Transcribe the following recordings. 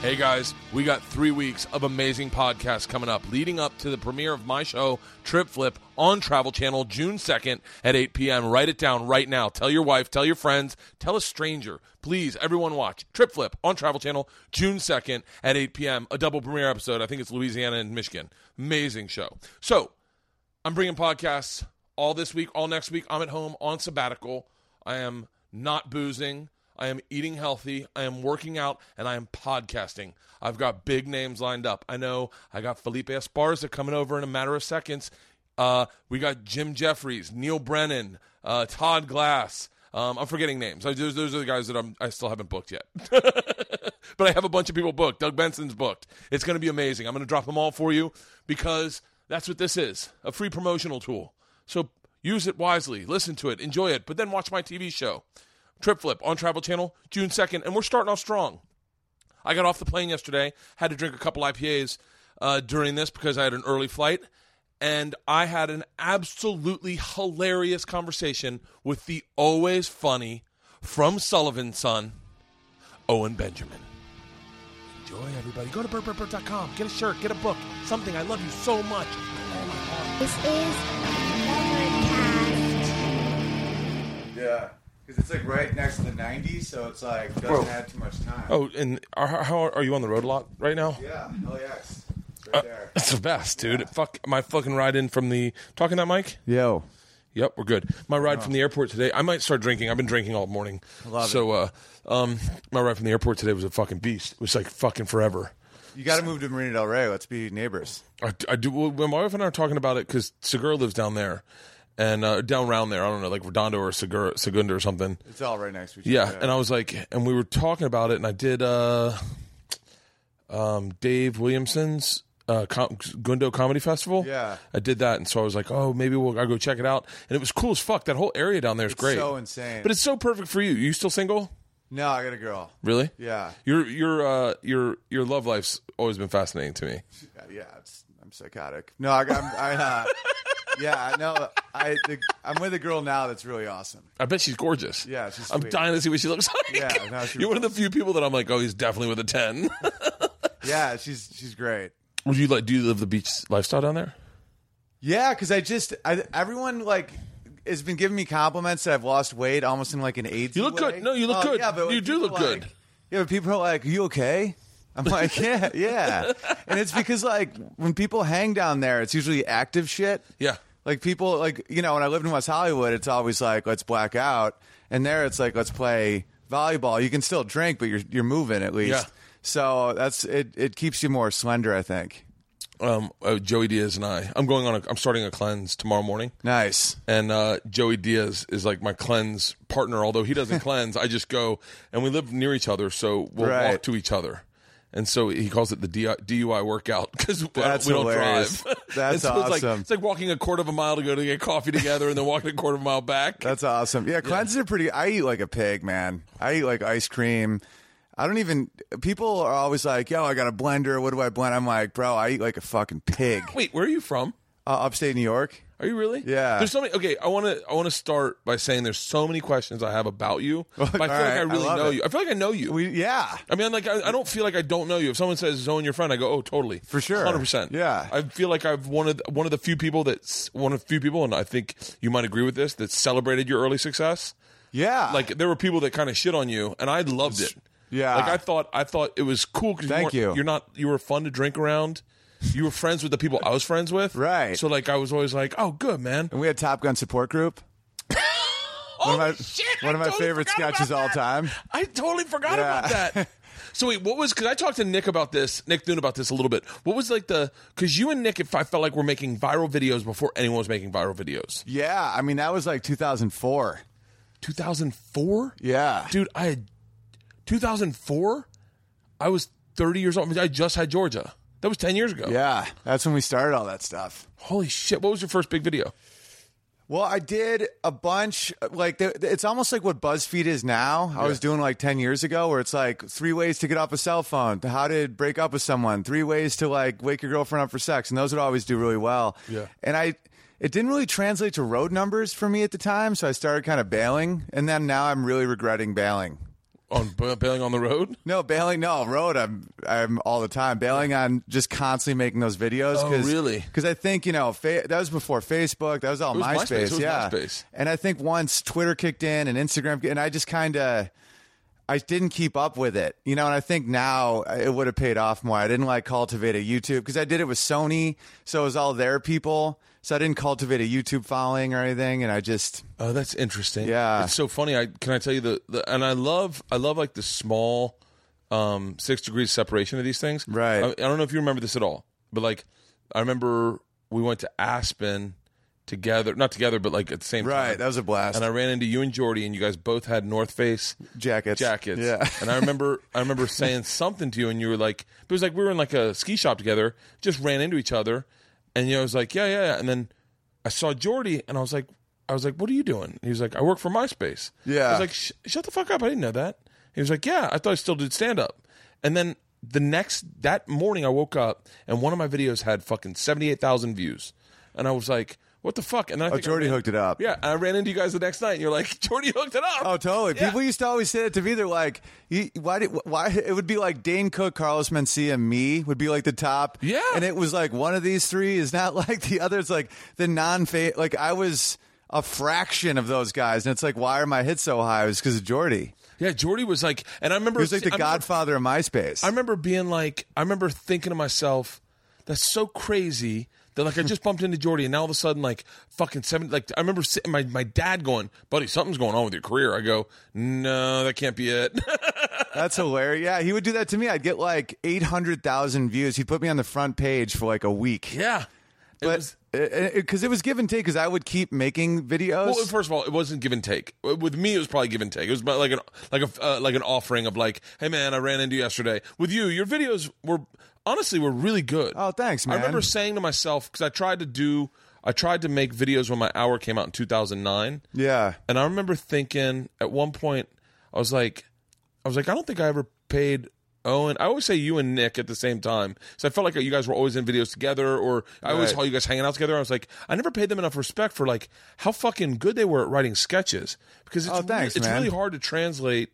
Hey guys, we got three weeks of amazing podcasts coming up, leading up to the premiere of my show, Trip Flip, on Travel Channel June 2nd at 8 p.m. Write it down right now. Tell your wife, tell your friends, tell a stranger. Please, everyone watch Trip Flip on Travel Channel June 2nd at 8 p.m. A double premiere episode. I think it's Louisiana and Michigan. Amazing show. So, I'm bringing podcasts all this week, all next week. I'm at home on sabbatical. I am not boozing. I am eating healthy. I am working out and I am podcasting. I've got big names lined up. I know I got Felipe Esparza coming over in a matter of seconds. Uh, we got Jim Jeffries, Neil Brennan, uh, Todd Glass. Um, I'm forgetting names. I, those, those are the guys that I'm, I still haven't booked yet. but I have a bunch of people booked. Doug Benson's booked. It's going to be amazing. I'm going to drop them all for you because that's what this is a free promotional tool. So use it wisely, listen to it, enjoy it, but then watch my TV show, Trip Flip, on Travel Channel, June 2nd. And we're starting off strong. I got off the plane yesterday, had to drink a couple IPAs uh, during this because I had an early flight, and I had an absolutely hilarious conversation with the always funny from Sullivan's son, Owen Benjamin. Enjoy, everybody. Go to burtburtburt.com, get a shirt, get a book, something. I love you so much. This is Yeah, because it's like right next to the 90s, so it's like doesn't Bro. add too much time. Oh, and are, how are you on the road a lot right now? Yeah, hell yes. It's Uh, right there. It's the best, dude. Fuck my fucking ride in from the talking that mic. Yo. Yep, we're good. My ride from the airport today. I might start drinking. I've been drinking all morning. Love so, uh, um, my ride from the airport today was a fucking beast. It was like fucking forever. You got to move to Marina Del Rey. Let's be neighbors. I, I do. well, When my wife and I are talking about it, because Segura lives down there, and uh, down around there, I don't know, like Redondo or Segura, Segunda or something. It's all right next to each Yeah, other. and I was like, and we were talking about it, and I did uh, um, Dave Williamson's uh, com- Gundo Comedy Festival. Yeah. I did that, and so I was like, oh, maybe we'll I go check it out, and it was cool as fuck. That whole area down there is great, so insane. But it's so perfect for you. You still single? no, I got a girl. Really? Yeah. Your your uh, your your love life's always been fascinating to me. Yeah, yeah it's, I'm psychotic. No, I got. I, uh, yeah, no, I. The, I'm with a girl now that's really awesome. I bet she's gorgeous. Yeah, she's I'm sweet. dying to see what she looks like. Yeah, no, she you're one of the was. few people that I'm like, oh, he's definitely with a ten. Yeah, she's she's great. Would you like? Do you live the beach lifestyle down there? Yeah, because I just I, everyone like has been giving me compliments that I've lost weight almost in like an AIDS. You look way. good. No, you look Oh, good. Yeah, but when You do people, look good. like- Yeah, but people are like, "You okay?" I'm like, "Yeah, yeah," and it's because like when people hang down there, it's usually active shit. Yeah. Like people like you know when I lived in West Hollywood, it's always like let's black out, and there it's like let's play volleyball. You can still drink, but you're you're moving at least. Yeah. So that's it. It keeps you more slender, I think. um, uh, Joey Diaz and I. I'm going on. A, I'm starting a cleanse tomorrow morning, Nice. and uh, Joey Diaz is like my cleanse partner. Although he doesn't cleanse, I just go, and we live near each other, so we'll walk Right. to each other. And so he calls it the DI DUI workout because we don't That's hilarious. drive. That's And so It's like, awesome. it's like walking a quarter of a mile to go to get coffee together, and then walking a quarter of a mile back. That's awesome. Yeah, cleanses are pretty. I eat like a pig, man. I eat like ice cream. I don't even. People are always like, "Yo, I got a blender. What do I blend?" I'm like, "Bro, I eat like a fucking pig." Wait, where are you from? Uh, upstate New York. Are you really? Yeah. There's so many. Okay, I want to. I want to start by saying there's so many questions I have about you. But I feel all like right, I I really love know it. you. I feel like I know you. We yeah. I mean, like, I, I don't feel like I don't know you. If someone says Zone, your friend, I go, oh, totally, for sure. hundred percent. Yeah. I feel like I've one of the, one of the few people that's one of the few people, and I think you might agree with this that celebrated your early success. Yeah. Like, there were people that kind of shit on you, and I loved it. Yeah. Like, I thought, I thought it was cool because Thank you. You're not. You were fun to drink around. You were friends with the people I was friends with. Right. So, like, I was always like, oh, good man. and we had Top Gun support group. One of my- one of my favorite sketches all time. I totally forgot Yeah. about that. So wait, what was? Because I talked to Nick about this, Nick Thune about this a little bit. What was like the? Because you and Nick, if I felt like we're making viral videos before anyone was making viral videos. Yeah, I mean that was like 2004. 2004, Yeah. dude. I had 2004. I was 30 years old. I, mean, I just had Georgia. That was 10 years ago. Yeah, that's when we started all that stuff. Holy shit! What was your first big video? Well, I did a bunch. Like th- th- it's almost like what BuzzFeed is now. I was doing like ten years ago, where it's like three ways to get off a cell phone, how to break up with someone, three ways to like wake your girlfriend up for sex, and those would always do really well. Yeah. and I. It didn't really translate to road numbers for me at the time, so I started kind of bailing, and then now I'm really regretting bailing. on b- bailing on the road. No, bailing. No, road. I'm I'm all the time bailing on just constantly making those videos. Oh, really? Because I think you know fa- that was before Facebook. That was all was MySpace. MySpace, it was yeah. MySpace. And I think once Twitter kicked in and Instagram, and I just kind of. I didn't keep up with it, you know, and I think now uh, it would have paid off more. I didn't like cultivate a YouTube because I did it with Sony, so it was all their people. So I didn't cultivate a YouTube following or anything, and I just Oh, that's interesting. Yeah. it's so funny. I can I tell you the, the and I love I love like the small um six degrees separation of these things. Right. I, I don't know if you remember this at all, but like I remember we went to Aspen together, not together, but like at the same time. right. That was a blast. and I ran into you and Jordy, and you guys both had North Face jackets, jackets. Yeah, and I remember I remember saying something to you, and you were like, it was like we were in like a ski shop together, just ran into each other, and you know, I was like, yeah, yeah, yeah. and then I saw Jordy, and I was like, I was like, what are you doing? And he was like, I work for MySpace. Yeah. I was like, Sh- shut the fuck up, I didn't know that. He was like, yeah, I thought I still did stand up, and then. The next that morning, I woke up and one of my videos had fucking seventy eight thousand views, and I was like, "What the fuck?" And then I oh, think I Jordy ran- hooked it up. yeah, and I ran into you guys the next night, and you're like, Jordy hooked it up. Oh, totally. Yeah. People used to always say that to me. They're like, "You- "Why did? Why it would be like Dane Cook, Carlos Mencia, and me would be like the top." Yeah. and it was like one of these three is not like the other. It's like the non fate. Like I was a fraction of those guys, and it's like, why are my hits so high? It was because of Jordy. Yeah, Jordy was like, and I remember He was like the I remember- Godfather of MySpace. I remember being like, I remember thinking to myself, that's so crazy that like I just bumped into Jordy and now all of a sudden like fucking seven like I remember sitting, my my dad going, buddy, something's going on with your career. I go, no, that can't be it. That's hilarious. Yeah, he would do that to me. I'd get like eight hundred thousand views. He'd put me on the front page for like a week. yeah, It But was- because it, was give and take, because I would keep making videos. Well, first of all, it wasn't give and take. Uh, With me, it was probably give and take. It was about like an like a uh, like an offering of like, hey man, I ran into you yesterday. With you, your videos were honestly were really good. Oh, thanks, I man. remember saying to myself because I tried to do I tried to make videos when my hour came out in 2009, yeah. and I remember thinking at one point I was like, I was like, I don't think I ever paid. Owen, I always say you and Nick at the same time, so I felt like you guys were always in videos together, or I always Right. saw you guys hanging out together. I was like, I never paid them enough respect for like how fucking good they were at writing sketches because it's Oh, thanks, it's man. really hard to translate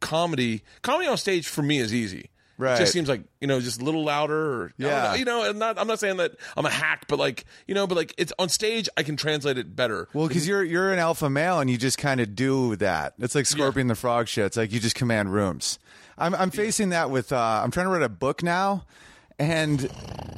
comedy. Comedy on stage for me is easy. It Right. just seems like you know, just a little louder. Or, I don't Yeah. know, you know, and not, I'm not saying that I'm a hack, but like you know, but like it's on stage, I can translate it better. Well, because you're you're an alpha male and you just kind of do that. It's like Scorpion the Frog shit. It's like you just command rooms. I'm I'm facing that with. Uh, I'm trying to write a book now, and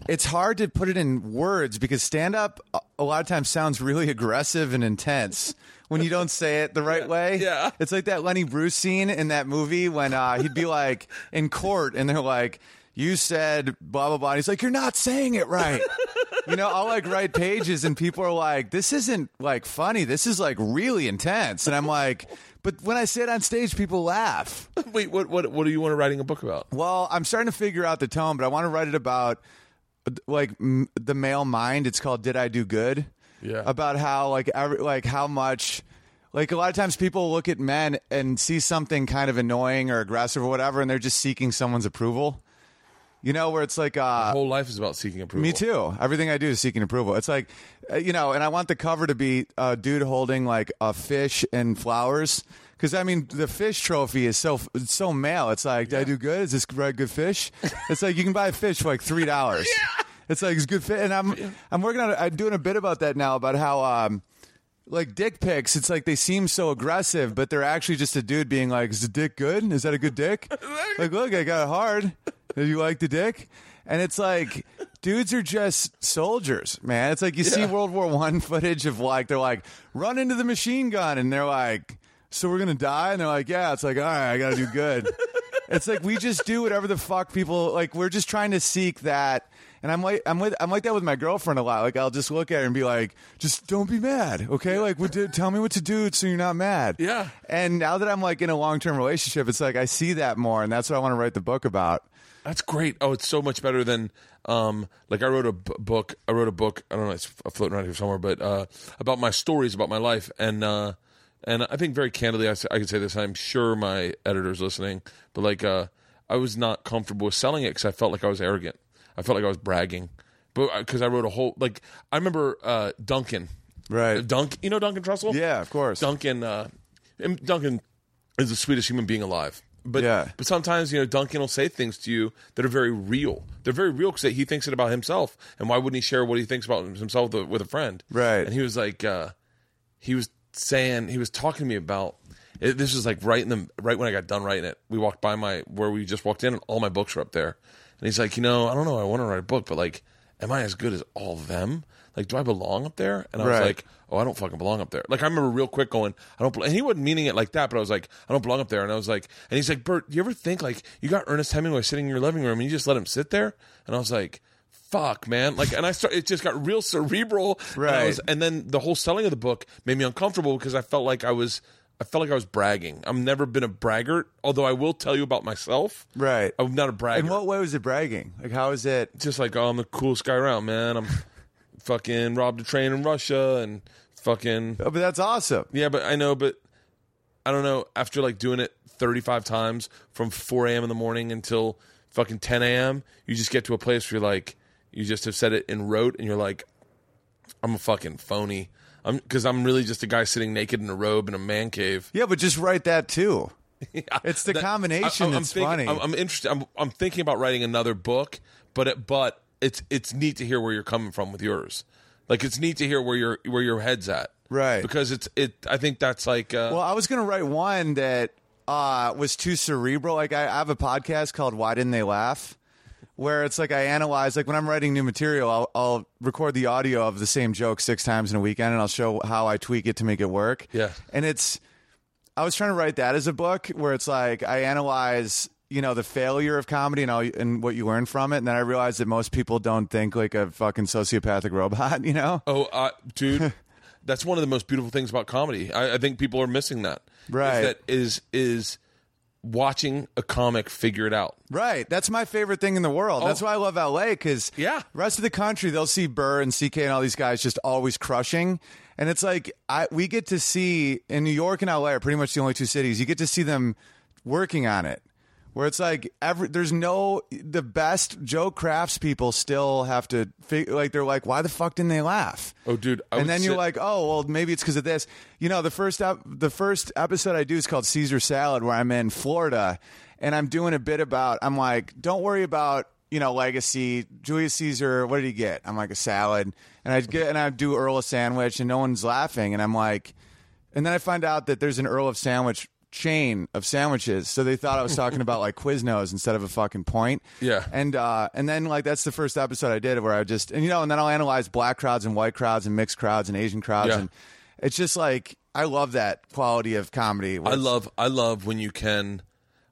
it's hard to put it in words because stand up a- a lot of times sounds really aggressive and intense when you don't say it the right way. Yeah. it's like that Lenny Bruce scene in that movie when uh, he'd be like in court and they're like. You said blah blah blah. And he's like, you're not saying it right. you know, I'll like write pages and people are like, this isn't like funny. This is like really intense. And I'm like, but when I say it on stage, people laugh. Wait, what what what do you want to writing a book about? Well, I'm starting to figure out the tone, but I want to write it about like m- the male mind. It's called "Did I Do Good?" Yeah. About how like every, like how much like a lot of times people look at men and see something kind of annoying or aggressive or whatever, and they're just seeking someone's approval. You know, where it's like uh, whole life is about seeking approval. me too. Everything I do is seeking approval. It's like, uh, you know, and I want the cover to be a dude holding like a fish and flowers. Because I mean, the fish trophy is so it's so male. It's like, did I do good? Is this right good fish? it's like you can buy a fish for like three dollars. yeah. It's like it's good fit, and I'm I'm working on it. I'm doing a bit about that now about how um like dick pics. It's like they seem so aggressive, but they're actually just a dude being like, "Is the dick good? Is that a good dick?" like, look, I got it hard. Do you like the dick? And it's like, dudes are just soldiers, man. It's like you see World War One footage of like they're like run into the machine gun, and they're like, "So we're gonna die?" And they're like, "Yeah." It's like, all right, I gotta do good. it's like we just do whatever the fuck people like. We're just trying to seek that. And I'm like I'm with I'm like that with my girlfriend a lot. Like I'll just look at her and be like, just don't be mad, okay? Like, what do, tell me what to do so you're not mad. Yeah. And now that I'm like in a long term relationship, it's like I see that more, and that's what I want to write the book about. That's great. Oh, it's so much better than um like I wrote a b- book. I wrote a book. I don't know. It's f- floating around here somewhere, but uh about my stories about my life and uh and I think very candidly I, s- I could say this. I'm sure my editor's listening, but like uh I was not comfortable with selling it cuz I felt like I was arrogant. I felt like I was bragging. But because I wrote a whole like I remember uh Duncan. Right. Dunk, you know Duncan Trussell? Yeah, of course. Duncan, uh, and Duncan is the sweetest human being alive. But Yeah. but sometimes you know Duncan will say things to you that are very real. They're very real because he thinks it about himself, and why wouldn't he share what he thinks about himself with, with a friend? Right. And he was like, uh, he was saying he was talking to me about it, this was like right in the right when I got done writing it. We walked by my where we just walked in, and all my books were up there. And he's like, you know, I don't know, I want to write a book, but like, am I as good as all of them? Like, do I belong up there? And I was Right. like, oh, I don't fucking belong up there. Like, I remember real quick going, I don't. bel- And he wasn't meaning it like that, but I was like, I don't belong up there. And I was like, and he's like, Bert, do you ever think like you got Ernest Hemingway sitting in your living room and you just let him sit there? And I was like. Fuck, man! Like, and I start. It just got real cerebral. And I Right. was- and then the whole selling of the book made me uncomfortable because I felt like I was I felt like I was bragging. I've never been a braggart, although I will tell you about myself. Right. I'm not a braggart. In what way was it bragging? Like, how is it? Just like oh, I'm the coolest guy around, man. I'm fucking robbed a train in Russia and fucking Oh, but that's awesome. yeah, but I know, but I don't know. After like doing it 35 times from 4 a.m. in the morning until fucking 10 a.m., you just get to a place where you're like, you just have said it in rote, and you're like, I'm a fucking phony. I'm because I'm really just a guy sitting naked in a robe in a man cave. Yeah, but just write that too. It's the combination I'm that's thinking- funny. I'm, I'm interested. I'm, I'm thinking about writing another book, but it, but it's it's neat to hear where you're coming from with yours. Like it's neat to hear where your where your head's at, Right. Because it's it. I think that's like uh, Well, I was gonna write one that uh, was too cerebral. Like I, I have a podcast called "Why Didn't They Laugh," where it's like I analyze. Like when I'm writing new material, I'll, I'll record the audio of the same joke six times in a weekend, and I'll show how I tweak it to make it work. Yeah. and it's. I was trying to write that as a book where it's like I analyze, you know, the failure of comedy and all and what you learn from it, and then I realized that most people don't think like a fucking sociopathic robot, you know? Oh, uh, dude, that's one of the most beautiful things about comedy. I, I think people are missing that. is Right. that is is watching a comic figure it out. Right. That's my favorite thing in the world. That's why I love LA because Yeah. rest of the country, they'll see Burr and CK and all these guys just always crushing. And it's like I we get to see in New York and LA are pretty much the only two cities, you get to see them working on it. Where it's like every there's no the best Joe Crafts people still have to fig- like they're like why the fuck didn't they laugh? Oh, dude, I would and then you're sit- like, oh well, maybe it's because of this. You know, the first ep- the first episode I do is called Caesar Salad, where I'm in Florida, and I'm doing a bit about. I'm like, don't worry about you know legacy. Julius Caesar, what did he get? I'm like a salad, and I get and I do Earl of Sandwich, and no one's laughing, and I'm like, and then I find out that there's an Earl of Sandwich chain of sandwiches, so they thought I was talking about like Quiznos instead of a fucking point. Yeah. And uh, and then like that's the first episode I did where I just and you know and then I'll analyze black crowds and white crowds and mixed crowds and Asian crowds Yeah. and it's just like I love that quality of comedy. where I it's- love I love when you can.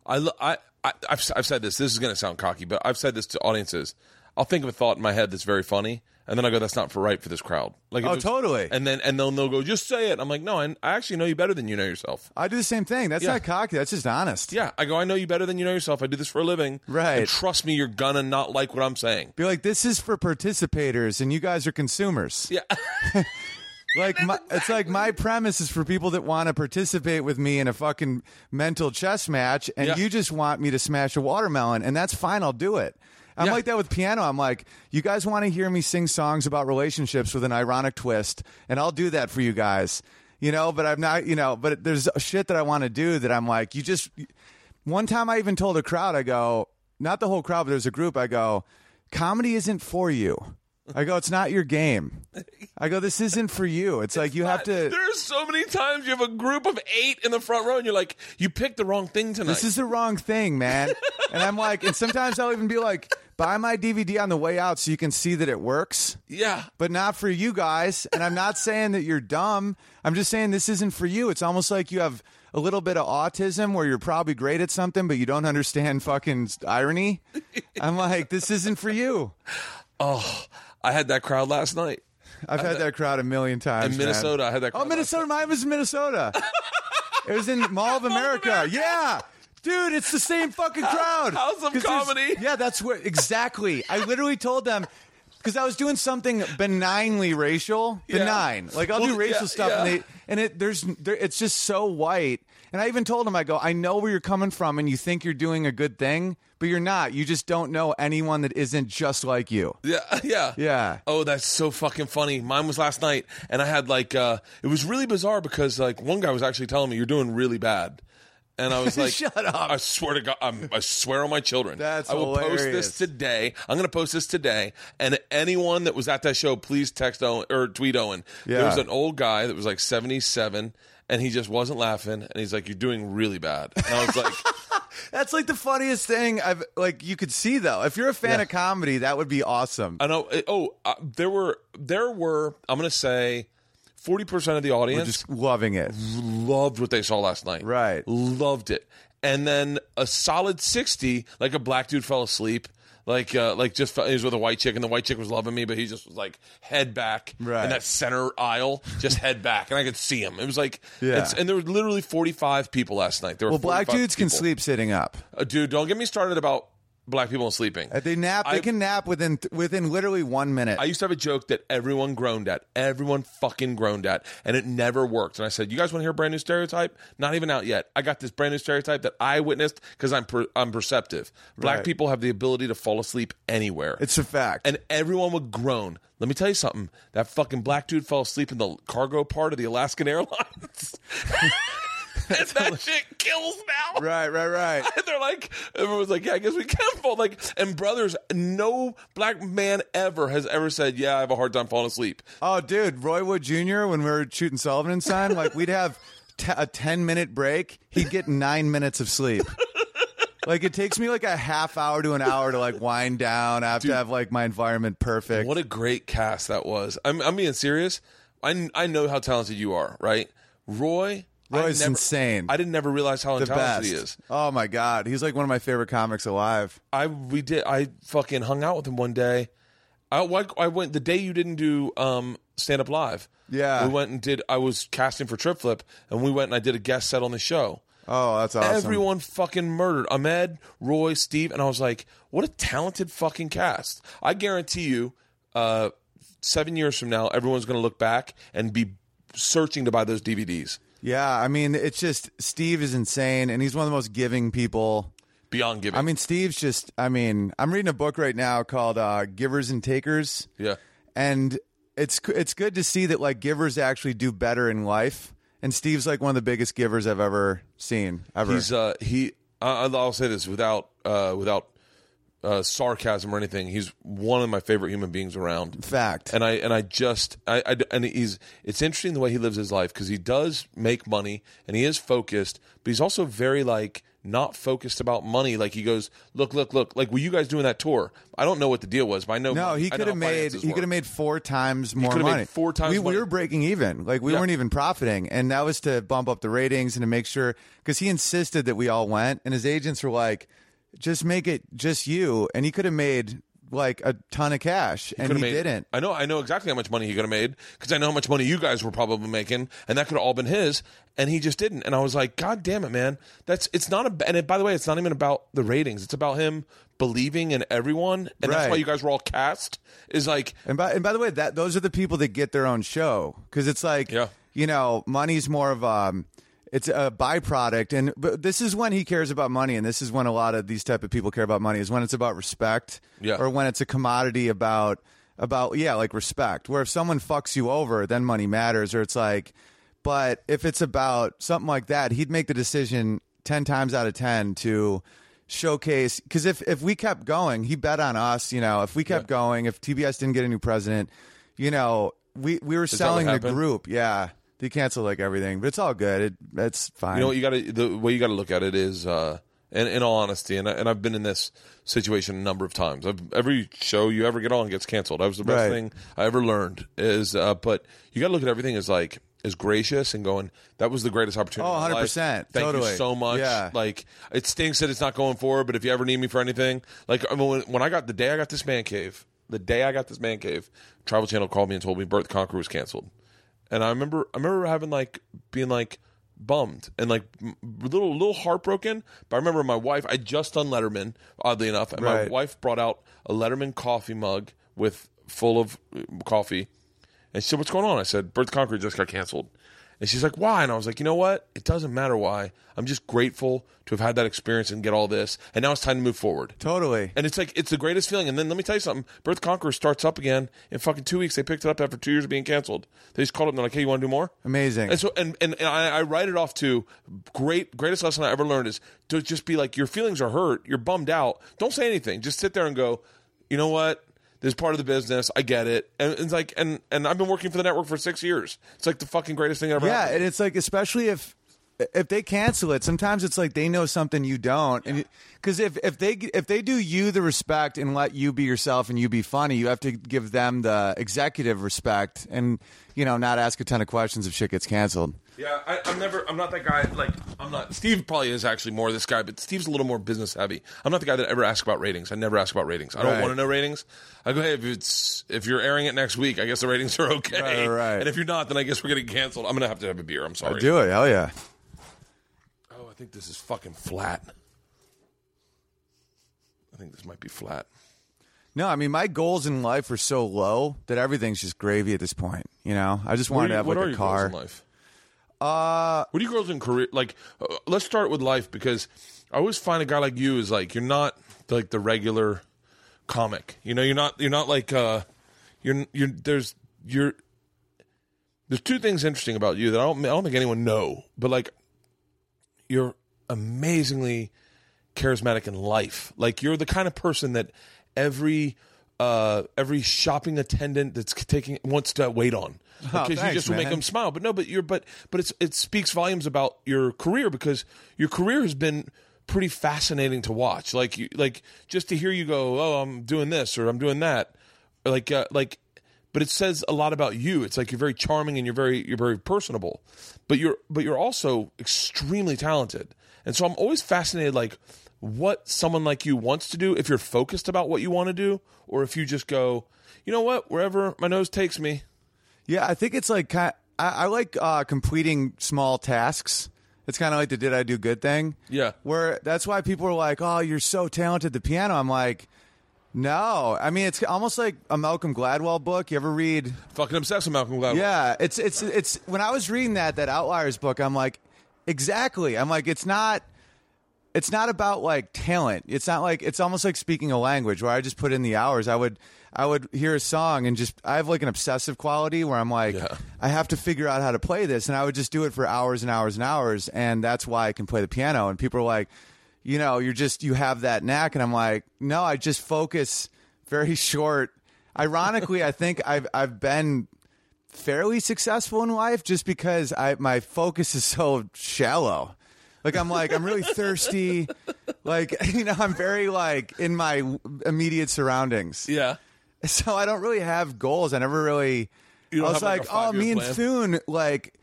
I lo- I, I I've s- I've said this. This is gonna sound cocky, but I've said this to audiences. I'll think of a thought in my head that's very funny, and then I go, "That's not for right for this crowd." Like, if Oh, it's- totally. And then and they'll they'll go, "Just say it." I'm like, "No, I, I actually know you better than you know yourself." I do the same thing. That's Yeah. not cocky. That's just honest. Yeah, I go, "I know you better than you know yourself. I do this for a living, Right. And trust me, you're gonna not like what I'm saying." Be like, this is for participators, and you guys are consumers. Yeah. Like my, it's like my premise is for people that want to participate with me in a fucking mental chess match, and Yeah. you just want me to smash a watermelon, and that's fine. I'll do it. I'm Yeah. like that with piano. I'm like, you guys want to hear me sing songs about relationships with an ironic twist, and I'll do that for you guys. You know, but I'm not. You know, but there's shit that I want to do that I'm like, you just. One time, I even told a crowd, I go, not the whole crowd, but there's a group. I go, comedy isn't for you. I go, it's not your game. I go, this isn't for you. It's, like you have to. There's so many times you have a group of eight in the front row, and you're like, you picked the wrong thing tonight. This is the wrong thing, man. and I'm like, and sometimes I'll even be like, buy my DVD on the way out so you can see that it works, yeah, but not for you guys. And I'm not saying that you're dumb. I'm just saying this isn't for you. It's almost like you have a little bit of autism where you're probably great at something, but you don't understand fucking irony. I'm like, this isn't for you. I had that crowd last night I've had that crowd a million times. in man. Minnesota. I had that. Crowd Oh, last Minnesota. Mine was in Minnesota. it was in Mall of America. Yeah. Dude, it's the same fucking crowd. House of 'Cause there's- Comedy. Yeah, that's where exactly. I literally told them because I was doing something benignly racial, Yeah. benign. Like I'll Well, do racial yeah, stuff, yeah. and they and it there's there, it's just so white. And I even told them, I go, I know where you're coming from, and you think you're doing a good thing, but you're not. You just don't know anyone that isn't just like you. Yeah, yeah, Yeah. Oh, that's so fucking funny. Mine was last night, and I had like uh, it was really bizarre because like one guy was actually telling me you're doing really bad, and I was like, Shut up. I swear to God, I'm, I swear on my children. That's I will post hilarious. this today. I'm going to post this today. And anyone that was at that show, please text Owen or tweet Owen. There Yeah. was an old guy that was like 77, and he just wasn't laughing. And he's like, "You're doing really bad." And I was like, That's like the funniest thing I've like you could see though. If you're a fan of comedy, that would be awesome. "I know." it- Oh, uh, there were there were I'm going to say 40 percent of the audience Just loving it. loved what they saw last night. Right. Loved it. And then a solid 60, like a black dude fell asleep. Like, uh, like just fell, he was with a white chick, and the white chick was loving me, but he just was like head back Right. in that center aisle, just head back, and I could see him. It was like, Yeah. it's, and there were literally forty five people last night. There were Well, black 45 dudes can people. sleep sitting up. Uh, dude, don't get me started about black people and sleeping. If They nap. They I- can nap within within literally one minute. I used to have a joke that everyone groaned at. Everyone fucking groaned at. And it never worked. And I said, You guys want to hear a brand new stereotype? Not even out yet. I got this brand new stereotype that I witnessed because I'm, per- I'm perceptive. Black Right. people have the ability to fall asleep anywhere. it's a fact. and everyone would groan. Let me tell you something. That fucking black dude fell asleep in the cargo part of the Alaskan Airlines. and that shit kills now. right, right, right. And they're like, everyone's like, yeah, I guess we can fall. Like, and brothers, no black man ever has ever said, yeah, I have a hard time falling asleep. Oh, dude, Roy Wood Jr. When we were shooting Sullivan and Son, like we'd have t- a ten minute break. He'd get nine minutes of sleep. Like it takes me like a half hour to an hour to like wind down. I have to have like my environment perfect. What a great cast that was. I'm, I'm being serious. I, I know how talented you are, right? Roy. I Roy's never- insane. I didn't never realize how the talented best. he is. Oh my god, he's like one of my favorite comics alive. I we did. I fucking hung out with him one day. I like, I went the day you didn't do um stand up live. Yeah. we went and did. I was casting for Trip Flip, and we went and I did a guest set on the show. Oh, that's awesome. Everyone fucking murdered. Ahmed, Roy, Steve, and I was like, what a talented fucking cast. I guarantee you, uh, seven years from now, everyone's going to look back and be searching to buy those DVDs. Yeah, I mean, it's just Steve is insane, and he's one of the most giving people. Beyond giving. I mean, Steve's just. I mean, I'm reading a book right now called uh, "Givers and Takers." yeah. and it's it's good to see that like givers actually do better in life. And Steve's like one of the biggest givers I've ever seen. Ever. He's, uh, he, I, I'll say this without, uh, without, uh, sarcasm or anything. He's one of my favorite human beings around. fact. and I and I just I, I and he's it's interesting the way he lives his life because he does make money and he is focused, but he's also very like not focused about money. Like he goes, look, look, look. Like were you guys doing that tour? I don't know what the deal was, but I know no, he I know could how have made finances he work. could have made four times more could have made money. four times we, money. we were breaking even. Like we Yeah. weren't even profiting, and that was to bump up the ratings and to make sure because he insisted that we all went, and his agents were like, "Just make it just you," and he could have made like a ton of cash, and Could he have made- didn't. I know. I know exactly how much money he could have made because I know how much money you guys were probably making, and that could have all been his. And he just didn't. And I was like, God damn it, man. That's it's not a. And it, by the way, it's not even about the ratings. It's about him believing in everyone, and that's Right. why you guys were all cast. Is like And by and by the way, that those are the people that get their own show because it's like Yeah. you know, money's more of um, it's a byproduct, and but this is when he cares about money, and this is when a lot of these type of people care about money is when it's about respect, Yeah. or when it's a commodity about about yeah, like respect. Where if someone fucks you over, then money matters, or it's like, but if it's about something like that, he'd make the decision ten times out of ten to showcase because if if we kept going, he bet on us. You know, if we kept going, if TBS didn't get a new president, you know, we we were that what selling the happened? group. Yeah, they canceled like everything, but it's all good. It it's fine. You know what you got to the way you got to look at it is, uh, in, in all honesty, and I, and I've been in this situation a number of times. I've, every show you ever get on gets canceled. That was the best Right. thing I ever learned. Is uh, but you got to look at everything as like as gracious and going. That was the greatest opportunity. Oh, of my life. 100%. Thank you Totally. so much. Yeah. Like it stinks that it's not going forward, but if you ever need me for anything, like I mean, when, when I got the day I got this man cave, the day I got this man cave, Travel Channel called me and told me Birth Conqueror was canceled, and I remember I remember having like being like bummed and like m- little little heartbroken. But I remember my wife. I just done Letterman, oddly enough, and my Right. wife brought out a Letterman coffee mug with full of uh, coffee, and she said, "What's going on?" I said, "Birth Conqueror just got canceled." And she's like, why? And I was like, you know what? It doesn't matter why. I'm just grateful to have had that experience and get all this. And now it's time to move forward. Totally. And it's like it's the greatest feeling. And then let me tell you something. Birth Conqueror starts up again in fucking two weeks. They picked it up after two years of being canceled. They just called up and they're like, "Hey, you want to do more?" Amazing. And so and and, and I, I write it off to great greatest lesson I ever learned is to just be like, your feelings are hurt, you're bummed out. Don't say anything. Just sit there and go, you know what? This is part of the business. I get it. And it's like and and I've been working for the network for six years. It's like the fucking greatest thing ever. Yeah, happened. and it's like especially if if they cancel it, sometimes it's like they know something you don't, and because if if they if they do you the respect and let you be yourself and you be funny, you have to give them the executive respect and you know not ask a ton of questions if shit gets canceled. Yeah, I, I'm never. I'm not that guy. Like, I'm not. Steve probably is actually more this guy, but Steve's a little more business heavy. I'm not the guy that ever asks about ratings. I never ask about ratings. I don't Right. want to know ratings. I go, hey, if it's if you're airing it next week, I guess the ratings are okay. Right, right. And if you're not, then I guess we're getting canceled. I'm gonna have to have a beer. I'm sorry. Do it, hell yeah. Oh, I think this is fucking flat. I think this might be flat. No, I mean my goals in life are so low that everything's just gravy at this point. You know, I just What wanted are to you- have what like are a your car. goals in life? Uh, what are your goals in career? Like, uh, let's start with life because I always find a guy like you is like you're not like the regular comic. You know, you're not you're not like uh, you're you're there's you're there's two things interesting about you that I don't I don't think anyone know, but like you're amazingly charismatic in life. Like you're the kind of person that every uh, every shopping attendant that's taking wants to wait on because you Oh, thanks, just will make man. them smile. But no, but you're but but it's it speaks volumes about your career because your career has been pretty fascinating to watch. Like you like just to hear you go, oh, I'm doing this or I'm doing that, or like uh, like. But it says a lot about you. It's like you're very charming and you're very you're very personable, but you're but you're also extremely talented. And so I'm always fascinated, like what someone like you wants to do if you're focused about what you want to do, or if you just go, you know what, wherever my nose takes me, Yeah, I think it's like kind. I, I like uh, completing small tasks. It's kind of like the "did I do good" thing. Yeah. where that's why people are like, "Oh, you're so talented at the piano." I'm like, no. I mean, it's almost like a Malcolm Gladwell book. You ever read? fucking obsessed with Malcolm Gladwell. Yeah, it's it's it's. When I was reading that that Outliers book, I'm like, exactly. I'm like, it's not. It's not about like talent. It's not like it's almost like speaking a language where I just put in the hours. I would I would hear a song and just I have like an obsessive quality where I'm like Yeah. I have to figure out how to play this and I would just do it for hours and hours and hours and that's why I can play the piano and people are like, you know, you're just you have that knack and I'm like, no, I just focus very short. Ironically, I think I've I've been fairly successful in life just because I my focus is so shallow. Like I'm like I'm really thirsty. Like you know I'm very like in my w- immediate surroundings. yeah. So I don't really have goals. I never really. I don't was have, like, like, a oh, five-year me and plan?" Thune like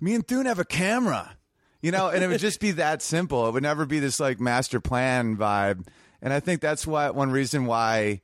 me and Thune have a camera. You know, and it would just be that simple. It would never be this like master plan vibe. And I think that's why one reason why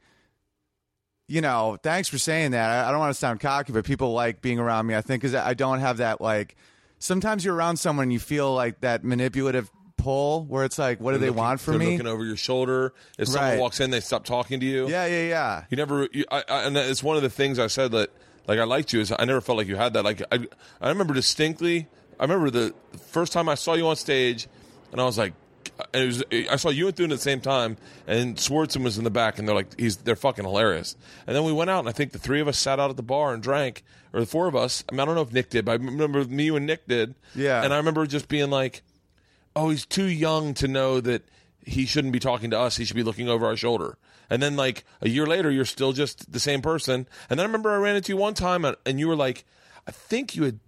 you know, thanks for saying that. I, I don't want to sound cocky, but people like being around me. I think because I don't have that like. Sometimes you're around someone and you feel like that manipulative pull where it's like, what do they Looking- want from they're me? Looking over your shoulder. If someone Right. walks in, they stop talking to you. Yeah, yeah, yeah. You never. You, I, I, and it's one of the things I said that like I liked you is I never felt like you had that. Like I, I remember distinctly. I remember the first time I saw you on stage, and I was like. And it was, I saw you and Thune at the same time, and Swartzen was in the back, and they're like, "He's they're fucking hilarious." And then we went out, and I think the three of us sat out at the bar and drank, or the four of us. I mean, I don't know if Nick did, but I remember me, you, and Nick did. Yeah. And I remember just being like, oh, he's too young to know that he shouldn't be talking to us. He should be looking over our shoulder. And then, like, a year later, you're still just the same person. And then I remember I ran into you one time and, and you were like, I think you had.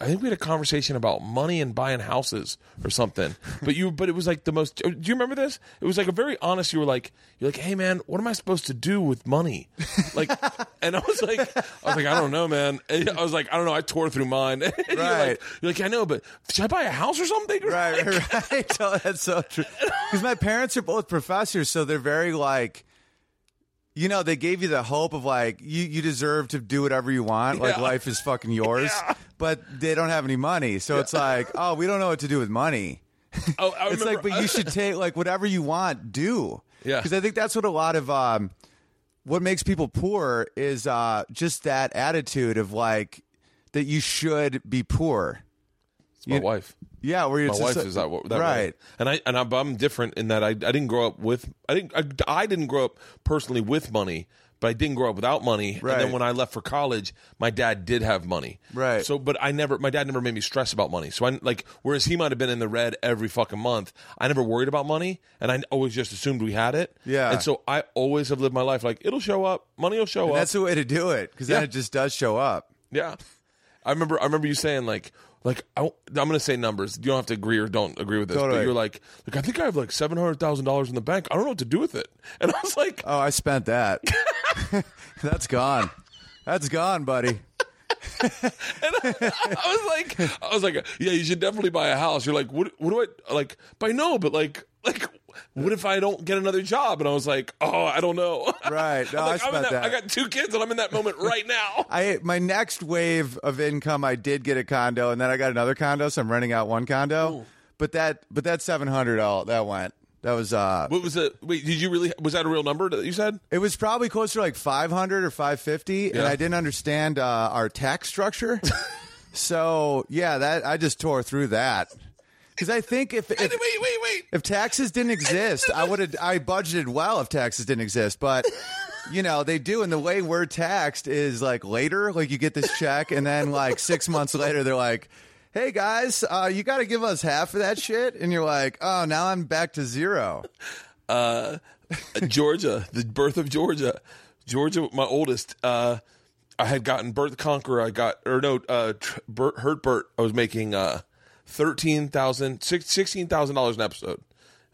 I think we had a conversation about money and buying houses or something. But you, but it was like the most. Do you remember this? It was like a very honest. You were like, you're like, hey man, what am I supposed to do with money? Like, and I was like, I was like, I don't know, man. And I was like, I don't know. I tore through mine. And you're like- Right. You're like, I know, but should I buy a house or something? right, right, right. So that's so true. Because my parents are both professors, so they're very like, you know, they gave you the hope of like you you deserve to do whatever you want, like Yeah. life is fucking yours. Yeah. But they don't have any money, so it's like, oh, we don't know what to do with money. Oh, I It's like, remember- but you should take like whatever you want, do. Yeah. Because I think that's what a lot of um, what makes people poor is uh, just that attitude of like that you should be poor. It's my You- wife. Yeah, where My it's wife just, like- is that, wa- that right? way. And I and I'm, I'm different in that I I didn't grow up with I didn't I, I didn't grow up personally with money, but I didn't grow up without money. And Right. then when I left for college, my dad did have money. Right. So, but I never my dad never made me stress about money. So I like whereas he might have been in the red every fucking month, I never worried about money, and I always just assumed we had it. Yeah. And so I always have lived my life like it'll show up, money will show up. That's the way to do it because then Yeah. it just does show up. Yeah, I remember. I remember you saying like, like I, am going to say numbers. You don't have to agree or don't agree with this. But Totally. you're like, like I think I have like seven hundred thousand dollars in the bank. I don't know what to do with it. And I was like, Oh, I spent that. That's gone. That's gone, buddy. I was like, I was like, yeah, you should definitely buy a house. You're like, what? What do I like? By no, but like, like, what if I don't get another job? And I was like, oh, I don't know. Right. No, I'm I like, I'm in spent that- that. I got two kids, and I'm in that moment right now. I my next wave of income, I did get a condo, and then I got another condo, so I'm renting out one condo. But that, but that seven hundred, all that went. That was uh, what was it? Wait, did you really? Was that a real number that you said? It was probably closer to like 500 or 550, Yeah. and I didn't understand uh, our tax structure. so yeah, that I just tore through that because I think if if, Wait, wait, wait. if taxes didn't exist, I would have I budgeted well if taxes didn't exist, but. You know they do, and the way we're taxed is like later. Like you get this check, and then like six months later, they're like, "Hey guys, uh, you got to give us half of that shit," and you're like, "Oh, now I'm back to zero. Georgia, the birth of Georgia. Georgia, my oldest, uh, I had gotten Bert the Conqueror. I got, or no, uh, tr- Bert, Hurt Bert. I was making uh, $13,000, six- $16,000 an episode.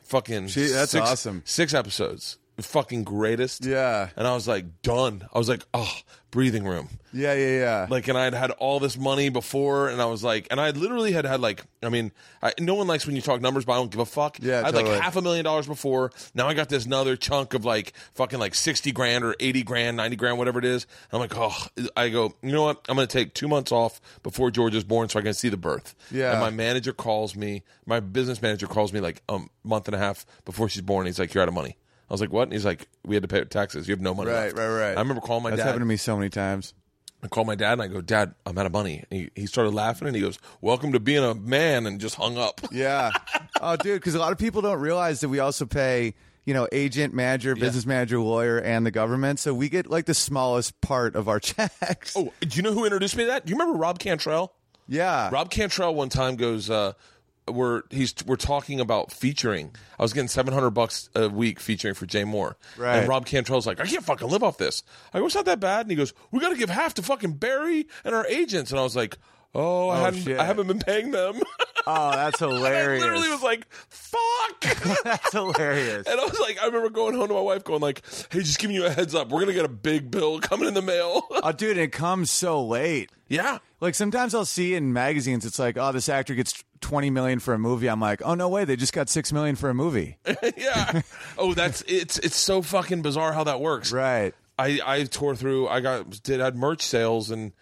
Fucking. Gee, that's six- awesome. Six episodes. The fucking greatest. Yeah. And I was like, done. I was like, oh, breathing room. Yeah, yeah, yeah. Like, and I had had all this money before, and I was like, and I literally had had like, I mean, I, no one likes when you talk numbers, but I don't give a fuck. Yeah, I had totally. like half a million dollars before. Now I got this another chunk of like fucking like sixty grand or eighty grand, ninety grand, whatever it is. I'm like, oh, I go, you know what? I'm gonna take two months off before George is born so I can see the birth. Yeah. And my manager calls me, my business manager calls me like a month and a half before she's born. He's like, you're out of money. I was like, what? And he's like, we had to pay taxes. You have no money. Right, left." right, right. I remember calling my That's dad. happened to me so many times. I called my dad and I go, Dad, I'm out of money. And he, he started laughing and he goes, Welcome to being a man, and just hung up. Yeah. oh, dude, because a lot of people don't realize that we also pay, you know, agent, manager, business manager, lawyer, and the government. So we get like the smallest part of our checks. Oh, do you know who introduced me to that? Do you remember Rob Cantrell? yeah. Rob Cantrell one time goes, uh, we're he's we're talking about featuring. I was getting seven hundred bucks a week featuring for Jay Moore. Right. And Rob Cantrell's like, I can't fucking live off this. I go, it's not that bad. And he goes, We got to give half to fucking Barry and our agents. And I was like, Oh, I, Oh, hadn't, shit. I haven't been paying them. oh, that's hilarious. I literally was like, Fuck. that's hilarious. And I was like, I remember going home to my wife, going like, "Hey, just giving you a heads up, we're gonna get a big bill coming in the mail." oh, dude, it comes so late. yeah, Like sometimes I'll see in magazines, it's like, oh, this actor gets 20 million for a movie. I'm like, oh, no way. They just got 6 million for a movie. yeah. oh, that's it's it's so fucking bizarre how that works. right. I I tore through. I got did had merch sales and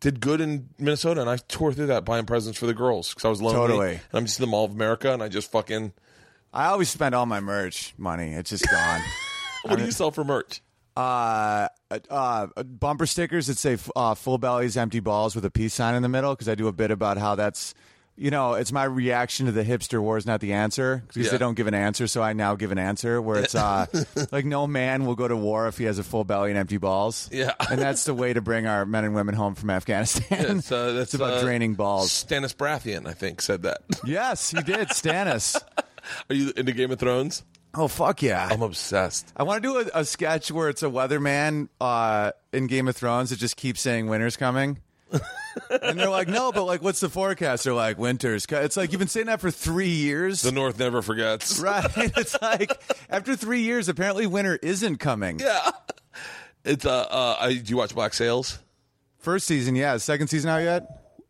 did good in Minnesota, and I tore through that buying presents for the girls because I was lonely. Totally. And I'm just in the Mall of America, and I just fucking. I always spend all my merch money. It's just gone. What do you sell for merch? uh, uh, bumper stickers that say uh, "full bellies, empty balls" with a peace sign in the middle because I do a bit about how that's, you know, it's my reaction to the hipster war is not the answer because Yeah. they don't give an answer, so I now give an answer where it's uh, like no man will go to war if he has a full belly and empty balls. Yeah. and that's the way to bring our men and women home from Afghanistan. It's, uh, that's it's about uh, draining balls. Stannis Baratheon, I think, said that. yes, he did, Stannis. Are you into Game of Thrones? Oh fuck yeah! I'm obsessed. I want to do a, a sketch where it's a weatherman uh, in Game of Thrones that just keeps saying winter's coming. and they're like, no, but like, what's the forecast? They're like, winter's. Co-. It's like you've been saying that for three years, The North never forgets. right? It's like after three years, apparently winter isn't coming. Yeah. It's uh, uh I, do you watch Black Sails? First season, yeah. Second season out yet?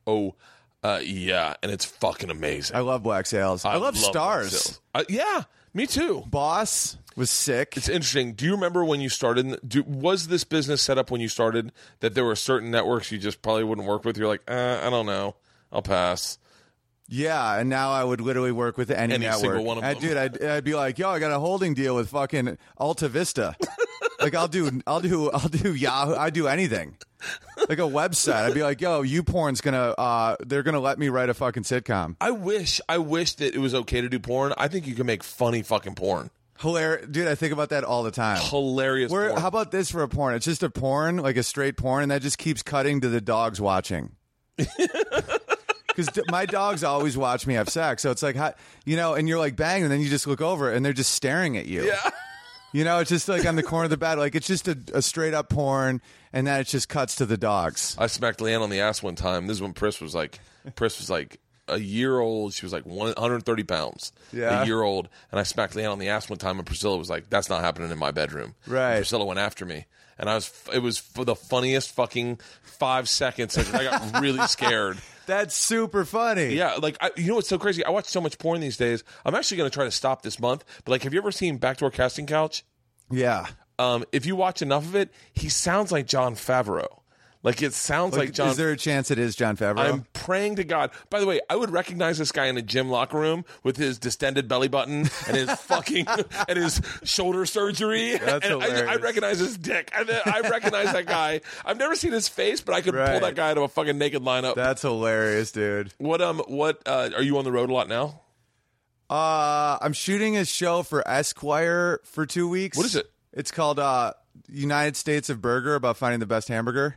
Oh, uh, yeah, and it's fucking amazing. I love Black Sails. I, love, Black Stars. Sails. Uh, yeah, me too. Boss was sick. It's interesting. Do you remember when you started? in- Do, was this business set up when you started that there were certain networks you just probably wouldn't work with? You're like, uh, I don't know, I'll pass. Yeah, and now I would literally work with any, Any network. single one of I, them. Dude, I'd, I'd be like, yo, I got a holding deal with fucking Alta Vista. Like I'll do, I'll do, I'll do Yahoo. I do anything. Like a website. I'd be like, yo, YouPorn's gonna, uh, they're gonna let me write a fucking sitcom. I wish, I wish that it was okay to do porn. I think you can make funny fucking porn. Hilarious, dude. I think about that all the time. Hilarious Where, porn. How about this for a porn? It's just a porn, like a straight porn, and that just keeps cutting to the dogs watching. Because my dogs always watch me have sex, so it's like, how, you know, and you're like bang, and then you just look over, and they're just staring at you. yeah. You know, it's just like on the corner of the bed, like it's just a, a straight up porn, and then it just cuts to the dogs. I smacked Leanne on the ass one time. This is when Pris was like, Pris was like a year old. She was like 130 pounds, Yeah. a year old. And I smacked Leanne on the ass one time, and Priscilla was like, "That's not happening in my bedroom." Right. And Priscilla went after me, and I was. It was for the funniest fucking five seconds. Like, I got really scared. That's super funny. Yeah, like I, you know what's so crazy? I watch so much porn these days. I'm actually going to try to stop this month. But like, have you ever seen Backdoor Casting Couch? yeah. Um, if you watch enough of it, he sounds like John Favreau. Like it sounds like, John. is there a chance it is John Favreau? I'm praying to God. By the way, I would recognize this guy in a gym locker room with his distended belly button and his fucking and his shoulder surgery. That's and I, I hilarious. recognize his dick. I, I recognize that guy. I've never seen his face, but I could pull Right. that guy out of a fucking naked lineup. That's hilarious, dude. what um what uh, are you on the road a lot now? Uh, I'm shooting a show for Esquire for two weeks. What is it? It's called uh, United States of Burger about finding the best hamburger.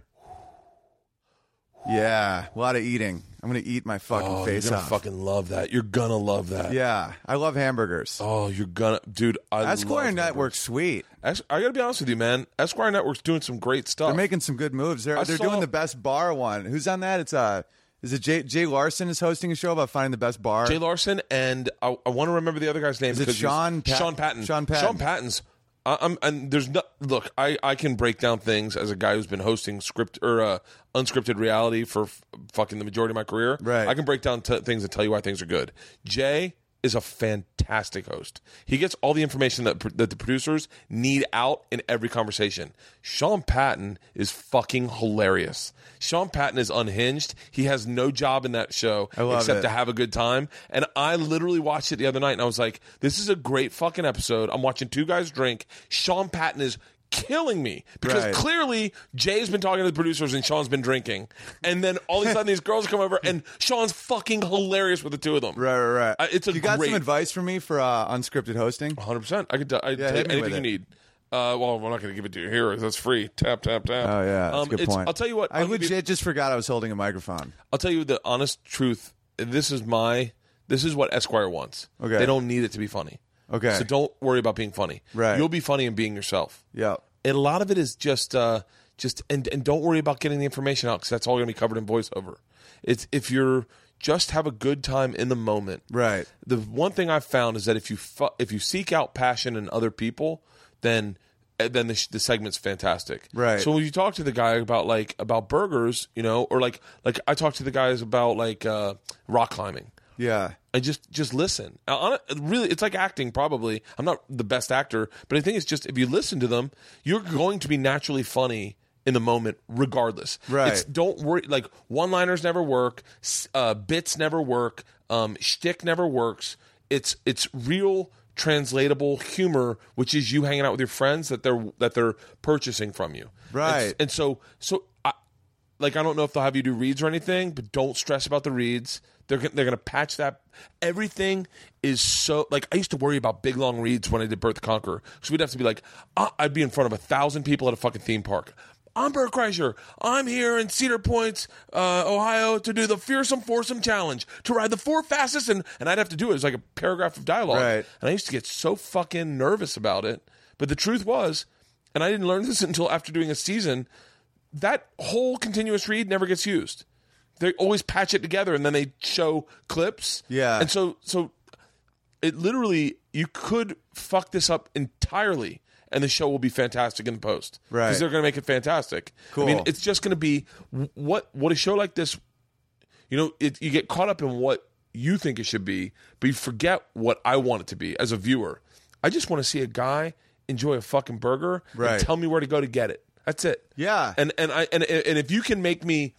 Yeah, a lot of eating. I'm gonna eat my fucking Oh, you're face gonna off. fucking love that. You're gonna love that. yeah, I love hamburgers. Oh, you're gonna, dude. I Esquire love Network's sweet. Esqu- I gotta be honest with you, man. Esquire Network's doing some great stuff. They're making some good moves. They're Oh. I they're saw- doing the best bar one. Who's on that? It's uh, is it Jay Jay Larson is hosting a show about finding the best bar. Jay Larson and I, I want to remember the other guy's name. it because he's- Sean Pat- Sean Patton. Sean Patton. Sean Patton's. I, I'm and there's no look. I I can break down things as a guy who's been hosting script or uh, unscripted reality for f- fucking the majority of my career. Right. I can break down t- things and tell you why things are good. Jay is a fantastic host. He gets all the information that pr- that the producers need out in every conversation. Sean Patton is fucking hilarious. Sean Patton is unhinged. He has no job in that show love except it. to have a good time. And I literally watched it the other night and I was like, this is a great fucking episode. I'm watching two guys drink. Sean Patton is killing me because Right. clearly Jay's been talking to the producers and Sean's been drinking. And then all of a sudden these girls come over and Sean's fucking hilarious with the two of them. Right, right, right. Uh, it's a you got great- some advice for me for uh, unscripted hosting? 100%. I could t- I tell you hit me with anything you it. need. Uh, well, we're not going to give it to your heroes. That's free. Tap, tap, tap. Oh yeah, that's Um, a good it's- point. I'll tell you what. I I'll give you- legit just forgot I was holding a microphone. I'll tell you the honest truth. This is my. This is what Esquire wants. Okay. They don't need it to be funny. Okay. So don't worry about being funny. Right. You'll be funny and being yourself. Yeah. And a lot of it is just, uh, just and and don't worry about getting the information out because that's all going to be covered in voiceover. It's if you're just have a good time in the moment. Right. The one thing I've found is that if you fu- if you seek out passion in other people, then eh, then the, sh- the segment's fantastic. Right. So when you talk to the guy about like about burgers, you know, or like like I talk to the guys about like uh, rock climbing. Yeah. I just just listen. Uh, hon- Really, it's like acting. Probably, I'm not the best actor, but I think it's just if you listen to them, you're going to be naturally funny in the moment, regardless. Right. It's, don't worry. Like one liners never work. s- Uh, bits never work. Um, shtick never works. It's it's real translatable humor, which is you hanging out with your friends that they're that they're purchasing from you. Right. And, and so so I, like I don't know if they'll have you do reads or anything, but don't stress about the reads. They're gon- they're gonna patch that. Everything is so like I used to worry about big long reads when I did Birth Conquer because we'd have to be like uh, I'd be in front of a thousand people at a fucking theme park. I'm Bert Kreischer. I'm here in Cedar Points, uh, Ohio, to do the fearsome foursome challenge to ride the four fastest, and and I'd have to do it. It was like a paragraph of dialogue, Right. and I used to get so fucking nervous about it. But the truth was, and I didn't learn this until after doing a season, that whole continuous read never gets used. They always patch it together and then they show clips. Yeah. And so so it literally you could fuck this up entirely and the show will be fantastic in the post. Right. Because they're gonna make it fantastic. I mean, Cool. it's just gonna be what what a show like this you know, it, you get caught up in what you think it should be, but you forget what I want it to be as a viewer. I just want to see a guy enjoy a fucking burger Right. and tell me where to go to get it. That's it. Yeah. And and I and and if you can make me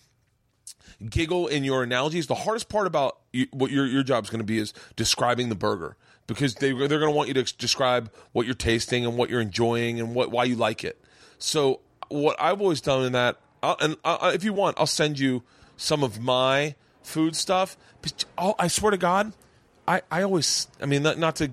giggle in your analogies. The hardest part about you, what your your job's going to be is describing the burger because they they're going to want you to ex- describe what you're tasting and what you're enjoying and what why you like it. So what I've always done in that, I'll, and I, I- if you want, I'll send you some of my food stuff. But I'll, I swear to God, I I always I mean not, not to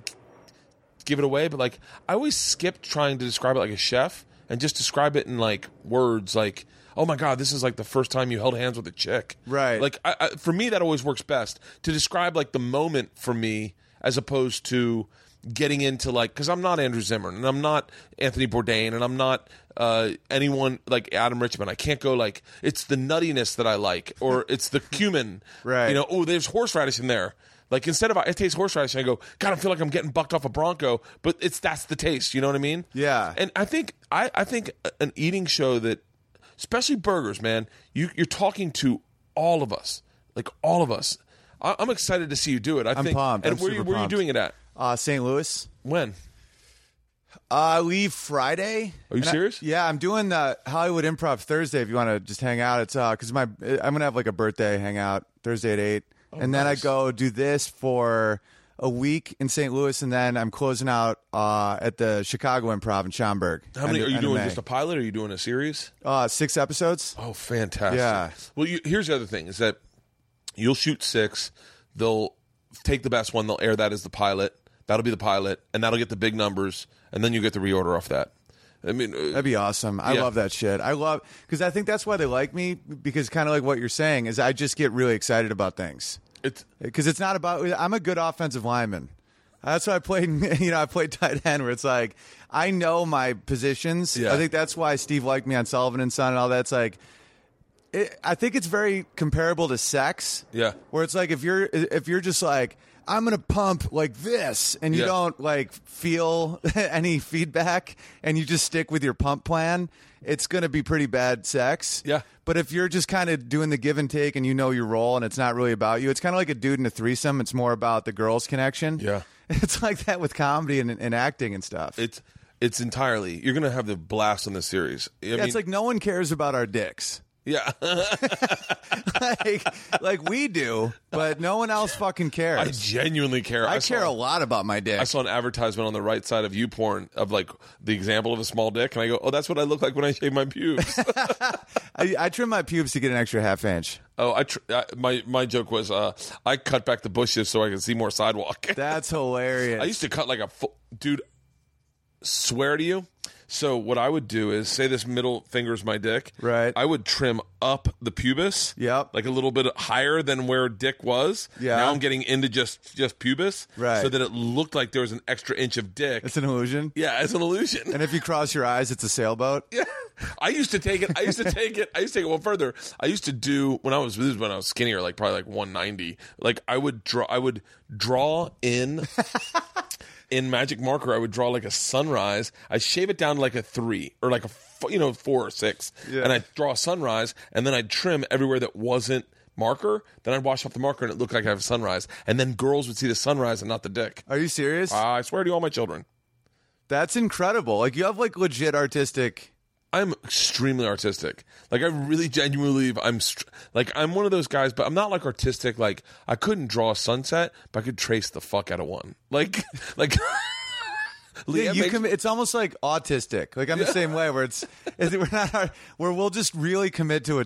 give it away, but like I always skipped trying to describe it like a chef and just describe it in like words like, oh my God, this is like the first time you held hands with a chick. Right. Like I, I, for me, that always works best to describe like the moment for me as opposed to getting into like, because I'm not Andrew Zimmern and I'm not Anthony Bourdain and I'm not uh, anyone like Adam Richman. I can't go like, it's the nuttiness that I like or it's the cumin. Right. You know, oh, there's horseradish in there. Like instead of I taste horseradish, and I go, God, I feel like I'm getting bucked off a bronco. But it's that's the taste. You know what I mean? Yeah. And I think I I think an eating show that, especially burgers, man, you you're talking to all of us, like all of us. I, I'm excited to see you do it. I am think. pumped. And I'm where you super where pumped. you doing it at? Uh, St. Louis. When? Uh, I leave Friday. Are you And I- serious? yeah, I'm doing the Hollywood Improv Thursday. If you want to just hang out, it's uh, cause my I'm gonna have like a birthday hangout Thursday at eight, Oh, and then I go do this for a week in St. Louis, and then I'm closing out uh at the Chicago Improv in Schaumburg. How many end- are you end of doing? May. Just a pilot? Or are you doing a series? uh, six episodes? Oh, fantastic! Yeah. Well, you, here's the other thing: is that you'll shoot six, they'll take the best one, they'll air that as the pilot. That'll be the pilot, and that'll get the big numbers, and then you get the reorder off that. I mean, uh, That'd be awesome. I Yeah. love that shit. I love because I think that's why they like me because kind of like what you're saying is I just get really excited about things. it's because it's not about. I'm a good offensive lineman. That's why I played. You know, I played tight end where it's like I know my positions. Yeah. I think that's why Steve liked me on Sullivan and Son and all that's like. It, I think it's very comparable to sex. Yeah. where it's like if you're if you're just like I'm gonna pump like this, and you Yeah. don't like feel any feedback, and you just stick with your pump plan, it's gonna be pretty bad sex. Yeah. But if you're just kind of doing the give and take and you know your role and it's not really about you, it's kind of like a dude in a threesome. It's more about the girl's connection. Yeah. It's like that with comedy and, and acting and stuff. it's it's entirely. You're gonna have the blast on this series. I yeah, mean, it's like no one cares about our dicks. yeah. like, like we do, but no one else fucking cares. I genuinely care. I saw- care a lot about my dick. I saw an advertisement on the right side of YouPorn of like the example of a small dick, and I go, "Oh, that's what I look like when I shave my pubes." I, I trim my pubes to get an extra half inch. Oh, I, tr- I my my joke was uh, I cut back the bushes so I could see more sidewalk. That's hilarious. I used to cut like a full dude. Swear to you. So what I would do is say this middle finger's my dick. Right. I would trim up the pubis. Yep. Like a little bit higher than where dick was. Yeah. Now I'm getting into just just pubis. Right. So that it looked like there was an extra inch of dick. it's an illusion. yeah, it's an illusion. And if you cross your eyes, it's a sailboat. I used to take it. I used to take it. I used to take it one further. I used to do when I was this is when I was skinnier, like probably like 190. Like I would draw. I would draw in in magic marker. I would draw like a sunrise. I shave it down to like a three or like a f- you know four or six, Yeah. and I draw a sunrise, and then I would trim everywhere that wasn't marker. Then I'd wash off the marker, and it looked like I have a sunrise. And then girls would see the sunrise and not the dick. Are you serious? I swear to you, all my children. That's incredible. Like you have like legit artistic. I'm extremely artistic. Like I really genuinely believe I'm str- like I'm one of those guys, but I'm not like artistic. Like I couldn't draw a sunset, but I could trace the fuck out of one. Like like Leah Yeah, you makes- can. It's almost like autistic. Like I'm the same way, where it's is- we're not where we'll just really commit to a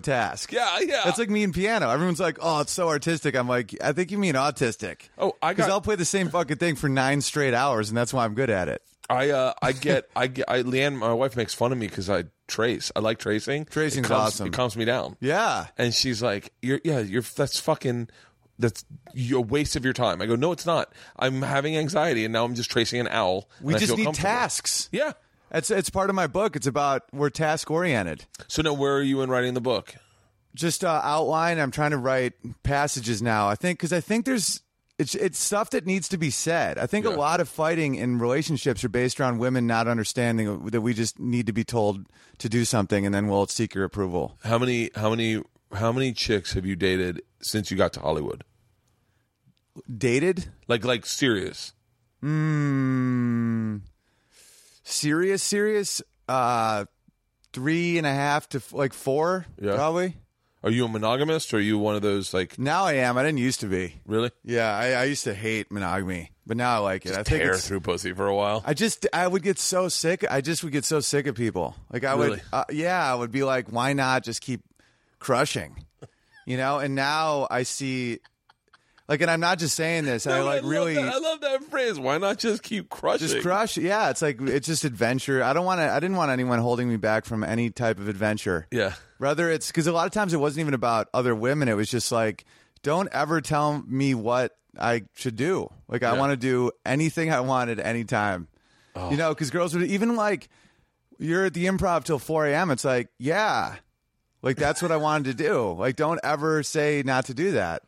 task. yeah yeah. That's like me and piano. Everyone's like, "Oh, it's so artistic." I'm like, "I think you mean autistic." Oh, I because got- I'll play the same fucking thing for nine straight hours, and that's why I'm good at it. I uh, I get I get I Leanne, my wife makes fun of me because I trace. I like tracing. Tracing's it calms, awesome. It calms me down. Yeah, And she's like, "You're yeah, you're that's fucking that's you're a waste of your time." I go, "No, it's not. I'm having anxiety, and now I'm just tracing an owl. we and I just feel need comfortable." tasks. Yeah. It's it's part of my book. It's about we're task oriented. So now, where are you in writing the book? just uh, outline. I'm trying to write passages now. I think because I think there's it's it's stuff that needs to be said. I think Yeah. a lot of fighting in relationships are based around women not understanding that we just need to be told to do something, and then we'll seek your approval. How many how many how many chicks have you dated since you got to Hollywood? Dated, Like like serious. mm, serious, serious. Uh, three and a half to f- like four, Yeah. probably. Are you a monogamist? Or are you one of those like Now I am. I didn't used to be. really Yeah, I, I used to hate monogamy, but now I like it. I think tear it's- through pussy for a while? I just I would get so sick. I just would get so sick of people. Like I would, Really? uh, yeah, I would be like, why not just keep crushing, you know? And now I see, like, and I'm not just saying this. I No, like love really that- I love that phrase. Why not just keep crushing? just crush. Yeah, it's like it's just adventure. I don't want to. I didn't want anyone holding me back from any type of adventure. yeah. Rather, it's because a lot of times it wasn't even about other women. It was just like, don't ever tell me what I should do. Like, I Yeah. want to do anything I want at any time. You know, because girls would even like, you're at the improv till 4 a.m. It's like, yeah, like that's what I wanted to do. Like, don't ever say not to do that.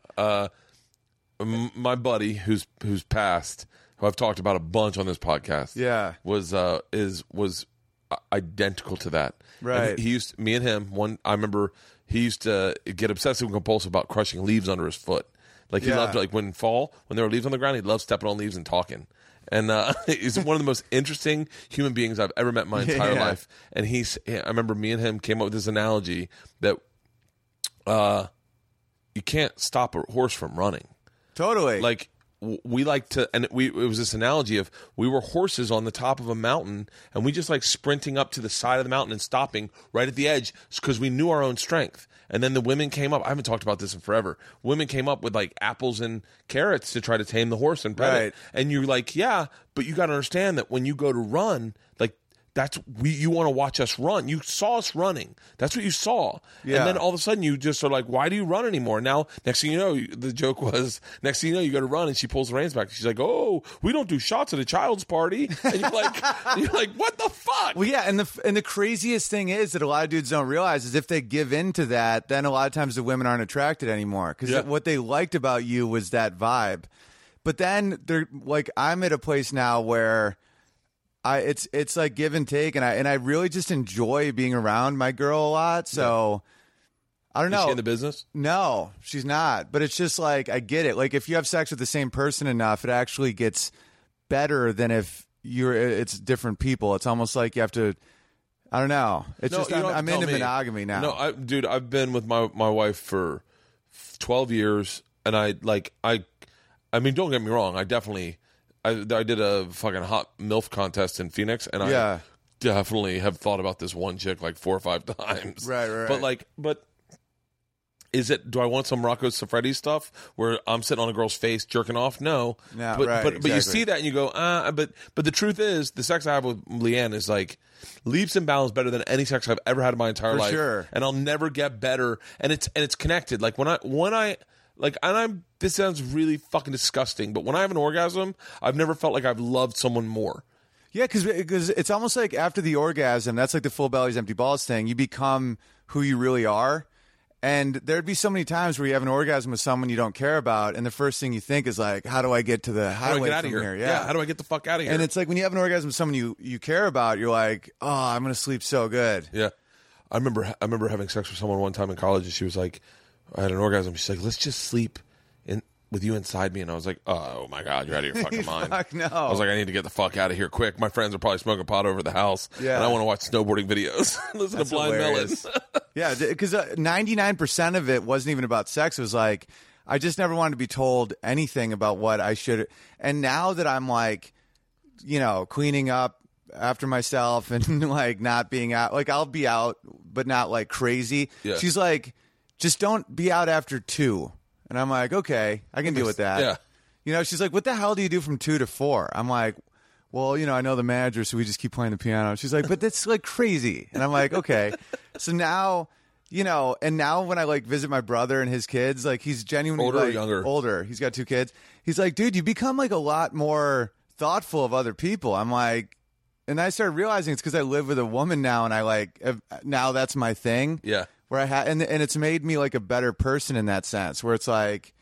M- my buddy who's who's passed, who I've talked about a bunch on this podcast. Yeah. was uh is was i- identical to that. Right. And he used me and him. One I remember he used to get obsessive and compulsive about crushing leaves under his foot. Like he Yeah. loved like when fall when there were leaves on the ground, he loved stepping on leaves and talking. And uh, he's one of the most interesting human beings I've ever met in my entire Yeah. life. And he's I remember me and him came up with this analogy that uh you can't stop a horse from running Totally. like w- we like to and we it was this analogy of we were horses on the top of a mountain and we just like sprinting up to the side of the mountain and stopping right at the edge because we knew our own strength and then the women came up i haven't talked about this in forever women came up with like apples and carrots to try to tame the horse and pet Right. it and you're like yeah but you got to understand that when you go to run like that's we you want to watch us run you saw us running that's what you saw Yeah. and then all of a sudden you just are like why do you run anymore now next thing you know you- the joke was next thing you know you go to run and she pulls the reins back she's like oh we don't do shots at a child's party and you're like you're like what the fuck Well, yeah, and the and the craziest thing is that a lot of dudes don't realize is if they give in to that, then a lot of times the women aren't attracted anymore because Yeah. what they liked about you was that vibe. But then they're like, I'm at a place now where I it's it's like give and take, and I and I really just enjoy being around my girl a lot. So I don't Is know. she in the business No, she's not. But it's just like I get it. Like if you have sex with the same person enough, it actually gets better than if you're. It's different people. It's almost like you have to. I don't know. It's just you I'm, don't have I'm to tell into me. monogamy now. No, I, dude, I've been with my my wife for twelve years, and I like I, I mean, don't get me wrong, I definitely, I, I did a fucking hot milf contest in Phoenix, and Yeah. I definitely have thought about this one chick like four or five times, Right, right, But right. like, but. Is it? Do I want some Rocco Siffredi stuff where I'm sitting on a girl's face jerking off? No, No, But right, but but you exactly. see that and you go, uh, but but the truth is, the sex I have with Leanne is like leaps and bounds better than any sex I've ever had in my entire For life sure. and I'll never get better. And it's and it's connected. Like when I when I like and I'm this sounds really fucking disgusting, but when I have an orgasm, I've never felt like I've loved someone more. yeah, because it's almost like after the orgasm, that's like the full bellies empty balls thing. You become who you really are. And there'd be so many times where you have an orgasm with someone you don't care about, and the first thing you think is like, "How do I get to the How do I highway get out from of here? Yeah, How do I get the fuck out of here? And it's like when you have an orgasm with someone you, you care about, you're like, oh, I'm going to sleep so good. yeah. I remember I remember having sex with someone one time in college and she was like I had an orgasm. She's like, "Let's just sleep in with you inside me." And I was like, "Oh my god, you're out of your fucking mind." Fuck no. I was like, I need to get the fuck out of here quick. My friends are probably smoking pot over the house, Yeah. and I want to watch snowboarding videos. Listen That's to Blind hilarious. Melon. yeah, because uh, 99% of it wasn't even about sex. It was like, I just never wanted to be told anything about what I should. And now that I'm like, you know, cleaning up after myself and like not being out, like I'll be out, but not like crazy. Yeah. She's like, just don't be out after two. And I'm like, okay, I can deal with that. yeah. You know, she's like, what the hell do you do from two to four? I'm like, well, you know, I know the manager, so we just keep playing the piano. She's like, but that's like crazy. And I'm like, okay. so now, you know, and now when I like visit my brother and his kids, like he's genuinely Older or like, younger? Older. He's got two kids. He's like, dude, you become like a lot more thoughtful of other people. I'm like, and I started realizing it's because I live with a woman now, and I like have- now that's my thing. Yeah. where I had and and it's made me like a better person in that sense. Where it's like,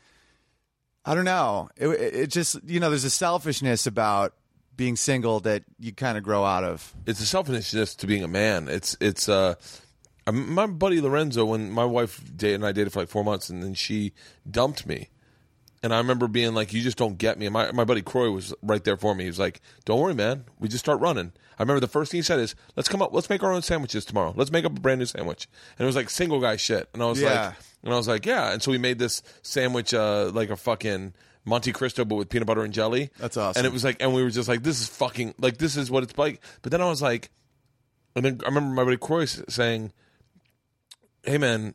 I don't know, it, it it just you know, there's a selfishness about being single that you kind of grow out of. it's a selfishness to being a man. It's it's uh um, my buddy Lorenzo when my wife dated and I dated for like four months and then she dumped me. And I remember being like, "You just don't get me." And my my buddy Croy was right there for me. He was like, "Don't worry, man. We just start running." I remember the first thing he said is, "Let's come up. Let's make our own sandwiches tomorrow. Let's make up a brand new sandwich." And it was like single guy shit. And I was Yeah. like, and I was like, "Yeah." And so we made this sandwich, uh, like a fucking Monte Cristo, but with peanut butter and jelly. That's awesome. And it was like, and we were just like, "This is fucking like this is what it's like." But then I was like, and then I remember my buddy Croy s- saying, "Hey, man."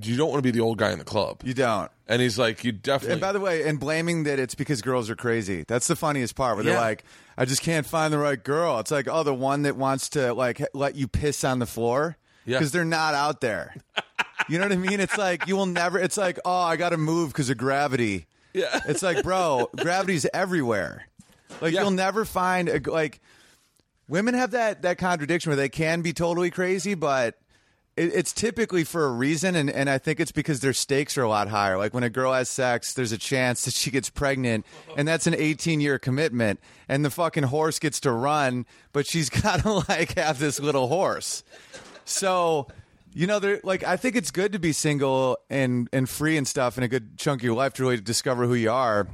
You don't want to be the old guy in the club. You don't. And he's like, you definitely. And by the way, and blaming that it's because girls are crazy. That's the funniest part where Yeah. they're like, I just can't find the right girl. It's like, oh, the one that wants to like h- let you piss on the floor Yeah. because they're not out there. you know what I mean? It's like you will never. It's like, oh, I got to move because of gravity. Yeah. It's like, bro, gravity's everywhere. Like Yeah. you'll never find a, g- like women have that that contradiction where they can be totally crazy, but it, it's typically for a reason, and, and I think it's because their stakes are a lot higher. Like when a girl has sex, there's a chance that she gets pregnant, and that's an 18 year commitment, and the fucking horse gets to run, but she's got to like have this little horse. So, you know, there like I think it's good to be single and and free and stuff, and a good chunk of your life to really discover who you are.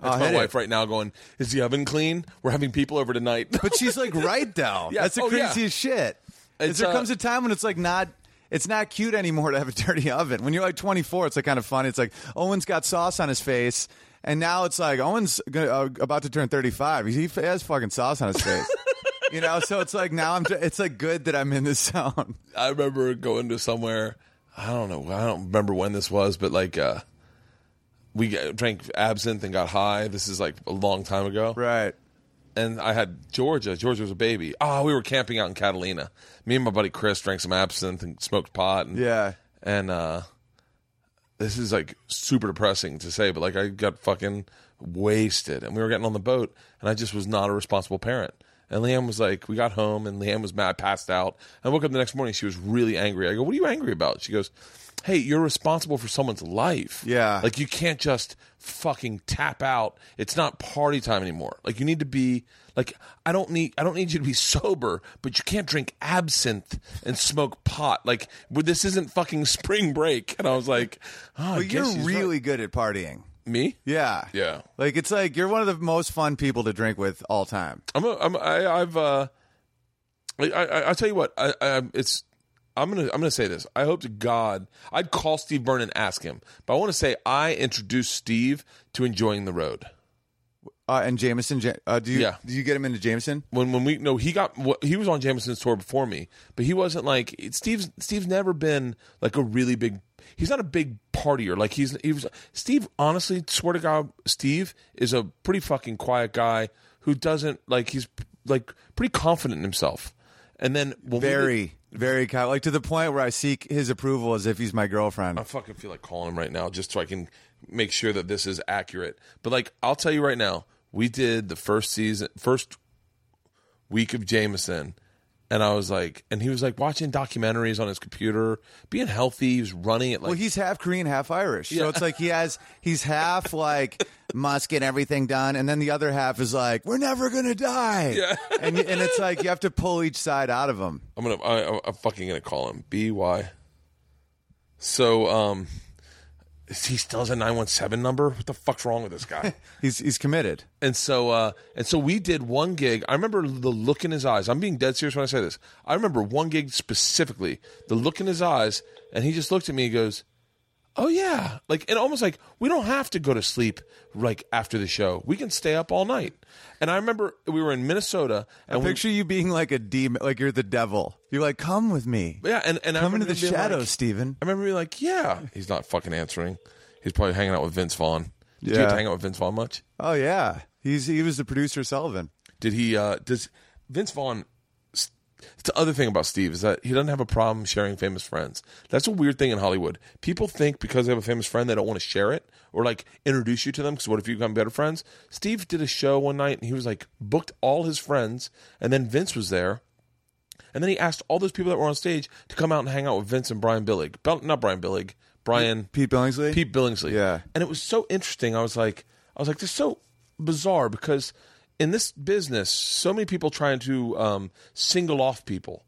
That's my Oh, hit it. wife right now going, is the oven clean? We're having people over tonight. But she's like right though. Yeah. That's the Oh, yeah. craziest shit. It's, there uh, comes a time when it's like not it's not cute anymore to have a dirty oven. When you're like 24, it's like kind of funny. It's like Owen's got sauce on his face, and now it's like Owen's gonna, uh, about to turn 35. He f- has fucking sauce on his face. you know, so it's like now I'm. ju- It's like good that I'm in this zone. I remember going to somewhere. I don't know. I don't remember when this was, but like, uh, we g- drank absinthe and got high. This is like a long time ago. Right. and I had Georgia. Georgia was a baby. Oh, we were camping out in Catalina. Me and my buddy Chris drank some absinthe and smoked pot. And, Yeah. And uh, this is like super depressing to say, but like I got fucking wasted. And we were getting on the boat, and I just was not a responsible parent. And Liam was like, we got home, and Liam was mad, passed out. I woke up the next morning. She was really angry. I go, what are you angry about? She goes, hey, you're responsible for someone's life. Yeah. Like you can't just fucking tap out. It's not party time anymore. Like you need to be like I don't need I don't need you to be sober, but you can't drink absinthe and smoke pot. Like well, this isn't fucking spring break. And I was like, oh, I But you're guess she's really good at partying. right. me. Yeah. Yeah. Like it's like you're one of the most fun people to drink with all time. I'm a, I'm I, I've uh, I, I I'll tell you what I, I it's. I'm gonna I'm gonna say this. I hope to God I'd call Steve Byrne and ask him, but I want to say I introduced Steve to enjoying the road. Uh, and Jameson, Ja- uh, do you Yeah. do you get him into Jameson? when when we no he got wh- he was on Jameson's tour before me, but he wasn't like Steve's. Steve's never been like a really big. He's not a big partier. Like he's he was Steve. Honestly, swear to God, Steve is a pretty fucking quiet guy who doesn't like he's like pretty confident in himself. And then when we did- Very, very kind. Like to the point where I seek his approval as if he's my girlfriend. I fucking feel like calling him right now just so I can make sure that this is accurate. But like I'll tell you right now, we did the first season first week of Jameson and I was like and he was like watching documentaries on his computer, being healthy, he was running it like Well, he's half Korean, half Irish. So it's like he has he's half like must get everything done, and then the other half is like we're never gonna die. Yeah. and and it's like you have to pull each side out of him. I'm gonna I, I'm- I'm fucking gonna call him BY. So um he still has a 917 number. What the fuck's wrong with this guy? He's he's committed. And so, uh, and so we did one gig. I remember the look in his eyes. I'm being dead serious when I say this. I remember one gig specifically, the look in his eyes, and he just looked at me and goes, "Oh yeah," like and almost like we don't have to go to sleep like after the show. We can stay up all night. And I remember we were in Minnesota, and we, Picture you being like a demon, like you're the devil. You're like, come with me, yeah, and and I come into remember the being like- shadows, Stephen. I remember being like, "Yeah," he's not fucking answering. He's probably hanging out with Vince Vaughn. Did you Yeah. get to hang out with Vince Vaughn much? Oh yeah, he's he was the producer of Sullivan. Did he? Uh, does Vince Vaughn? s- It's the other thing about Steve is that he doesn't have a problem sharing famous friends. That's a weird thing in Hollywood. People think because they have a famous friend, they don't want to share it or like introduce you to them. Because what if you become better friends? Steve did a show one night and he was like booked all his friends, and then Vince was there. And then he asked all those people that were on stage to come out and hang out with Vince and Brian Billig. Bel- not Brian Billig, Brian Pete Billingsley. Pete Billingsley. Yeah. And it was so interesting. I was like, I was like, this is so bizarre because in this business, so many people trying to um, single off people,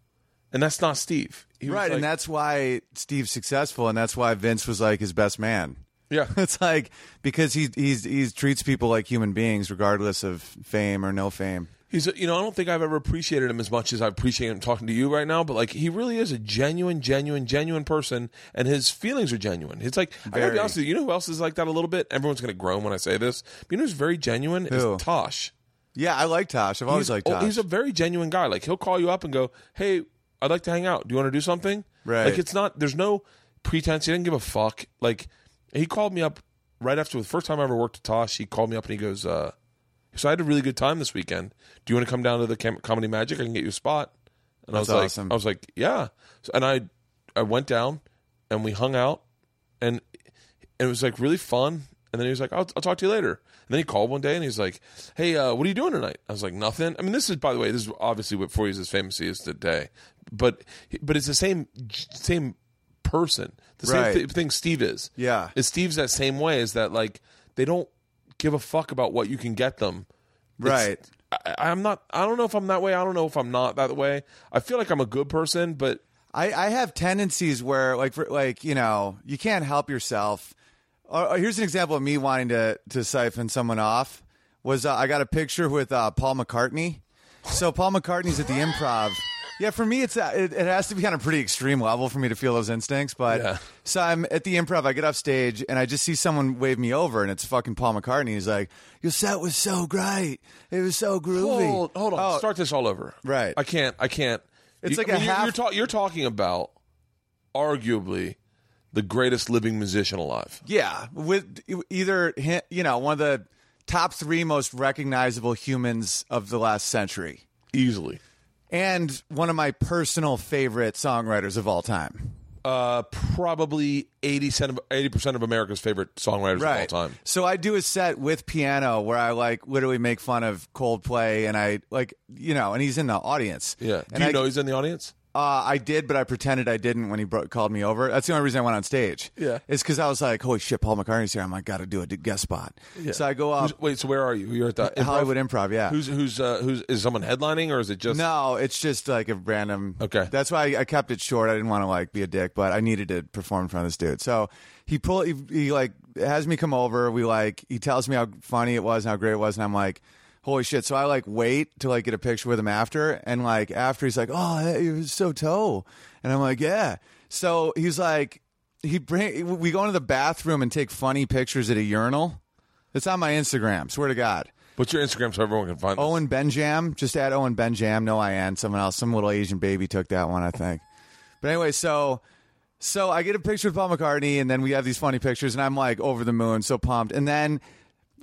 and that's not Steve. He was Right, and like- that's why Steve's successful, and that's why Vince was like his best man. Yeah. it's like because he he's he's treats people like human beings regardless of fame or no fame. He's, a, you know, I don't think I've ever appreciated him as much as I appreciate him talking to you right now. But like, he really is a genuine, genuine, genuine person, and his feelings are genuine. It's like I gotta be Very. honest with you. You know who else is like that a little bit? Everyone's gonna groan when I say this. But you know who's very genuine Who? is Tosh. Yeah, I like Tosh. I've always He's- liked oh, Tosh. He's a very genuine guy. Like he'll call you up and go, "Hey, I'd like to hang out. Do you want to do something?" Right. Like it's not. There's no pretense. He doesn't give a fuck. Like he called me up right after the first time I ever worked at Tosh. He called me up and he goes, uh, "So I had a really good time this weekend. Do you want to come down to the cam- Comedy Magic? I can get you a spot." And That's I was awesome. like, "I was like, yeah." So, and I, I went down, and we hung out, and and it was like really fun. And then he was like, I'll, I'll talk to you later. And then he called one day and he's like, Hey, uh, what are you doing tonight? I was like, Nothing. I mean, this is, by the way, this is obviously what 40s is famous he is today. But but it's the same same person. The same Right. thi- thing Steve is. Yeah. Is Steve's that same way is that like they don't give a fuck about what you can get them. It's- Right. I, I'm not, I don't know if I'm that way. I don't know if I'm not that way. I feel like I'm a good person, but I, I have tendencies where like for, like you know you can't help yourself. Or, or here's an example of me wanting to to siphon someone off. Was uh, I got a picture with uh, Paul McCartney? So Paul McCartney's at the Improv. Yeah, for me it's uh, it, it has to be on a pretty extreme level for me to feel those instincts. But Yeah. so I'm at the Improv. I get off stage and I just see someone wave me over, and it's fucking Paul McCartney. He's like, "Your set was so great. It was so groovy." Hold, hold on. Oh, Start this all over. Right. I can't. I can't. It's like I a mean, you're- half- You're, ta- you're talking about arguably the greatest living musician alive. Yeah, with e- either hi- you know one of the top three most recognizable humans of the last century, Easily. and one of my personal favorite songwriters of all time. Uh, probably 80 cent of, 80% of America's favorite songwriters of all time. So I do a set with piano where I like literally make fun of Coldplay, and I like you know, and he's in the audience. Yeah. Do and you I, know he's in the audience? Uh, I did, but I pretended I didn't when he bro- called me over. That's the only reason I went on stage. Yeah. it's because I was like, "Holy shit, Paul McCartney's here! I'm like, gotta do a d- guest spot." So I go up Who's- wait, so where are you? You're at the improv? Hollywood Improv. Yeah, Who's, who's, uh, who's, is someone headlining or is it just? No, it's just like a random. Okay. that's why I, I kept it short. I didn't want to like be a dick, but I needed to perform in front of this dude. So he pull, he, he like has me come over. We like he tells me how funny it was and how great it was, and I'm like, holy shit! So I like wait to like get a picture with him after, and like after he's like, oh, hey, it was so toe, and I'm like, yeah. So he's like, he bring we go into the bathroom and take funny pictures at a urinal. It's on my Instagram. Swear to God. What's your Instagram so everyone can find this? Owen Benjam. Just add Owen Benjam. No, I am someone else. Some little Asian baby took that one, I think. But anyway, so so I get a picture with Paul McCartney, and then we have these funny pictures, and I'm like over the moon, so pumped. And then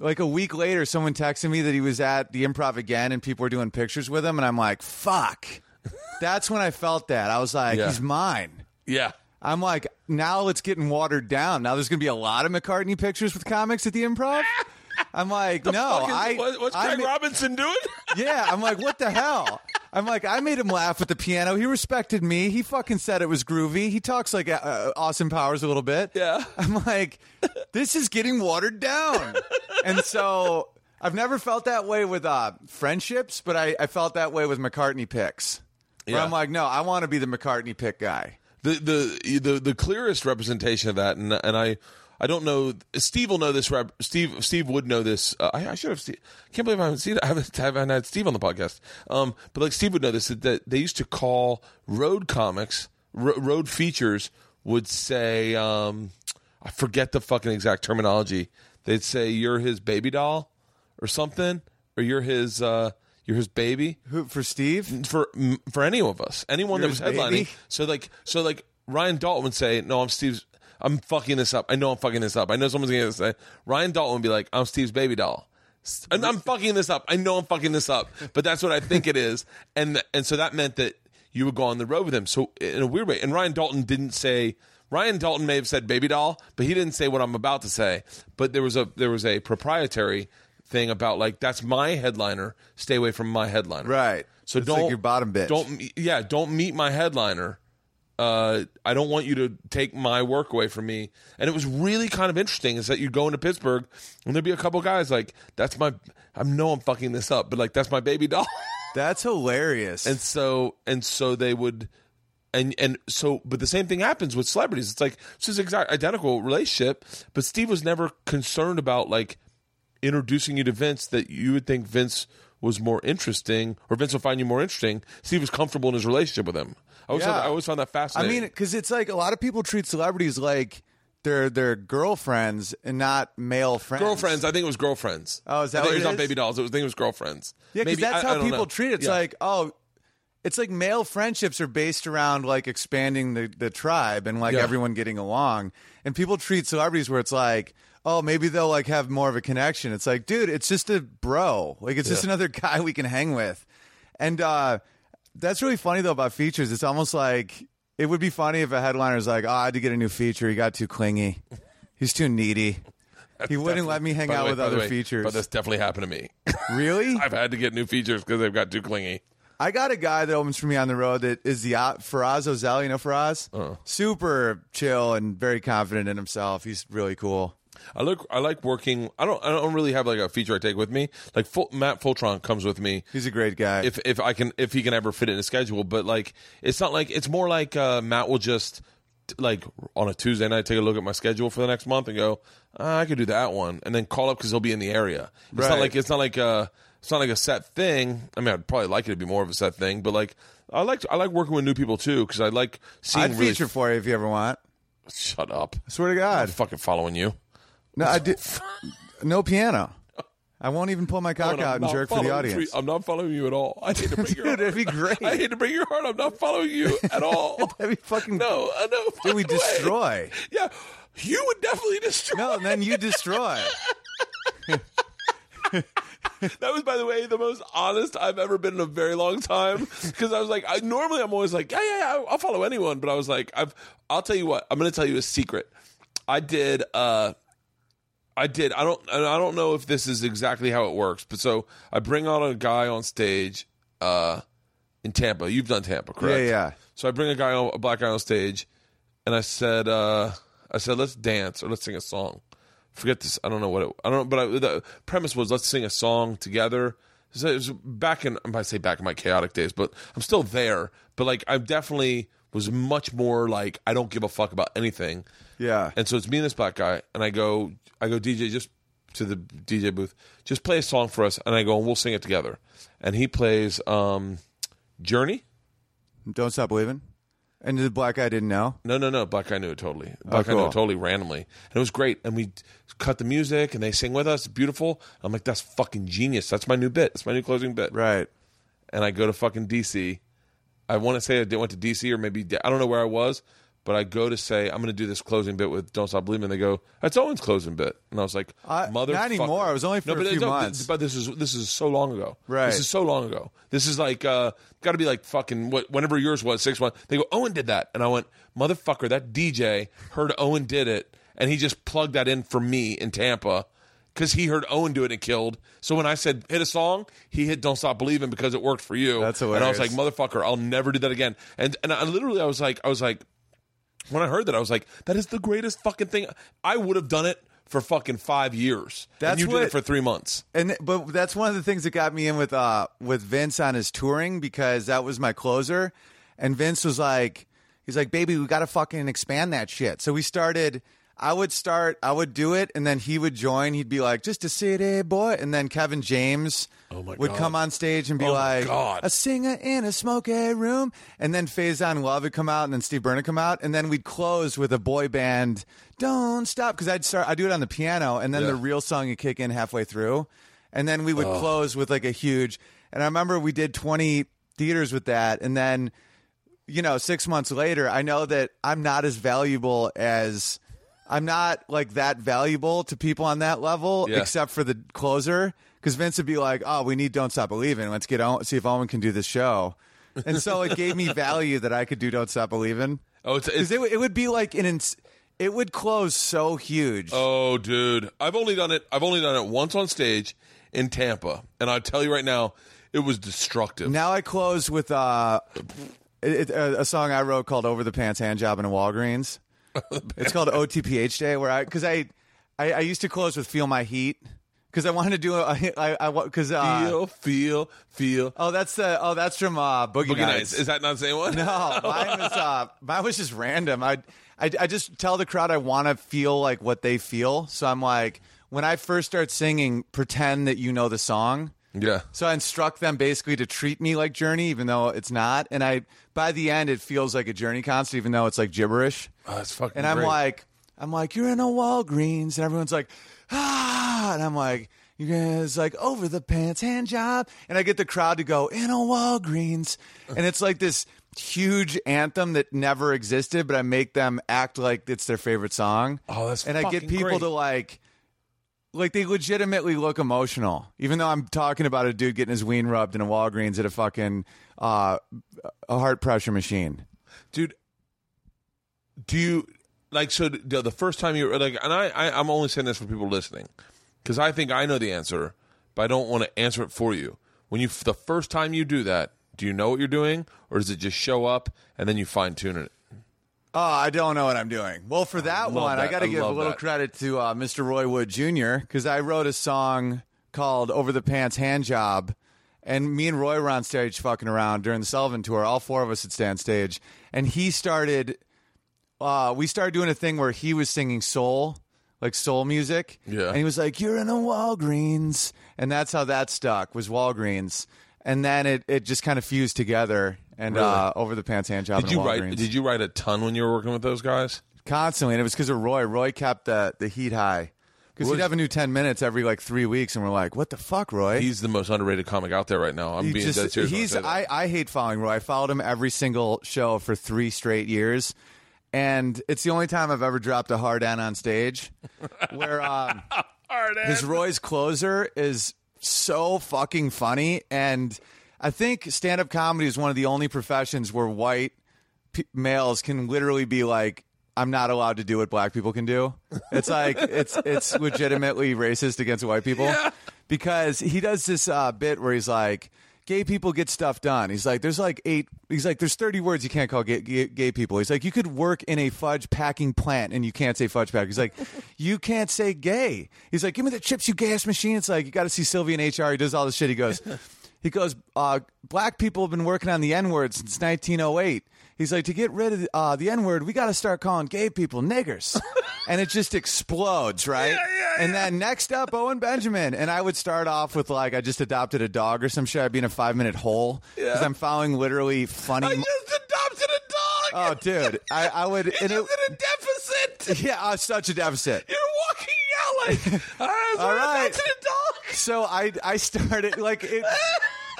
like a week later, someone texted me that he was at the Improv again, and people were doing pictures with him, and I'm like, fuck. That's when I felt that. I was like, Yeah. he's mine. Yeah. I'm like, now it's getting watered down. Now there's going to be a lot of McCartney pictures with comics at the improv. I'm like, no, Fucking- Oh, I. what- what's I Craig ma- Robinson doing? yeah, I'm like, what the hell? I'm like, I made him laugh with the piano. He respected me. He fucking said it was groovy. He talks like uh, uh, Austin Powers a little bit. Yeah. I'm like, this is getting watered down. and so I've never felt that way with uh, friendships, but I, I felt that way with McCartney picks. Where Yeah. I'm like, no, I want to be the McCartney pick guy. the the the the clearest representation of that, and and I I don't know. Steve will know this. Rep, Steve Steve would know this. Uh, I, I should have. Steve, I can't believe I haven't seen. I haven't, I haven't had Steve on the podcast. Um, but like Steve would know this that, that they used to call road comics, ro- road features would say. Um, I forget the fucking exact terminology. They'd say you're his baby doll, or something, or you're his uh, you're his baby Who, for Steve? for m- for any of us, anyone Yours, that was headlining. baby. So like so like Ryan Dalton would say, "No, I'm Steve's. I'm fucking this up. I know I'm fucking this up. I know someone's gonna say." Ryan Dalton would be like, "I'm Steve's baby doll." S- And I'm fucking this up. I know I'm fucking this up, but that's what I think it is. And and so that meant that you would go on the road with him. So in a weird way, and Ryan Dalton didn't say. Ryan Dalton may have said baby doll, but he didn't say what I'm about to say. But there was a there was a proprietary thing about like that's my headliner. Stay away from my headliner. Right. So It's don't like your bottom bitch. Don't yeah. Don't meet my headliner. Uh, I don't want you to take my work away from me. And it was really kind of interesting is that you go into Pittsburgh and there'd be a couple guys like that's my. I know I'm fucking this up, but like that's my baby doll. That's hilarious. and so and so they would and and so but the same thing happens with celebrities it's like it's this exact identical relationship but steve was never concerned about like introducing you to vince that you would think vince was more interesting or vince will find you more interesting steve was comfortable in his relationship with him i always, Yeah. found, that, I always found that I fascinating mean, because it's like a lot of people treat celebrities like they're their girlfriends and not male friends. girlfriends i think it was girlfriends Oh, is that I think what it was it not is? baby dolls it was, i think it was girlfriends Yeah, because Maybe- that's I- I how don't people know. treat it. It's Yeah. like, oh, it's like male friendships are based around like expanding the, the tribe and like Yeah. everyone getting along. And people treat celebrities where it's like, oh, maybe they'll like have more of a connection. It's like, dude, it's just a bro. Like, it's just another guy we can hang with. And uh, that's really funny though about features. It's almost like it would be funny if a headliner was like, oh, I had to get a new feature. He got too clingy. He's too needy. he wouldn't let me hang By the out way- with by the other way, features. but this definitely happened to me really? i've had to get new features because they've got too clingy I got a guy that opens for me on the road that is the uh, Faraz Ozell. You know Faraz? Uh-huh. Super chill and very confident in himself. He's really cool. I look. I like working. I don't. I don't really have like a feature I take with me. Like full, Matt Fultron comes with me He's a great guy. if if I can if he can ever fit it in a schedule. But like it's not like it's more like uh, Matt will just t- like on a Tuesday night take a look at my schedule for the next month and go "Ah, I could do that one and then call up because he'll be in the area. It's not Right. like it's not like a it's not like a set thing. I mean, I'd probably like it to be more of a set thing, but like. I like I like working with new people too because I like seeing I'd really feature for you if you ever want. shut up. I swear to God. I'm fucking following you. No, I did. No piano. I won't even pull my cock I'm out and not jerk for the following you. audience. I'm not following you at all. I hate to bring your Dude, heart. that'd be great. I hate to bring your heart. I'm not following you at all. That'd be fucking. no, I know. Dude, we fucking way. destroy. Yeah, you would definitely destroy. No, and then you destroy. That was, by the way, the most honest I've ever been in a very long time. Because I was like, I normally I'm always like, yeah, yeah, yeah, I'll follow anyone. But I was like, I've, I'll tell you what, I'm going to tell you a secret. I did, uh, I did. I don't, and I don't know if this is exactly how it works. But so I bring on a guy on stage, uh, in Tampa. You've done Tampa, yeah, correct? yeah. So I bring a guy, on, a black guy on stage, and I said, uh, I said, let's dance or let's sing a song. Forget this. I don't know what it, I don't. But I, the premise was let's sing a song together. So it was back in I might say back in my chaotic days, but I'm still there. But like I definitely was much more like I don't give a fuck about anything. Yeah. And so it's me and this black guy, and I go, I go, DJ, just to the DJ booth, just play a song for us, and I go, and we'll sing it together. And he plays um, Journey. Don't stop believing. And the black guy didn't know. No, no, no. Black Guy knew it totally. Black Guy knew cool. it totally randomly, and it was great. And we cut the music, and they sing with us. Beautiful. I'm like, that's fucking genius. That's my new bit. That's my new closing bit. Right. And I go to fucking DC. I want to say I did- went to DC or maybe I don't know where I was, but I go to say I'm going to do this closing bit with Don't Stop Believing. They go, that's Owen's closing bit, and I was like, I- not mother, anymore. It was only for a few months. but this is this is so long ago. Right. This is so long ago. This is like uh, got to be like fucking what whenever yours was six one. They go Owen did that, and I went motherfucker. That DJ heard Owen did it, and he just plugged that in for me in Tampa because he heard Owen do it and killed. So when I said hit a song, he hit Don't Stop Believing because it worked for you. That's And I was like hilarious. motherfucker, I'll never do that again. And and I literally I was like I was like when I heard that, I was like, that is the greatest fucking thing. I would have done it for fucking five years. and That's you did it what- for three months. And th- but that's one of the things that got me in with uh with Vince on his touring because that was my closer, and Vince was like, he's like, baby, we got to fucking expand that shit. So we started. I would start. I would do it, and then he would join. He'd be like, "Just a city boy," and then Kevin James Oh my would God. come on stage and be Oh my like, God. "A singer in a smoky room," and then Faison Love would come out, and then Steve Byrne would come out, and then we'd close with a boy band, "Don't Stop," because I'd start. I would do it on the piano, and then Yeah. the real song would kick in halfway through, and then we would close with like a huge. And I remember we did twenty theaters with that, and then you know, six months later, I know that I'm not as valuable as I'm not like that valuable to people on that level, Yeah. except for the closer. Because Vince would be like, "Oh, we need Don't Stop Believing. Let's get on, see if Owen can do this show." And so it gave me value that I could do Don't Stop Believing. Oh, it's, Because it's it, would- it would be like an, ins- it would close so huge. oh, dude. I've only done it. I've only done it once on stage in Tampa, and I tell you right now, it was destructive. Now I close with uh, it, it- a, a song I wrote called "Over the Pants Hand Job in a Walgreens." it's called OTPH Day, where I because I, I I used to close with "Feel My Heat," because I wanted to do. I I, I because uh, Feel, feel, feel. oh that's the oh that's from uh, Boogie, Boogie Nights. Nights. Is that not the same one? No, mine was uh, mine was just random. I, I, I just tell the crowd I want to feel like what they feel. So I'm like, when I first start singing, pretend that you know the song. Yeah. So I instruct them basically to treat me like Journey, even though it's not. And I, by the end, it feels like a Journey concert, even though it's like gibberish. Oh, that's fucking And I'm great. like, I'm like, you're in a Walgreens, and everyone's like, ah, and I'm like, you guys like over the pants hand job, and I get the crowd to go in a Walgreens, and it's like this huge anthem that never existed, but I make them act like it's their favorite song. Oh, that's and I get fucking people great. to like. Like they legitimately look emotional, even though I'm talking about a dude getting his ween rubbed in a Walgreens at a fucking uh, a heart pressure machine. dude do you like so the, the first time you were like and I, I i'm only saying this for people listening because i think i know the answer but i don't want to answer it for you when you the first time you do that do you know what you're doing or does it just show up and then you fine-tune it Oh, I don't know what I'm doing. Well, for that love one, I that. got to I give a love little that. credit to uh, Mr. Roy Wood Jr. because I wrote a song called "Over the Pants Hand Job," and me and Roy were on stage fucking around during the Sullivan tour. All four of us would stand stage, and he started. Uh, we started doing a thing where he was singing soul, like soul music. Yeah. and he was like, "You're in a Walgreens," and that's how that stuck was Walgreens. And then it, it just kind of fused together and uh, over the pants hand job. did and you Walgreens write did you write a ton when you were working with those guys constantly, and it was because of Roy. Roy kept the the heat high because he'd Roy's- have a new ten minutes every like three weeks, and we're like, "What the fuck, Roy?" he's the most underrated comic out there right now i'm He being dead serious when I he's say that. I, I hate following Roy. I followed him every single show for three straight years, and it's the only time I've ever dropped a hard N on stage. Where um, his Roy's closer is so fucking funny, and I think stand up comedy is one of the only professions where white p- males can literally be like. I'm not allowed to do what black people can do. It's like it's it's legitimately racist against white people because he does this uh, bit where he's like, gay people get stuff done. He's like, there's like eight. He's like, there's 30 words you can't call gay, gay, gay people. He's like, you could work in a fudge packing plant and you can't say fudge pack. He's like, you can't say gay. He's like, give me the chips, you gas machine. It's like, you got to see Sylvia in HR. He does all this shit. He goes, he goes, uh, black people have been working on the N word since 1908. He's like, to get rid of uh, the N word, we got to start calling gay people niggers. and it just explodes, right? and then next up, Owen Benjamin. And I would start off with, like, I just adopted a dog or some shit. I'd be in a five minute hole because Yeah. I'm following literally funny. I just adopted a oh, dog dude. I, I would. it's and just it- in a deficit yeah, I was such a deficit. you're walking out like "Ah, I All right. adopted a dog So I I started like it.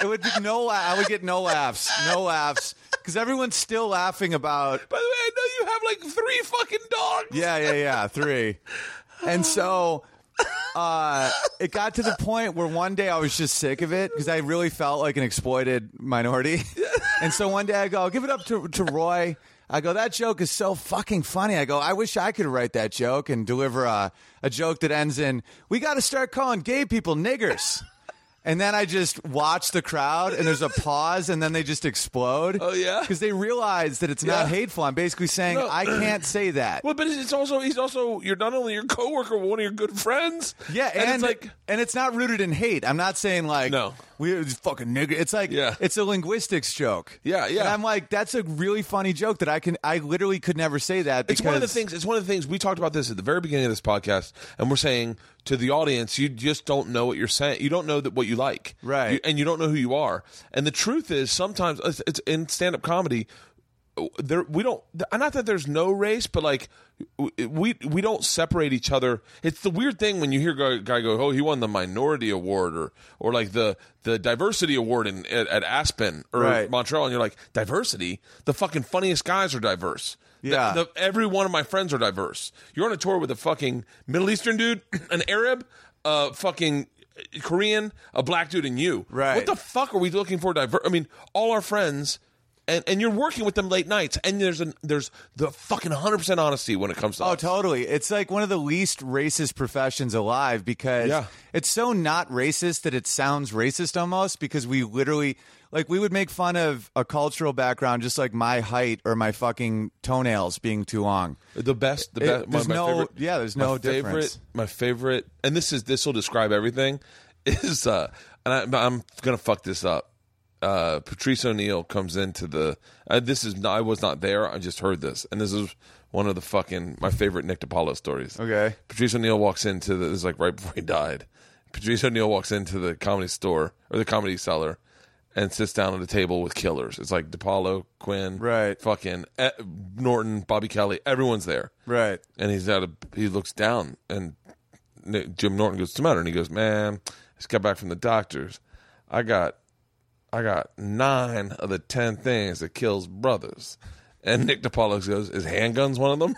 It would be no. la- I would get no laughs, no laughs, because everyone's still laughing about. By the way, I know you have like three fucking dogs. Yeah, yeah, yeah. Three, and so uh, it got to the point where one day I was just sick of it because I really felt like an exploited minority. And so one day I go, I'll give it up to, to Roy. I go, that joke is so fucking funny. I go, I wish I could write that joke and deliver a, a joke that ends in, we got to start calling gay people niggers. And then I just watch the crowd, and there's a pause, and then they just explode. Oh, yeah? because they realize that it's Yeah. not hateful. I'm basically saying No. I can't say that. Well, but it's it's also he's also you're not only your coworker, but one of your good friends. Yeah, and, it's like and it's not rooted in hate. I'm not saying like No. we it's fucking nigger. It's like Yeah. it's a linguistics joke. Yeah, yeah. And I'm like, that's a really funny joke that I can I literally could never say that because it's one of the things. It's one of the things we talked about this at the very beginning of this podcast, and we're saying to the audience, you just don't know what you're saying. You don't know that what you like, Right. You- and you don't know who you are. And the truth is, sometimes it's, it's in stand-up comedy. There, we don't. Not that there's no race, but like we we don't separate each other. It's the weird thing when you hear a guy go, "Oh, he won the minority award," or or like the the diversity award in at, at Aspen or Right. Montreal, and you're like, "Diversity." The fucking funniest guys are diverse. The- Yeah. the- every one of my friends are diverse. You're on a tour with a fucking Middle Eastern dude, an Arab, a fucking Korean, a black dude, and you. Right. What the fuck are we looking for? Diver. I mean, all our friends and, and you're working with them late nights, and there's an there's the fucking 100 percent honesty when it comes to Oh, us. totally. It's like one of the least racist professions alive because Yeah. it's so not racist that it sounds racist almost because we literally like we would make fun of a cultural background just like my height or my fucking toenails being too long. The best, the It- best. there's no- yeah, there's no my favorite- difference. My favorite, and this is this will describe everything. Is uh, and I, I'm gonna fuck this up. Uh, Patrice O'Neill comes into the. Uh, this is I was not there. I just heard this, and this is one of the fucking my favorite Nick DiPaolo stories. Okay. Patrice O'Neill walks into the. This is like right before he died. Patrice O'Neill walks into the comedy store or the comedy cellar. And sits down at a table with killers. It's like DiPaolo, Quinn, Right. fucking eh, Norton, Bobby Kelly, everyone's there Right. and he's at a he looks down and N- Jim Norton goes, "What's the matter?" And he goes, "Man, I just got back from the doctors. I got, I got nine of the ten things that kills brothers." And Nick DiPaolo goes, "Is handguns one of them?"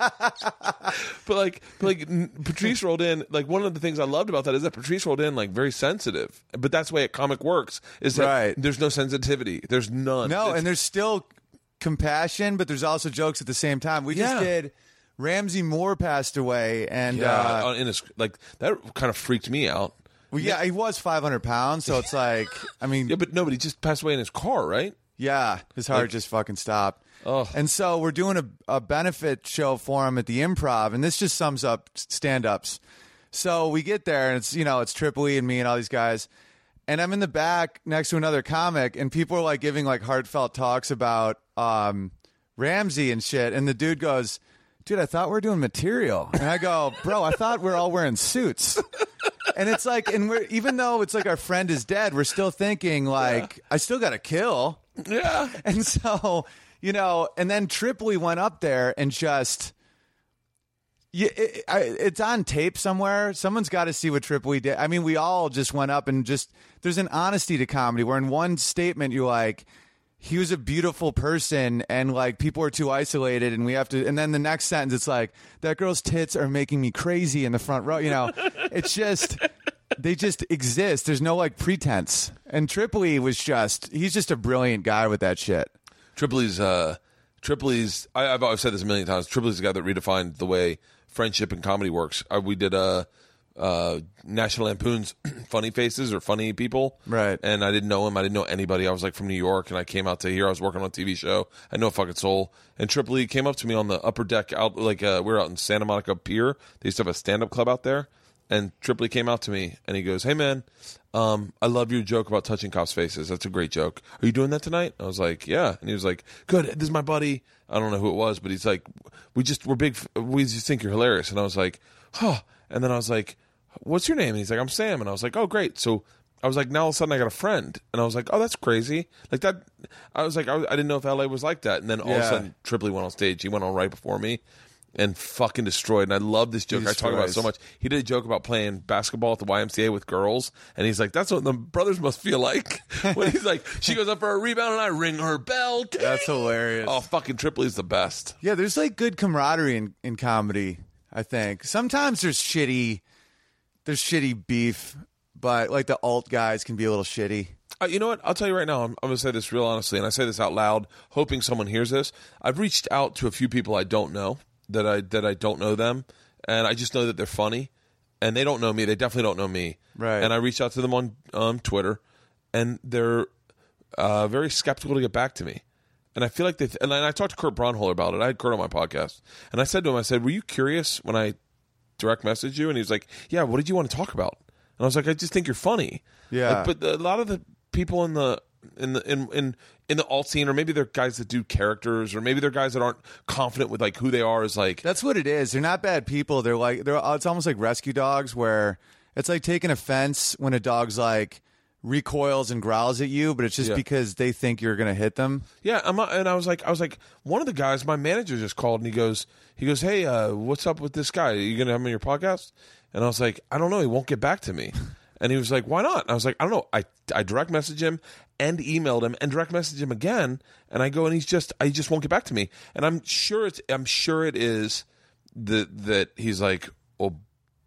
but like, but like n- Patrice rolled in. Like one of the things I loved about that is that Patrice rolled in like very sensitive. But that's the way a comic works is that Right. there's no sensitivity. There's none. No, It's- and there's still compassion, but there's also jokes at the same time. We Yeah. just did Ramsey Moore passed away and uh, yeah, in a, sc- like that kind of freaked me out. well, yeah, he was 500 pounds, so it's like, I mean, Yeah, but nobody just passed away in his car, right? Yeah, his heart just fucking stopped. Ugh. And so we're doing a, a benefit show for him at the improv, and this just sums up stand ups. So we get there, and it's, you know, it's Triple E and me and all these guys. And I'm in the back next to another comic, and people are like giving like heartfelt talks about um, Ramsey and shit. And the dude goes, Dude, I thought we are doing material. And I go, Bro, I thought we we're all wearing suits. And it's like, and we're, even though it's like our friend is dead, we're still thinking, like, I still got to kill. Yeah. And so, you know, and then Tripoli went up there and just. Yeah, it, I, it's on tape somewhere. Someone's got to see what Tripoli did. I mean, we all just went up and just there's an honesty to comedy where in one statement you're like, he was a beautiful person, and like people are too isolated, and we have to. And then the next sentence, it's like that girl's tits are making me crazy in the front row. You know, it's just they just exist. There's no like pretense. And Tripoli was just he's just a brilliant guy with that shit. Tripoli's, uh, Tripoli's, I, I've, I've said this a million times. Tripoli's the guy that redefined the way friendship and comedy works. Uh, we did, uh, uh, National Lampoon's Funny Faces or Funny People. Right. And I didn't know him. I didn't know anybody. I was like from New York and I came out to here. I was working on a TV show. I know a fucking soul. And Tripoli came up to me on the upper deck out, like, uh, we were out in Santa Monica Pier. They used to have a stand up club out there. And Tripoli came out to me and he goes, Hey man, um, I love your joke about touching cops' faces. That's a great joke. Are you doing that tonight? I was like, Yeah. And he was like, Good. This is my buddy. I don't know who it was, but he's like, We just, we're big, f- we just think you're hilarious. And I was like, Huh. And then I was like, What's your name? And he's like, I'm Sam. And I was like, Oh, great. So I was like, now all of a sudden I got a friend, and I was like, oh, that's crazy. Like that, I was like, I, I didn't know if LA was like that. And then all of a Yeah. sudden, Tripoli went on stage. He went on right before me, and fucking destroyed. And I love this joke. I talk about it so destroys. much. He did a joke about playing basketball at the YMCA with girls, and he's like, that's what the brothers must feel like when he's like, she goes up for a rebound, and I ring her bell. Ding! hilarious. oh, fucking Tripoli's the best. Yeah, there's like good camaraderie in, in comedy, I think. Sometimes there's shitty there's shitty beef, but like the alt guys can be a little shitty. Uh, you know what? I'll tell you right now. I'm, I'm going to say this real honestly, and I say this out loud, hoping someone hears this. I've reached out to a few people I don't know that I that I don't know them, and I just know that they're funny, and they don't know me. They definitely don't know me. Right. And I reached out to them on um, Twitter, and they're uh, very skeptical to get back to me. And I feel like they. Th- and I talked to Kurt Braunholer about it. I had Kurt on my podcast, and I said to him, I said, "Were you curious when I direct message you?" And he was like, "Yeah. What did you want to talk about?" And I was like, "I just think you're funny." Yeah. Like, but a lot of the people in the in the in in in the alt scene, or maybe they're guys that do characters, or maybe they're guys that aren't confident with like who they are. Is like That's what it is. They're not bad people. They're like they're uh, it's almost like rescue dogs where it's like taking offense when a dog's like recoils and growls at you, but it's just Yeah. because they think you're gonna hit them. Yeah, I'm not, and I was like, I was like, one of the guys, my manager just called and he goes, he goes, hey, uh, what's up with this guy? Are you gonna have him on your podcast? And I was like, I don't know. He won't get back to me. And he was like, why not? And I was like, I don't know. I I direct message him and emailed him and direct message him again. And I go and he's just, I just won't get back to me. And I'm sure it's, I'm sure it is that that he's like, well,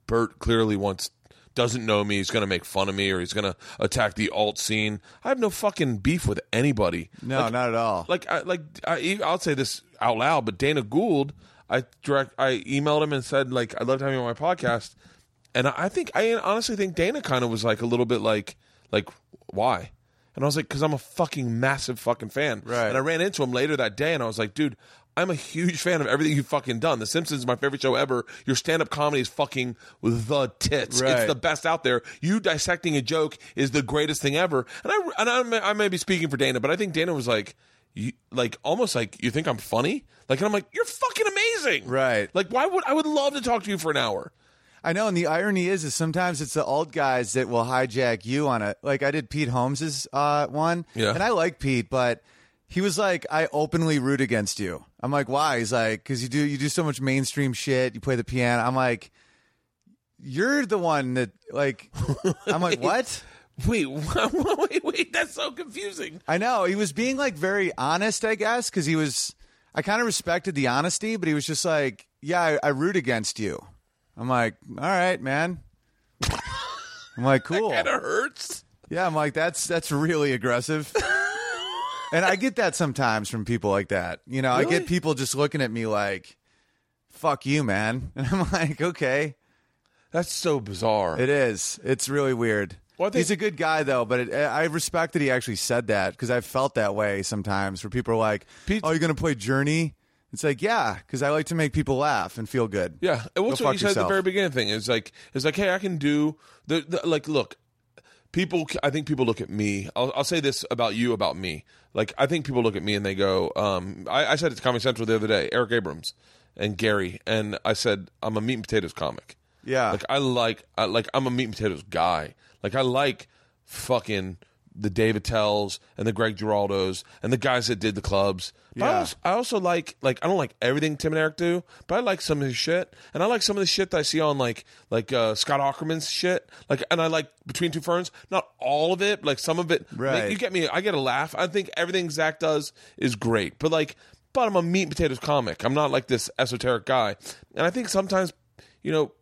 Bert clearly wants doesn't know me, he's going to make fun of me, or he's going to attack the alt scene. I have no fucking beef with anybody. No, not at all. Like, I, like I, e, I'll say this out loud, but Dana Gould, I direct, I emailed him and said like, I loved having you on my podcast, and I, I think I honestly think Dana kind of was like a little bit like, like why? And I was like, because I'm a fucking massive fucking fan. Right. And I ran into him later that day, and I was like, dude. I'm a huge fan of everything you've fucking done. The Simpsons is my favorite show ever. Your stand-up comedy is fucking the tits. It's Right. the best out there. You dissecting a joke is the greatest thing ever. And I and I may, I may be speaking for Dana, but I think Dana was like, you, like almost like you think I'm funny. Like and I'm like, you're fucking amazing. Right. Like why would I would love to talk to you for an hour. I know, and the irony is, is sometimes it's the old guys that will hijack you on it. Like I did Pete Holmes's uh, one, Yeah. and I like Pete, but he was like, I openly root against you. I'm like, why? He's like, because you do you do so much mainstream shit. You play the piano. I'm like, you're the one that like. I'm like, what? Wait, wait, wait. That's so confusing. I know he was being like very honest, I guess, because he was. I kind of respected the honesty, but he was just like, "Yeah, I, I root against you." I'm like, "All right, man." I'm like, "Cool." Kind of hurts. Yeah, I'm like, "That's that's really aggressive." and I get that sometimes from people like that. You know, I Really? get people just looking at me like, "Fuck you, man," and I'm like, "Okay." That's so bizarre. It is. It's really weird. Well, I think- He's a good guy though, but it, I respect that he actually said that because I've felt that way sometimes, where people are like, Pete- "Oh, you're going to play Journey?" It's like, yeah, because I like to make people laugh and feel good. Yeah, and what's Go what fuck you said at the yourself. very beginning thing is like is like, hey, I can do the, the like. Look, people. I think people look at me. I'll, I'll say this about you, about me. Like, I think people look at me and they go. Um, I, I said it to Comedy Central the other day, Eric Abrams and Gary, and I said I'm a meat and potatoes comic. Yeah. like I like I like I'm a meat and potatoes guy. Like I like fucking the Dave Attell's and the Greg Giraldos and the guys that did the clubs. But I, Yeah. also, I also like like I don't like everything Tim and Eric do, but I like some of his shit, and I like some of the shit that I see on like like uh, Scott Ackerman's shit. Like, and I like Between Two Ferns. Not all of it, like some of it. Right. you get me. I get a laugh. I think everything Zach does is great, but like, but I'm a meat and potatoes comic. I'm not like this esoteric guy, and I think sometimes, you know,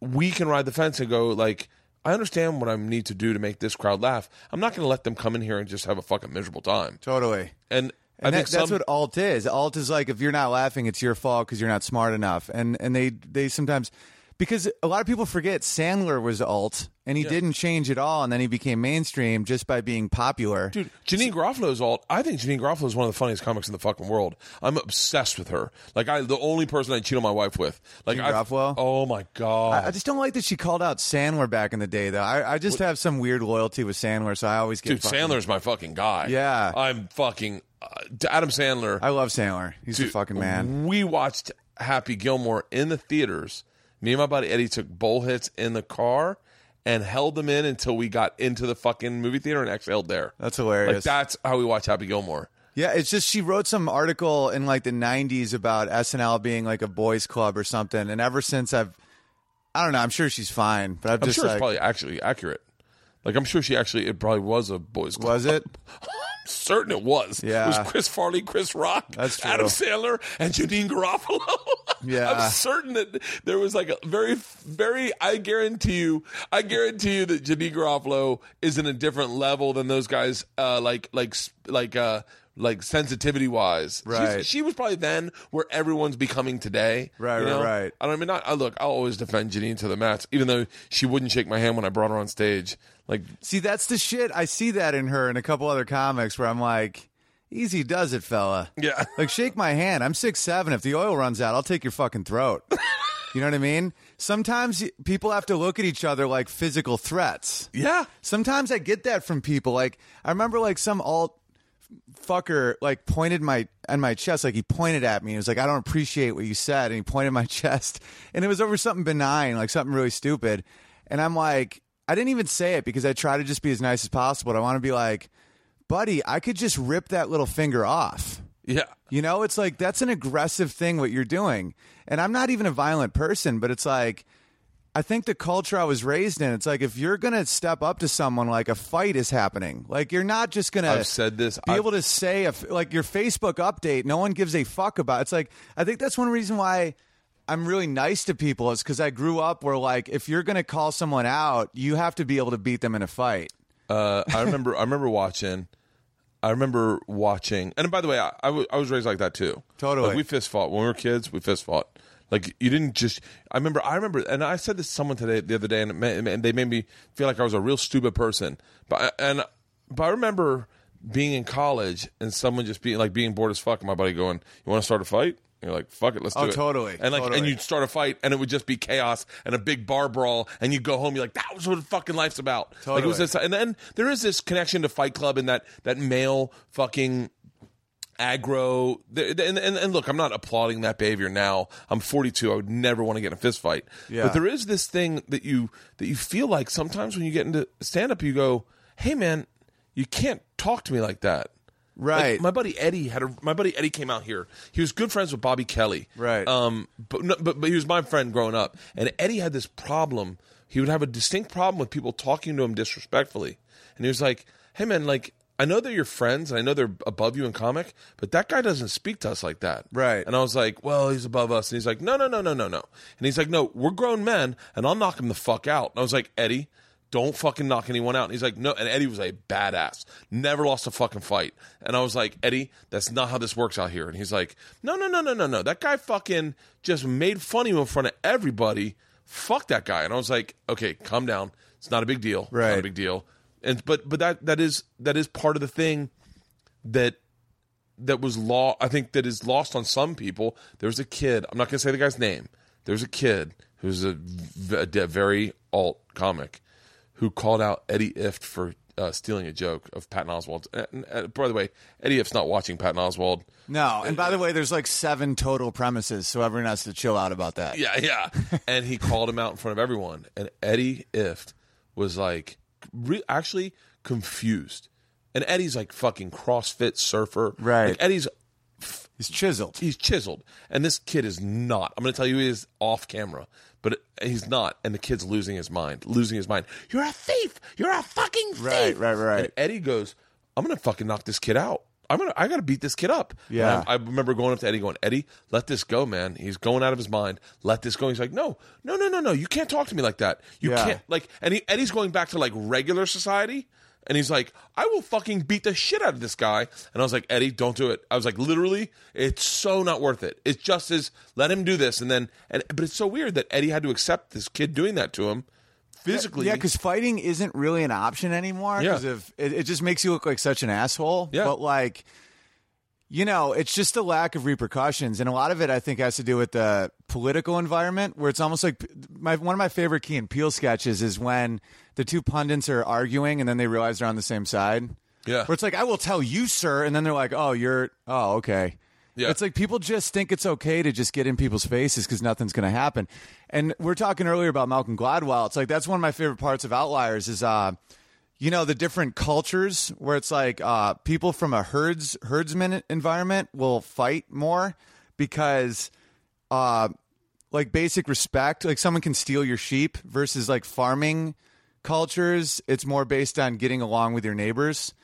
we can ride the fence and go like I understand what I need to do to make this crowd laugh. I'm not going to let them come in here and just have a fucking miserable time. totally. And, I And that, think that's some, what alt is. Alt is like if you're not laughing, it's your fault because you're not smart enough. And and they they sometimes because a lot of people forget Sandler was alt and he didn't change at all, and then he became mainstream just by being popular. Dude, Janine Garofalo's alt. I think Janine Garofalo is one of the funniest comics in the fucking world. I'm obsessed with her. Like I, the only person I cheat on my wife with. Like Janine I, Garofalo? Oh my god. I just don't like that she called out Sandler back in the day, though. I, I just have some weird loyalty with Sandler, so I always get. Dude, fucking- Sandler's my fucking guy. Yeah. I'm fucking uh, Adam Sandler. I love Sandler. He's a Dude, fucking man. We watched Happy Gilmore in the theaters. Me and my buddy Eddie took bowl hits in the car and held them in until we got into the fucking movie theater and exhaled there. That's like hilarious. that's how we watch Happy Gilmore. yeah, it's just she wrote some article in like the '90s about SNL being like a boys' club or something, and ever since I've, I don't know. I'm sure she's fine, but I've I'm just sure like, it's probably actually accurate. Like I'm sure she actually it probably was a boys' club. was it? Certain it was. It Yeah. was Chris Farley, Chris Rock, That's true. Adam Sandler, and Janine Garofalo. Yeah. I'm certain that there was like a very, very, I guarantee you, I guarantee you that Janine Garofalo is in a different level than those guys, uh, like, like, like, uh, like sensitivity wise, Right. She was probably then where everyone's becoming today, Right, you right, know? right. And I mean, not, I look, I'll always defend Janine to the mats, even though she wouldn't shake my hand when I brought her on stage. Like, See, that's the shit. I see that in her and a couple other comics where I'm like, easy does it, fella. yeah, Like, shake my hand. I'm six seven. If the oil runs out, I'll take your fucking throat. You know what I mean? Sometimes y- people have to look at each other like physical threats. yeah. Sometimes I get that from people. Like, I remember like some alt fucker like pointed my on my chest, like he pointed at me. He was like, "I don't appreciate what you said," and he pointed my chest, and it was over something benign, like something really stupid. And I'm like, I didn't even say it because I try to just be as nice as possible. But I want to be like, buddy, I could just rip that little finger off. Yeah. You know, it's like that's an aggressive thing what you're doing. And I'm not even a violent person, but it's like I think the culture I was raised in, it's like if you're going to step up to someone like a fight is happening, like you're not just going to I've said this. be I've- able to say if like your Facebook update, no one gives a fuck about. It's like I think that's one reason why I'm really nice to people is because I grew up where like if you're gonna call someone out, you have to be able to beat them in a fight. Uh, I remember. I remember watching. I remember watching. And by the way, I I wa- I was raised like that too. Totally. Like we fist fought when we were kids. We fist fought. Like you didn't just. I remember. I remember. And I said this to someone today the other day, and it ma- and they made me feel like I was a real stupid person. But I- and but I remember being in college and someone just being like being bored as fuck. And my buddy going, "You want to start a fight?" And you're like, "Fuck it, let's Oh, do it." totally, And like, and totally. you you'd start a fight and it would just be chaos and a big bar brawl and you'd go home you're like that was what fucking life's about like it was Totally. this, and then there is this connection to fight club and that that male fucking aggro th- and, and, and look i'm not applauding that behavior now i'm 42 i would never want to get in a fist fight Yeah. but there is this thing that you that you feel like sometimes when you get into stand up you go hey man you can't talk to me like that Like, Right. my buddy eddie had a my buddy eddie came out here he was good friends with bobby kelly Right. um, but, no, but but he was my friend growing up, and Eddie had this problem. He would have a distinct problem with people talking to him disrespectfully, and he was like, "Hey man, like I know they're your friends, and I know they're above you in comic, but that guy doesn't speak to us like that, Right. And I was like, "Well, he's above us," and he's like, "No, no, no, no, no, no," and he's like, "No, we're grown men, and I'll knock him the fuck out." And I was like, "Eddie." Don't fucking knock anyone out. And he's like, no. And Eddie was a badass. Never lost a fucking fight. And I was like, Eddie, that's not how this works out here. And he's like, no, no, no, no, no, no. That guy fucking just made fun of him in front of everybody. Fuck that guy. And I was like, okay, calm down. It's not a big deal. It's not a Right. big deal. And but but that that is that is part of the thing that that was law I think that is lost on some people. There was a kid. I'm not going to say the guy's name. There was a kid who was a, v- a de- very alt comic who called out Eddie Ift for uh, stealing a joke of Patton Oswald. And, uh, by the way, Eddie Ift's not watching Patton Oswald. No, and by the way, there's like seven total premises, so everyone has to chill out about that. Yeah, yeah. and he called him out in front of everyone. And Eddie Ift was like, re- actually confused. And Eddie's like fucking CrossFit surfer. Right. Like Eddie's He's chiseled. he's chiseled, and this kid is not. I'm going to tell you, he is off camera, but he's not. And the kid's losing his mind, losing his mind. You're a thief. You're a fucking thief. Right, right, right. And Eddie goes, I'm going to fucking knock this kid out. I'm gonna. I gotta beat this kid up. And Yeah. I, I remember going up to Eddie, going, Eddie, let this go, man. He's going out of his mind. Let this go. He's like, no, no, no, no, no. You can't talk to me like that. You Yeah. can't like. And he, Eddie's going back to like regular society, and he's like, I will fucking beat the shit out of this guy. And I was like, Eddie, don't do it. I was like, literally, it's so not worth it. It's just as let him do this, and then and but it's so weird that Eddie had to accept this kid doing that to him physically. Yeah, because fighting isn't really an option anymore. Yeah. Because if it, it just makes you look like such an asshole. Yeah. But like, you know, it's just the lack of repercussions, and a lot of it I think has to do with the political environment, where it's almost like my one of my favorite Key and Peele sketches is when the two pundits are arguing, and then they realize they're on the same side. Yeah. Where it's like, I will tell you, sir, and then they're like, Oh, you're, oh, okay. Yeah. It's like people just think it's okay to just get in people's faces because nothing's going to happen. And we're talking earlier about Malcolm Gladwell. It's like that's one of my favorite parts of Outliers is, uh, you know, the different cultures where it's like uh, people from a herds herdsman environment will fight more because uh, like basic respect. Like someone can steal your sheep versus like farming cultures. It's more based on getting along with your neighbors.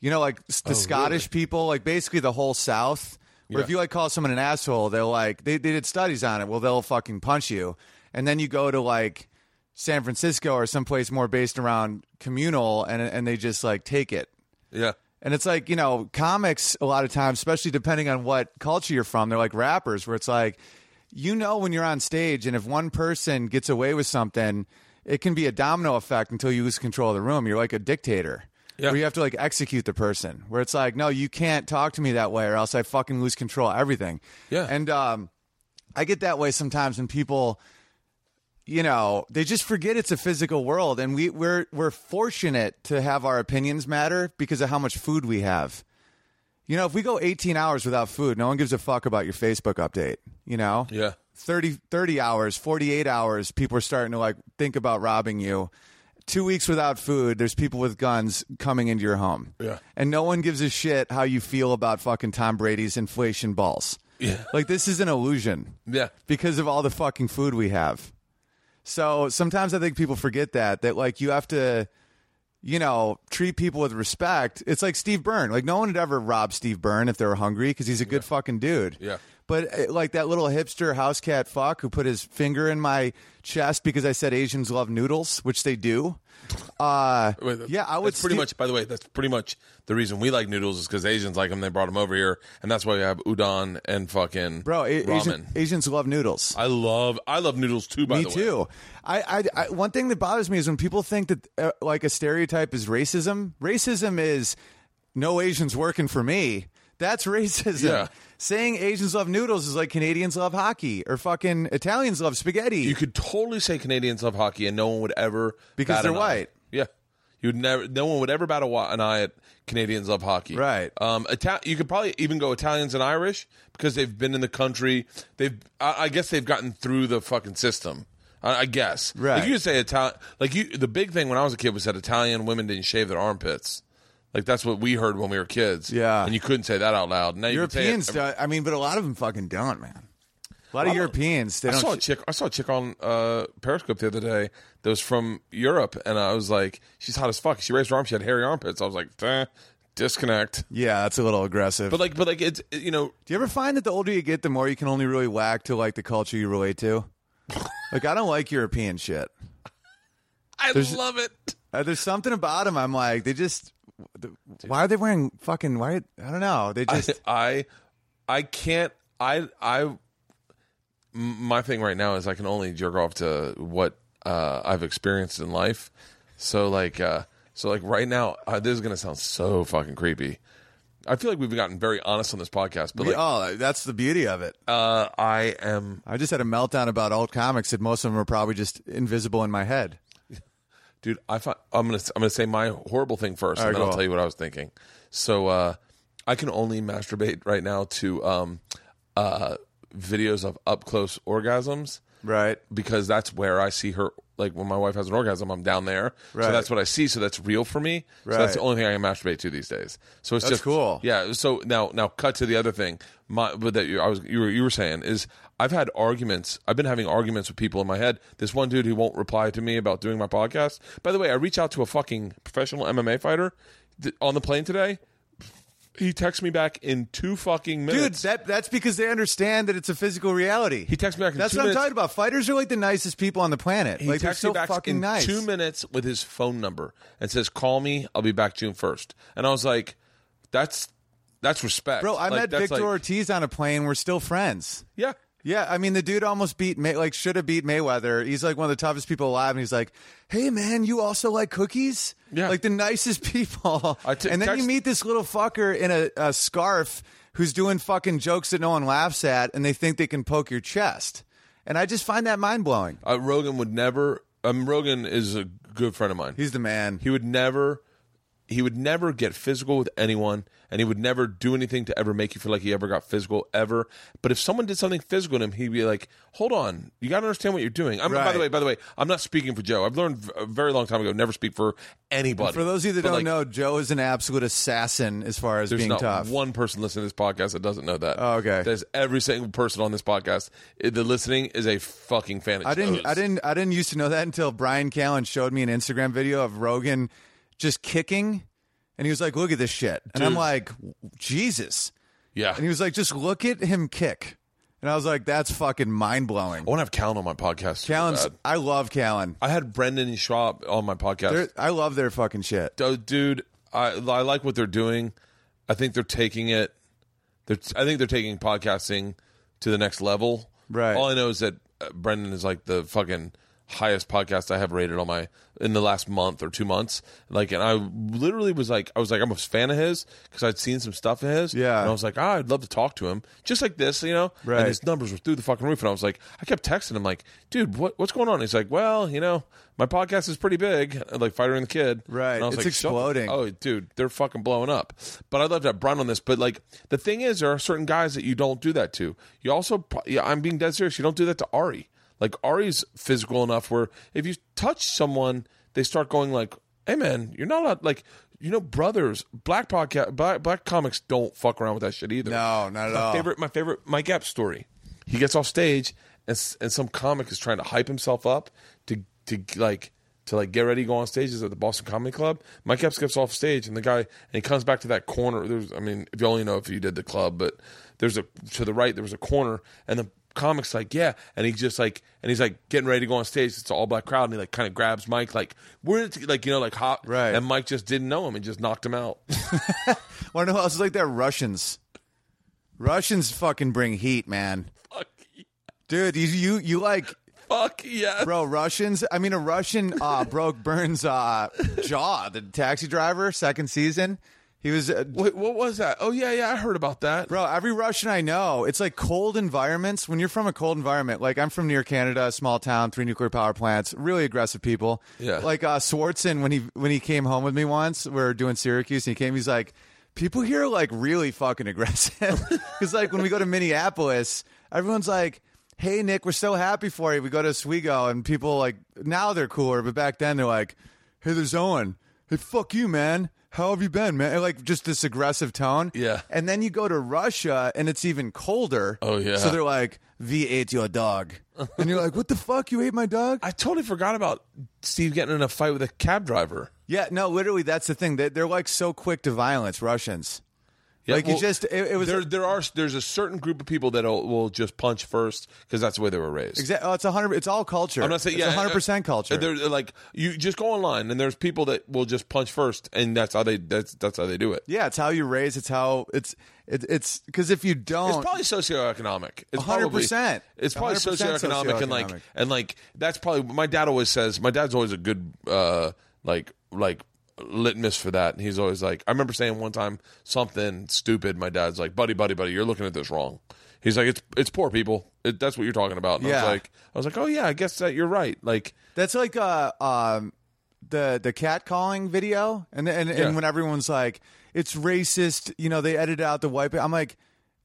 You know, like s- the Scottish people, like basically the whole South. Where if Yeah. you like call someone an asshole, they're like they they did studies on it. Well, they'll fucking punch you. And then you go to like San Francisco or someplace more based around communal, and and they just like take it. yeah, And it's like, you know, comics, a lot of times, especially depending on what culture you're from, they're like rappers, where it's like, you know, when you're on stage, and if one person gets away with something, it can be a domino effect until you lose control of the room. You're like a dictator. Yeah. Where you have to like execute the person, where it's like, no, you can't talk to me that way, or else I fucking lose control of everything. Yeah. And um, I get that way sometimes when people you know, they just forget it's a physical world, and we, we're we're fortunate to have our opinions matter because of how much food we have. You know, if we go 18 hours without food, no one gives a fuck about your Facebook update. You know, yeah. 30, 30 hours, 48 hours, people are starting to like think about robbing you. Two weeks without food, there's people with guns coming into your home. Yeah. And no one gives a shit how you feel about fucking Tom Brady's inflation balls. Yeah. Like, this is an illusion Yeah. because of all the fucking food we have. So sometimes I think people forget that that like you have to you know, treat people with respect. It's like Steve Byrne. Like no one would ever rob Steve Byrne if they were hungry because he's a good fucking dude. Yeah. But uh, like that little hipster house cat fuck who put his finger in my chest because I said Asians love noodles, which they do. Uh, Wait, that- yeah, I would That's pretty steal- much. By the way, that's pretty much the reason we like noodles is because Asians like them. They brought them over here, and that's why we have udon and fucking bro. A- ramen. Asian, Asians love noodles. I love I love noodles too. By me the way, too. I, I, I one thing that bothers me is when people think that uh, like a stereotype is racism. Racism is no Asians working for me. That's racism. Yeah. Saying Asians love noodles is like Canadians love hockey or fucking Italians love spaghetti. You could totally say Canadians love hockey, and no one would ever Because bat they're an eye. white. Yeah, you'd never. No one would ever bat a wa- an eye at Canadians love hockey. Right. Um. Ita- you could probably even go Italians and Irish because they've been in the country. They've. I, I guess they've gotten through the fucking system. I, I guess. Right. Like you could say Italian. Like you. The big thing when I was a kid was that Italian women didn't shave their armpits. Like that's what we heard when we were kids. Yeah. And you couldn't say that out loud. Now Europeans, You can say it- do, I mean, but a lot of them fucking don't, man. A lot of Europeans, they I saw a don't. chick. I saw a chick on uh, Periscope the other day that was from Europe, and I was like, "She's hot as fuck." She raised her arm. She had hairy armpits. I was like, "Eh, "Disconnect." yeah, that's a little aggressive. But like, but like, it's you know, Do you ever find that the older you get, the more you can only really whack to like the culture you relate to? like, I don't like European shit. I love it. Uh, there's something about them. I'm like, they just. the- Why are they wearing fucking? Why? I don't know. They just. I, I can't. I, I. m- My thing right now is I can only jerk off to what uh, I've experienced in life. So like, uh, so like right now, uh, this is gonna sound so fucking creepy. I feel like we've gotten very honest on this podcast, but like, oh, that's the beauty of it. uh, I am I just had a meltdown about old comics that most of them are probably just invisible in my head. Dude, I find, I'm gonna I'm gonna say my horrible thing first, All and right, then go I'll on. tell you what I was thinking. So uh, I can only masturbate right now to um, uh, videos of up close orgasms Right. because that's where I see her. Like when my wife has an orgasm, I'm down there, Right. so that's what I see. So that's real for me. So that's the Right. only thing I can masturbate to these days. So it's That's just cool. Yeah. So now now cut to the other thing. My but that you, I was you were you were saying is I've had arguments. I've been having arguments with people in my head. This one dude who won't reply to me about doing my podcast. By the way, I reach out to a fucking professional MMA fighter th- on the plane today. He texts me back in two fucking Dude, minutes. that that's because they understand that it's a physical reality. he texts me back. In That's two what minutes. I'm talking about. Fighters are like the nicest people on the planet. He like they're texts so me back fucking in nice. two minutes with his phone number and says, "Call me. I'll be back June 1st. And I was like, "That's that's respect, Bro, I Like, met that's Victor like- Ortiz on a plane. We're still friends. yeah, Yeah, I mean the dude almost beat May- like should have beat Mayweather. He's like one of the toughest people alive, and he's like, "Hey man, you also like cookies? Yeah. like the nicest people." I t- and then text- you meet this little fucker in a, a scarf who's doing fucking jokes that no one laughs at, and they think they can poke your chest. And I just find that mind blowing. uh, Rogan would never. Um, Rogan is a good friend of mine. He's the man. he would never." He would never get physical with anyone, and he would never do anything to ever make you feel like he ever got physical ever. But if someone did something physical to him, he'd be like, "Hold on, you got to understand what you're doing." I'm, By the Right. way, by the way, I'm not speaking for Joe. I've learned v- a very long time ago never speak for anybody. For those of you that But, don't like, know, Joe is an absolute assassin as far as There's being not tough. one person listening to this podcast that doesn't know that. Oh, okay. There's every single person on this podcast. i- The listening is a fucking fan. of I didn't. Joe's. I didn't. I didn't used to know that until Brian Callen showed me an Instagram video of Rogan just kicking, and he was like, "Look at this shit," and I'm Dude. like, "Jesus!" Yeah. And he was like, "Just look at him kick," and I was like, "That's fucking mind blowing." I want to have Callan on my podcast. so Callen's. bad. I love Callen. I had Brendan Schwab on my They're- podcast. I love their fucking shit. Oh, dude, I, I like what they're doing. I think they're taking it. They're, I think they're taking podcasting to the next level. Right. All I know is that uh, Brendan is like the fucking highest podcast I have rated on my in the last month or two months. Like, and I literally was like, I was like, I'm a fan of his because I'd seen some stuff of his. Yeah. And I was like, ah, I'd love to talk to him, just like this, you know. Right. And his numbers were through the fucking roof, and I was like, I kept texting him like, dude, what what's going on? He's like, well, you know, my podcast is pretty big, like Fighter and the Kid. Right. And I was It's like, shut- exploding. Oh, dude, they're fucking blowing up. But I'd love to have Brun on this. But like, the thing is, there are certain guys that you don't do that to. You also, pro- yeah, I'm being dead serious. You don't do that to Ari. Like Ari's physical enough where if you touch someone, they start going like, "Hey, man, you're not allowed." Like, you know, brothers, black podcast, black, black comics don't fuck around with that shit either. No, not at my all. Favorite, my favorite, my Gap story. He gets off stage, and s- and some comic is trying to hype himself up to to like to like get ready to go on stages at the Boston Comedy Club. Mike Epps off stage, and the guy and he comes back to that corner. There's, I mean, if you only know if you did the club, but there's a to the right there was a corner, and the comics like yeah, and he just like and he's like getting ready to go on stage. It's an all black crowd, and he like kind of grabs Mike like we're like you know like hot Right. and Mike just didn't know him and just knocked him out. Want to know who else is like that? Russians. Russians fucking bring heat, man. fuck, ye- Dude, you you, you like fuck yes. bro Russians. I mean, a Russian uh, broke Burns' uh, jaw. The taxi driver, second season. He was uh, Wait, what was that? Oh yeah, yeah, I heard about that. Bro, every Russian I know, it's like cold environments. When you're from a cold environment, like I'm from near Canada, a small town, three nuclear power plants, really aggressive people. Yeah. Like uh, Swartzen, when he when he came home with me once, we were doing Syracuse, and he came, he's like, people here are like really fucking aggressive. Because like when we go to Minneapolis, everyone's like, hey Nick, we're so happy for you. We go to Oswego, and people like now they're cooler, but back then they're like, hey, there's Owen. Hey, fuck you, man. How have you been, man? And, Like just this aggressive tone. Yeah. And then you go to Russia and it's even colder. Oh, yeah. So they're like, "We ate your dog," and you're like, "What the fuck? You ate my dog?" I totally forgot about Steve getting in a fight with a cab driver. yeah. No, literally, that's the thing. They, they're like so quick to violence. Russians. Yeah, like well, you just it, it was there. There are there's a certain group of people that will just punch first because that's the way they were raised. exa- oh, it's a hundred. It's all culture. I'm not saying it's yeah, hundred percent culture. They're they're like you just go online and there's people that will just punch first and that's how they that's that's how they do it. yeah, it's how you raise. It's how it's it, it's because if you don't, It's probably socioeconomic. It's 100%. Probably, it's probably 100% socioeconomic, and socioeconomic. like and like that's probably my dad always says. My dad's always a good uh like like litmus for that, and he's always like I remember saying one time something stupid. My dad's like, buddy, buddy, buddy, you're looking at this wrong. He's like, it's it's poor people. It, that's what you're talking about. And I Yeah. was like, I was like, oh yeah, I guess that you're right. Like. That's like uh um the the cat calling video and and, Yeah. and when everyone's like it's racist, you know, they edit out the white pe- I'm like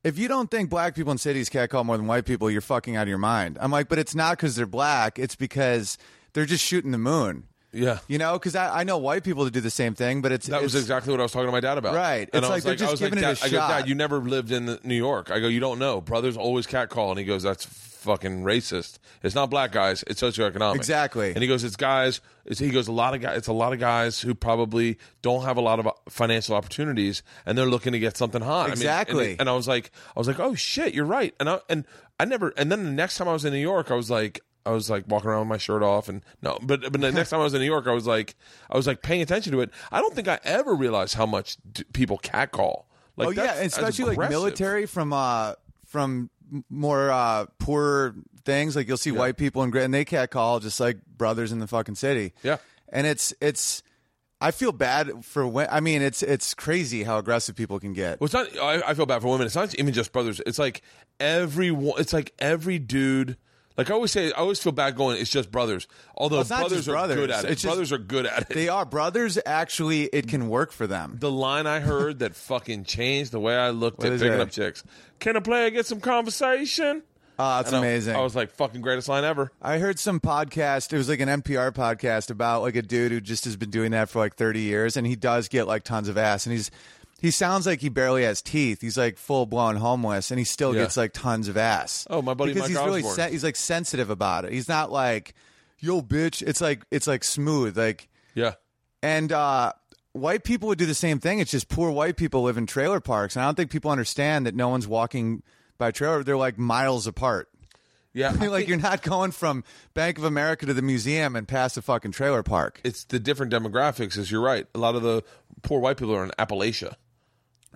if you don't think black people in cities cat call more than white people, you're fucking out of your mind. I'm like, but it's not because they're black. It's because they're just shooting the moon. Yeah. You know, because I, I know white people that do the same thing, but it's That was it's- exactly what I was talking to my dad about. Right. And It's I like was they're I just was like, giving it a Dad, I go, Dad, shot." you never lived in New York. I go, you don't know. Brothers always cat call. And he goes, that's fucking racist. It's not black guys. It's socioeconomic. Exactly. And he goes, it's guys. It's, he goes, a lot of guys. It's a lot of guys who probably don't have a lot of uh, financial opportunities, and they're looking to get something hot. I mean, and- Exactly. and I was like, I was like, oh shit, you're right. And I and I never. And then the next time I was in New York, I was like, I was like walking around with my shirt off, and no, but but the next time I was in New York, I was like, I was like paying attention to it. I don't think I ever realized how much d- people catcall. Like, oh yeah, that's- and that's especially like aggressive. military from uh from m- more uh poorer things. Like you'll see white people and and they can't call just like brothers in the fucking city. Yeah. and it's it's. I feel bad for when I mean it's it's crazy how aggressive people can get. Well, it's not. I, I feel bad for women. It's not even just brothers. It's like every. wo- It's like every dude. Like I always say, I always feel bad going. It's just brothers. Although it's not brothers, just are good brothers. at it. It's just- brothers are good at it. They are brothers. Actually, it can work for them. the line I heard that fucking changed the way I looked at is picking that? up chicks. Can a player get some conversation? Ah, it's And I- amazing. I was like, fucking greatest line ever. I heard some podcast. It was like an NPR podcast about like a dude who just has been doing that for like 30 years, and he does get like tons of ass, and he's he sounds like he barely has teeth. He's like full blown homeless, and he still Yeah. gets like tons of ass. Oh, my buddy because Mike he's really Osborne. sen- he's like sensitive about it. He's not like yo bitch. It's like it's like smooth like Yeah. and uh, white people would do the same thing. It's just poor white people live in trailer parks, and I don't think people understand that no one's walking by trailer. They're like miles apart. Yeah. I like think you're not going from Bank of America to the museum and past a fucking trailer park. it's the different demographics, as you're right. A lot of the poor white people are in Appalachia.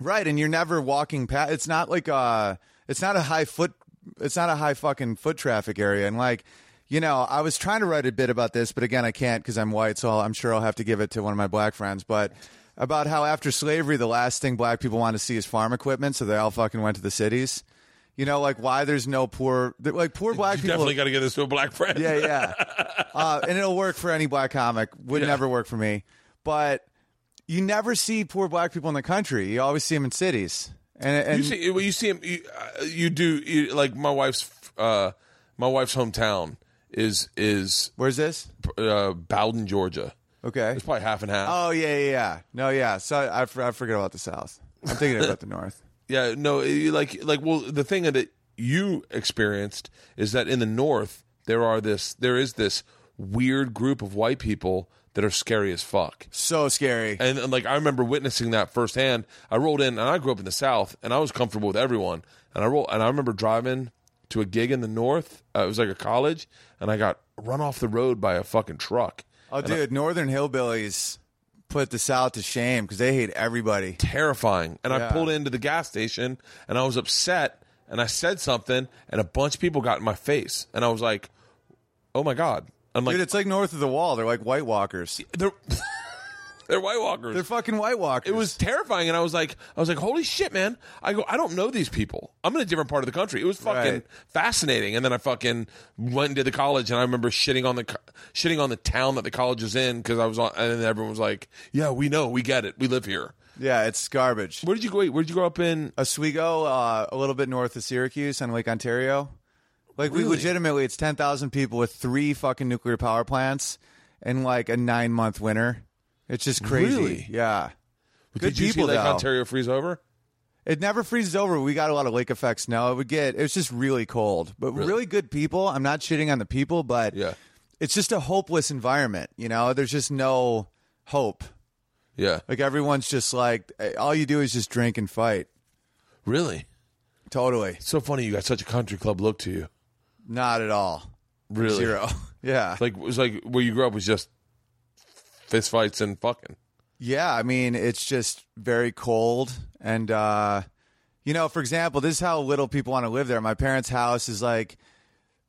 Right, and you're never walking past it's not like uh it's not a high foot it's not a high fucking foot traffic area and like you know, I was trying to write a bit about this, but again, I can't because I'm white, so I'll, I'm sure I'll have to give it to one of my black friends. But about how after slavery, the last thing black people want to see is farm equipment, so they all fucking went to the cities. You know, like why there's no poor, like poor black You people. definitely got to get this to a black friend. Yeah, yeah. uh, and it'll work for any black comic. Would Yeah. never work for me. But you never see poor black people in the country. You always see them in cities. And, and You see, well, you see him. You, uh, you do you, like my wife's. Uh, my wife's hometown is is where's this? uh, Bowden, Georgia. Okay. It's probably half and half. Oh yeah, yeah, yeah. No, yeah. So I, I for- I forget about the South. I'm thinking about the North. Yeah, no, it- like like well, the thing that you experienced is that in the north there are this there is this weird group of white people that are scary as fuck. So scary. And, and, like I remember witnessing that firsthand. I rolled in, and I grew up in the South, and I was comfortable with everyone. And I roll, and I remember driving to a gig in the North. Uh, it was like a college, and I got run off the road by a fucking truck. Oh, dude, Northern hillbillies put the South to shame because they hate everybody. Terrifying. And I Yeah. pulled into the gas station, and I was upset, and I said something, and a bunch of people got in my face, and I was like, "Oh my god!" I'm like, Dude, it's like north of the wall. They're like White Walkers. "They're they're White Walkers." They're fucking White Walkers. it was terrifying and i was like i was like holy shit man i go i don't know these people i'm in a different part of the country it was fucking Right. fascinating and then i fucking went into the college and i remember shitting on the co- shitting on the town that the college was in because i was on and then everyone was like yeah we know we get it we live here yeah, it's garbage. where did you go where did you grow up in Oswego, uh, a little bit north of Syracuse on Lake Ontario. Like we Really? legitimately, it's ten thousand people with three fucking nuclear power plants in like a nine month winter. It's just crazy. Really? Yeah. Good did you people see lake though. ontario freeze over It never freezes over. We got a lot of lake effects now. It would get. It was just really cold, but really, good people. I'm not shitting on the people, but Yeah. it's just a hopeless environment. You know, there's just no hope. yeah Like everyone's just like, eh, all you do is just drink and fight. really Totally, it's so funny you got such a country club look to you not at all. really Zero. yeah. It's like it was like where you grew up was just fist fights and fucking Yeah, I mean, it's just very cold. And, uh, you know, for example, this is how little people want to live there. My parents' house is like,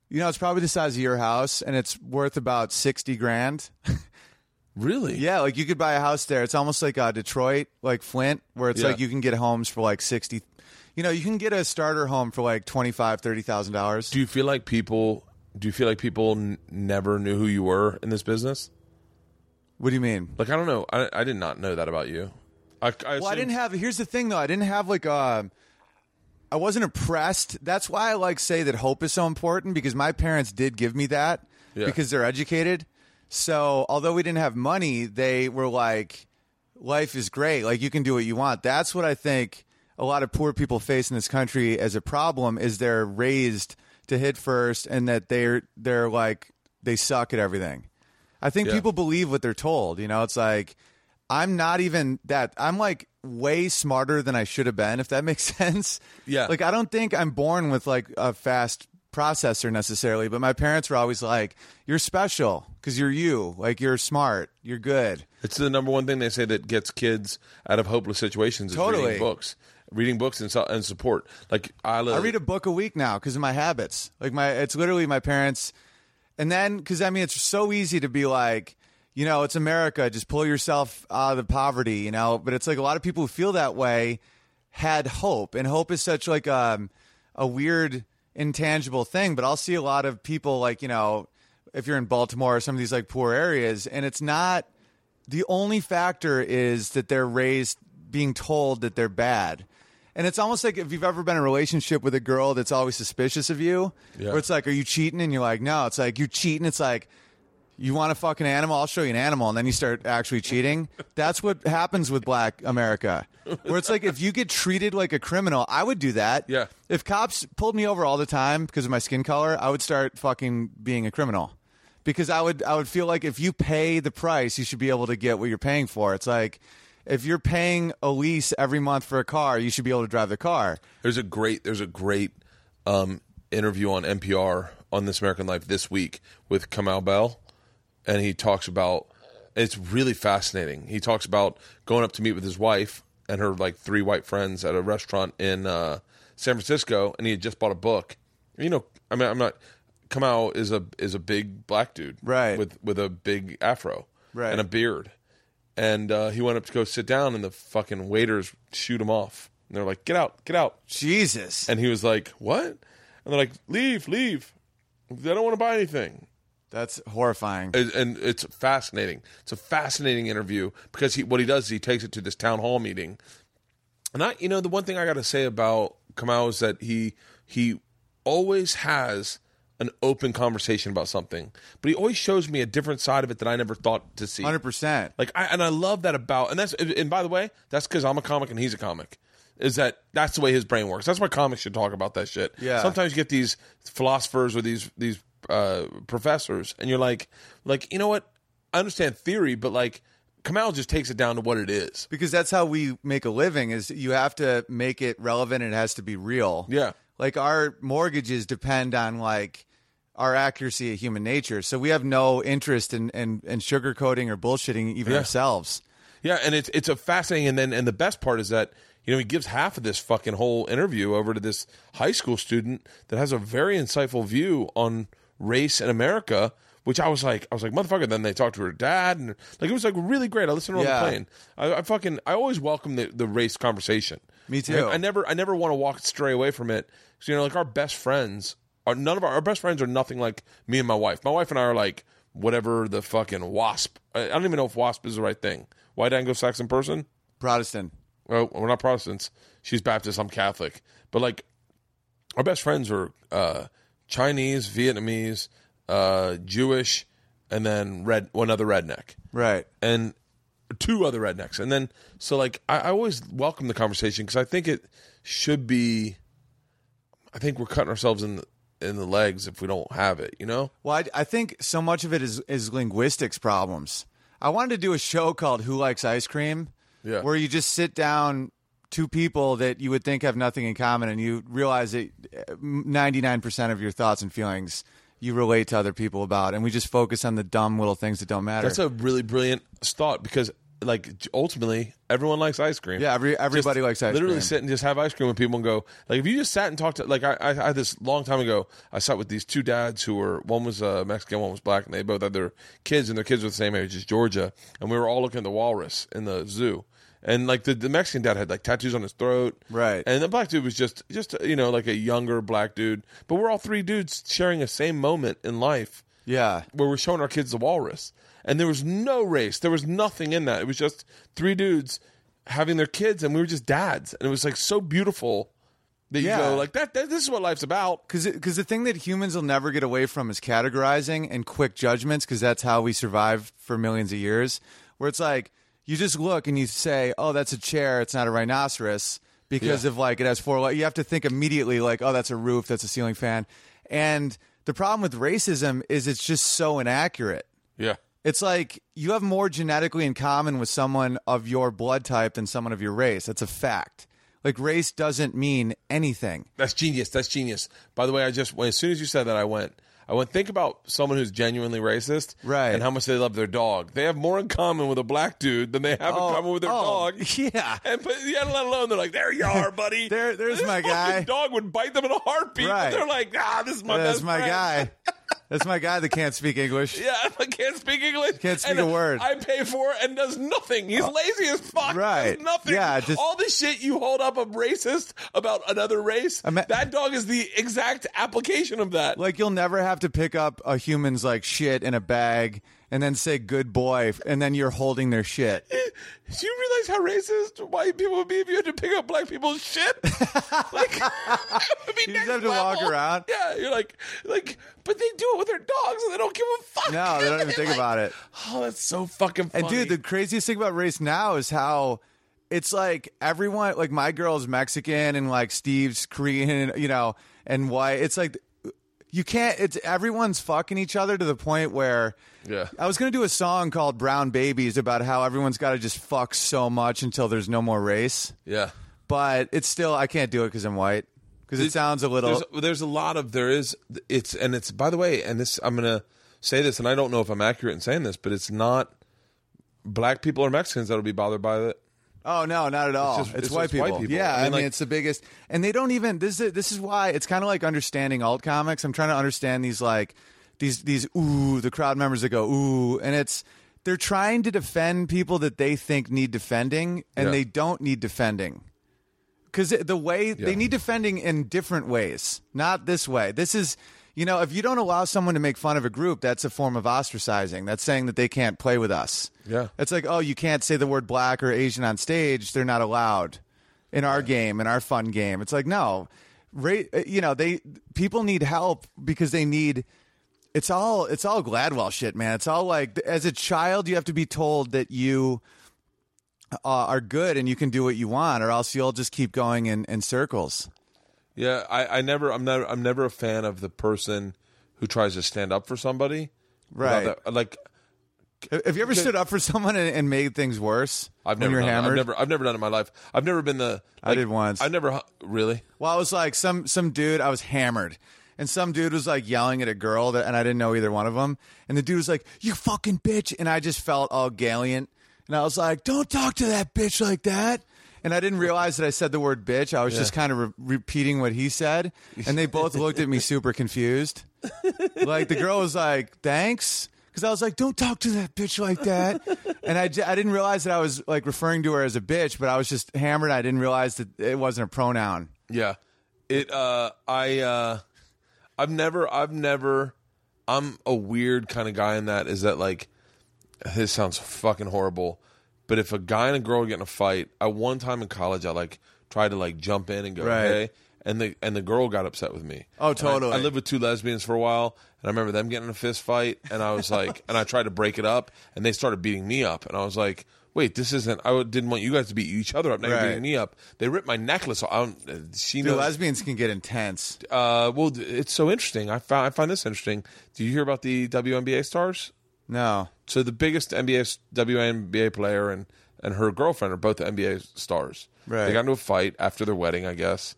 you know, it's probably the size of your house and it's worth about 60 grand. really Yeah, like you could buy a house there. It's almost like uh, Detroit, like Flint, where it's Yeah. like you can get homes for like 60. You know, you can get a starter home for like $25,000, $30,000. Do you feel like people? Do you feel like people n- never knew who you were in this business? What do you mean? Like I don't know. I, I did not know that about you. I, I Well, I assumed- didn't have. Here's the thing, though. I didn't have like um I wasn't oppressed. That's why I like say that hope is so important because my parents did give me that Yeah. because they're educated. So although we didn't have money, they were like, "Life is great. Like you can do what you want." That's what I think a lot of poor people face in this country as a problem is they're raised to hit first and that they're they're like they suck at everything. I think Yeah. people believe what they're told. You know, it's like I'm not even that. I'm like way smarter than I should have been, if that makes sense. Yeah. Like I don't think I'm born with like a fast processor necessarily, but my parents were always like, "You're special because you're you. Like you're smart. You're good." It's the number one thing they say that gets kids out of hopeless situations is Totally. reading books, reading books and, su- and support. Like I, I read a book a week now because of my habits. Like my, it's literally my parents. And then, because I mean, it's so easy to be like, you know, it's America. Just pull yourself out of the poverty, you know. But it's like a lot of people who feel that way had hope, and hope is such like um, a weird, intangible thing. But I'll see a lot of people like you know, if you're in Baltimore or some of these like poor areas, and it's not the only factor is that they're raised being told that they're bad. And it's almost like if you've ever been in a relationship with a girl that's always suspicious of you, Yeah. where it's like, are you cheating? And you're like, no. It's like, you cheating. It's like, you want a fucking animal? I'll show you an animal. And then you start actually cheating. That's what happens with black America, where it's like, if you get treated like a criminal, I would do that. Yeah. If cops pulled me over all the time because of my skin color, I would start fucking being a criminal. Because I would I would feel like if you pay the price, you should be able to get what you're paying for. It's like if you're paying a lease every month for a car, you should be able to drive the car. There's a great there's a great um, interview on NPR on This American Life this week with Kamal Bell, and he talks about it's really fascinating. He talks about going up to meet with his wife and her like three white friends at a restaurant in uh, San Francisco, and he had just bought a book. You know, I mean, I'm not. Kamal is a is a big black dude, Right. With with a big afro, Right. and a beard. And uh, he went up to go sit down, and the fucking waiters shoot him off. And they're like, "Get out, get out!" Jesus. And he was like, "What?" And they're like, "Leave, leave. They don't want to buy anything." That's horrifying. And, and it's fascinating. It's a fascinating interview because he what he does is he takes it to this town hall meeting. And I, you know, the one thing I got to say about Kamau is that he he always has an open conversation about something, but he always shows me a different side of it that I never thought to see. Hundred percent. Like I and I love that about and that's and by the way, that's because I'm a comic and he's a comic. Is that that's the way his brain works. That's why comics should talk about that shit. Yeah. Sometimes you get these philosophers or these these uh, professors, and you're like, like you know what? I understand theory, but like Kamal just takes it down to what it is. because that's how we make a living is you have to make it relevant and it has to be real Yeah. like our mortgages depend on like our accuracy of human nature so we have no interest in in, in sugarcoating or bullshitting even Yeah. ourselves Yeah, and it's it's a fascinating and then and the best part is that you know he gives half of this fucking whole interview over to this high school student that has a very insightful view on race in America, which I was like I was like motherfucker. Then they talked to her dad and like it was like really great. I listened to her Yeah. on the plane. I, I fucking I always welcome the, the race conversation. Me too. Like, I never I never want to walk stray away from it. So you know like our best friends are none of our, our best friends are nothing like me and my wife. My wife and I are like whatever the fucking wasp. I, I don't even know if wasp is the right thing. White Anglo-Saxon person? protestant Well, we're not Protestants. She's Baptist. I'm Catholic. But like our best friends are uh, Chinese, Vietnamese, uh, Jewish, and then red one other redneck right and two other rednecks. And then, so like, I, I always welcome the conversation because I think it should be. I think we're cutting ourselves in the, in the legs if we don't have it. You know? Well, I, I think so much of it is, is linguistics problems. I wanted to do a show called Who Likes Ice Cream, Yeah. where you just sit down two people that you would think have nothing in common, and you realize that ninety nine percent of your thoughts and feelings you relate to other people about, and we just focus on the dumb little things that don't matter. That's a really brilliant thought because like j- ultimately everyone likes ice cream. Yeah, every- everybody Just likes ice Literally cream. sit and just have ice cream with people and go like if you just sat and talked to like I, I, I had this long time ago I sat with these two dads who were one was uh, Mexican one was black and they both had their kids and their kids were the same age as Georgia and we were all looking at the walrus in the zoo. And like the, the Mexican dad had like tattoos on his throat, Right. And the black dude was just just you know like a younger black dude, but we're all three dudes sharing a same moment in life, yeah, where we're showing our kids the walrus. And there was no race. There was nothing in that. It was just three dudes having their kids, and we were just dads. And it was like so beautiful that Yeah. you go like that, that. This is what life's about. because the thing that humans will never get away from is categorizing and quick judgments because that's how we survived for millions of years where it's like you just look and you say oh that's a chair it's not a rhinoceros because Yeah. of like it has four legs you have to think immediately like oh that's a roof that's a ceiling fan and the problem with racism is it's just so inaccurate Yeah, it's like you have more genetically in common with someone of your blood type than someone of your race that's a fact like race doesn't mean anything that's genius. That's genius. By the way, I just when, as soon as you said that, I went. I went think about someone who's genuinely racist, Right. And how much they love their dog. They have more in common with a black dude than they have in common with their oh, dog. yeah And but yeah, let alone they're like, there you are, buddy. There- there's This my fucking guy." Dog would bite them in a heartbeat. Right. But they're like, ah, this is my That's best my friend." guy. That's my guy that can't speak English. Yeah, I can't speak English. Can't speak and a word. Uh, I pay for it and does nothing. He's lazy as fuck. right. Does nothing. Yeah, just- all the shit you hold up a racist about another race. Ima- that dog is the exact application of that. Like you'll never have to pick up a human's like shit in a bag and then say good boy and then you're holding their shit. Do you realize how racist white people would be if you had to pick up black people's shit? like, it would be You just next have to walk level. around. Yeah, you're like, like, but they do it with their dogs and they don't give a fuck. No, they don't even think Like, about it. Oh, that's so fucking funny. And dude, the craziest thing about race now is how it's like everyone like my girl's Mexican and like Steve's Korean, you know, and white. It's like you can't it's everyone's fucking each other to the point where Yeah. I was gonna do a song called Brown Babies about how everyone's gotta just fuck so much until there's no more race. yeah. but it's still I can't do it because I'm white because it sounds a little There's, there's a lot of there is it's and it's by the way and this I'm gonna say this and I don't know if I'm accurate in saying this but it's not black people or Mexicans that'll be bothered by it. oh no not at all it's, just- it's white, just people. white people. yeah I I mean, mean, like- it's the biggest and they don't even this is this is why it's kind of like understanding alt comics I'm trying to understand these like these these ooh the crowd members that go ooh and it's they're trying to defend people that they think need defending and Yeah. they don't need defending because the way they Yeah. need defending in different ways, not this way. This is, you know, if you don't allow someone to make fun of a group, that's a form of ostracizing. That's saying that they can't play with us. Yeah. it's like, oh, you can't say the word black or Asian on stage; they're not allowed in our game, in our fun game. It's like, no, ra- you know, they people need help because they need. It's all it's all Gladwell shit, man. It's all like as a child, you have to be told that you uh, are good and you can do what you want, or else you'll just keep going in, in circles. Yeah, I, I never I'm never I'm never a fan of the person who tries to stand up for somebody. Right. About that- like Have you ever stood up for someone and, and made things worse? I've when never you're done it. hammered. I've never I've never done it in my life. I've never been the I did once. I never hu- really. Well, I was like some some dude. I was hammered, and some dude was like yelling at a girl, that, and I didn't know either one of them. And the dude was like, "You fucking bitch," and I just felt all gallant, and I was like, "Don't talk to that bitch like that." And I didn't realize that I said the word bitch. I was just kind of re- repeating what he said, and they both looked at me super confused. Like the girl was like, "Thanks." Because I was like, don't talk to that bitch like that. And I, j- I didn't realize that I was like referring to her as a bitch, but I was just hammered. I didn't realize that it wasn't a pronoun. Yeah. It uh I uh I've never I've never I'm a weird kind of guy in that is that like this sounds fucking horrible, but if a guy and a girl get in a fight, I one time in college I like tried to like jump in and go, Right. hey, and the and the girl got upset with me. Oh, And I- totally. I, lived with two lesbians for a while, and I remember them getting in a fist fight, and I was like, and I tried to break it up, and they started beating me up, and I was like, wait, this isn't. I didn't want you guys to beat each other up. Now Right. you're beating me up. They ripped my necklace. off. I don't, uh, she Dude, knows. lesbians can get intense. uh, well, th- it's so interesting. I found I find this interesting. Do you hear about the WNBA stars? No. So the biggest NBA s- WNBA player and and her girlfriend are both NBA stars. Right. They got into a fight after their wedding, I guess.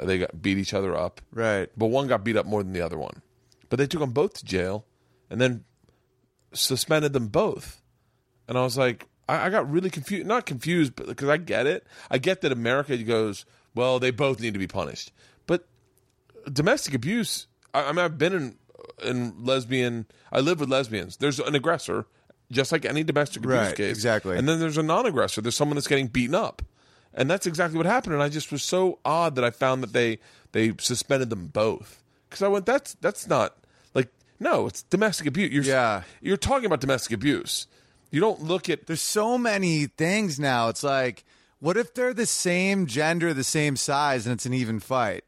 Uh, They got beat each other up. Right. But one got beat up more than the other one. But they took them both to jail and then suspended them both. And I was like, I, I got really confused. Not confused, but because I get it. I get that America goes, well, they both need to be punished. But domestic abuse, I, I mean, I've been in, in lesbian, I live with lesbians. There's an aggressor, just like any domestic abuse Right, case. exactly. And then there's a non aggressor, there's someone that's getting beaten up. And that's exactly what happened. And I just was so odd that I found that they, they suspended them both. Because I went, that's that's not like no, it's domestic abuse. You're, Yeah. you're talking about domestic abuse. You don't look at There's so many things now. It's like, what if they're the same gender, the same size, and it's an even fight?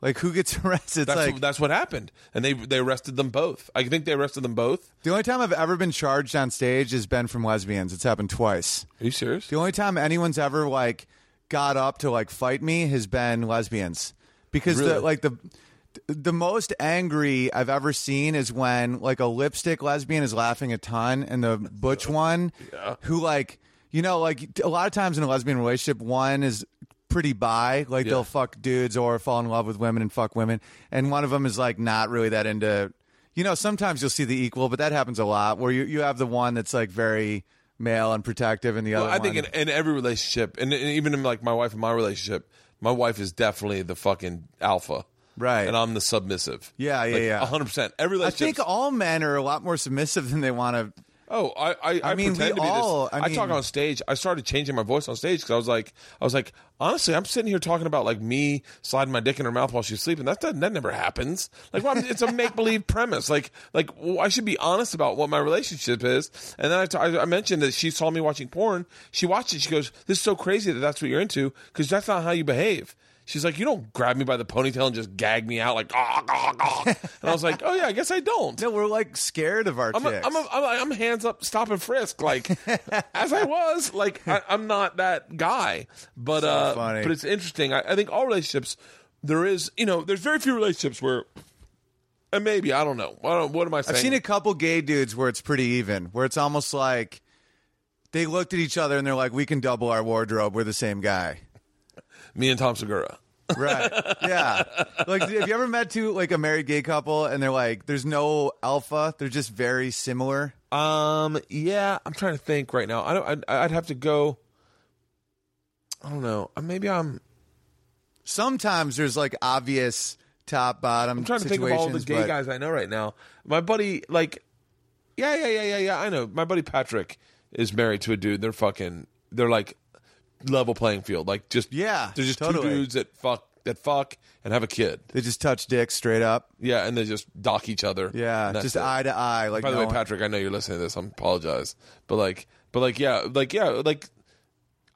Like, who gets arrested? It's that's like what, that's what happened, and they they arrested them both. I think they arrested them both. the only time I've ever been charged on stage has been from lesbians. It's happened twice. Are you serious? The only time anyone's ever like got up to like fight me has been lesbians because the Really? like the the most angry I've ever seen is when like a lipstick lesbian is laughing a ton and the butch one who like you know like a lot of times in a lesbian relationship one is pretty bi like they'll fuck dudes or fall in love with women and fuck women and one of them is like not really that into you know sometimes you'll see the equal but that happens a lot where you you have the one that's like very male and protective and the other I think one- in, in every relationship, and, and even in like my wife and my relationship, my wife is definitely the fucking alpha, Right. And I'm the submissive. Yeah, yeah, like, yeah. hundred percent. Every I relationship. think all men are a lot more submissive than they want to. Oh, I I, I, mean, we pretend to be all- this. I I, mean- talk on stage. I started changing my voice on stage because I was like, I was like, honestly, I'm sitting here talking about like me sliding my dick in her mouth while she's sleeping. That that, that never happens. Like, well, it's a make believe premise. Like, like well, I should be honest about what my relationship is. And then I ta- I I mentioned that she saw me watching porn. She watched it. She goes, "This is so crazy that that's what you're into because that's not how you behave." She's like, you don't grab me by the ponytail and just gag me out like, ah, ah, ah. and I was like, oh yeah, I guess I don't. No, we're like scared of our I'm a, dicks. I'm, a, I'm, a, I'm hands up, stop and frisk, like as I was. Like I, I'm not that guy, but uh, funny. but it's interesting. I, I think all relationships, there is, you know, there's very few relationships where, and maybe I don't know. I don't, what am I saying? I've seen a couple gay dudes where it's pretty even, where it's almost like they looked at each other and they're like, "We can double our wardrobe. We're the same guy." Me and Tom Segura. Right? yeah. Like, have you ever met two like a married gay couple and they're like, "There's no alpha. They're just very similar." Um, yeah, I'm trying to think right now. I don't. I'd, I'd have to go. I don't know. Uh, Maybe I'm. Sometimes there's like obvious top bottom. I'm trying to think of all the gay guys I know right now. My buddy, like, yeah, yeah, yeah, yeah, yeah. I know. My buddy Patrick is married to a dude. They're fucking. They're like level playing field. Like just Yeah, They're just totally. two dudes that fuck that fuck and have a kid. They just touch dicks straight up. Yeah, and they just dock each other. Yeah, And that's just it. eye to eye. Like By the no way, one- Patrick, I know you're listening to this. I apologize, but like, but like, yeah, like, yeah, like.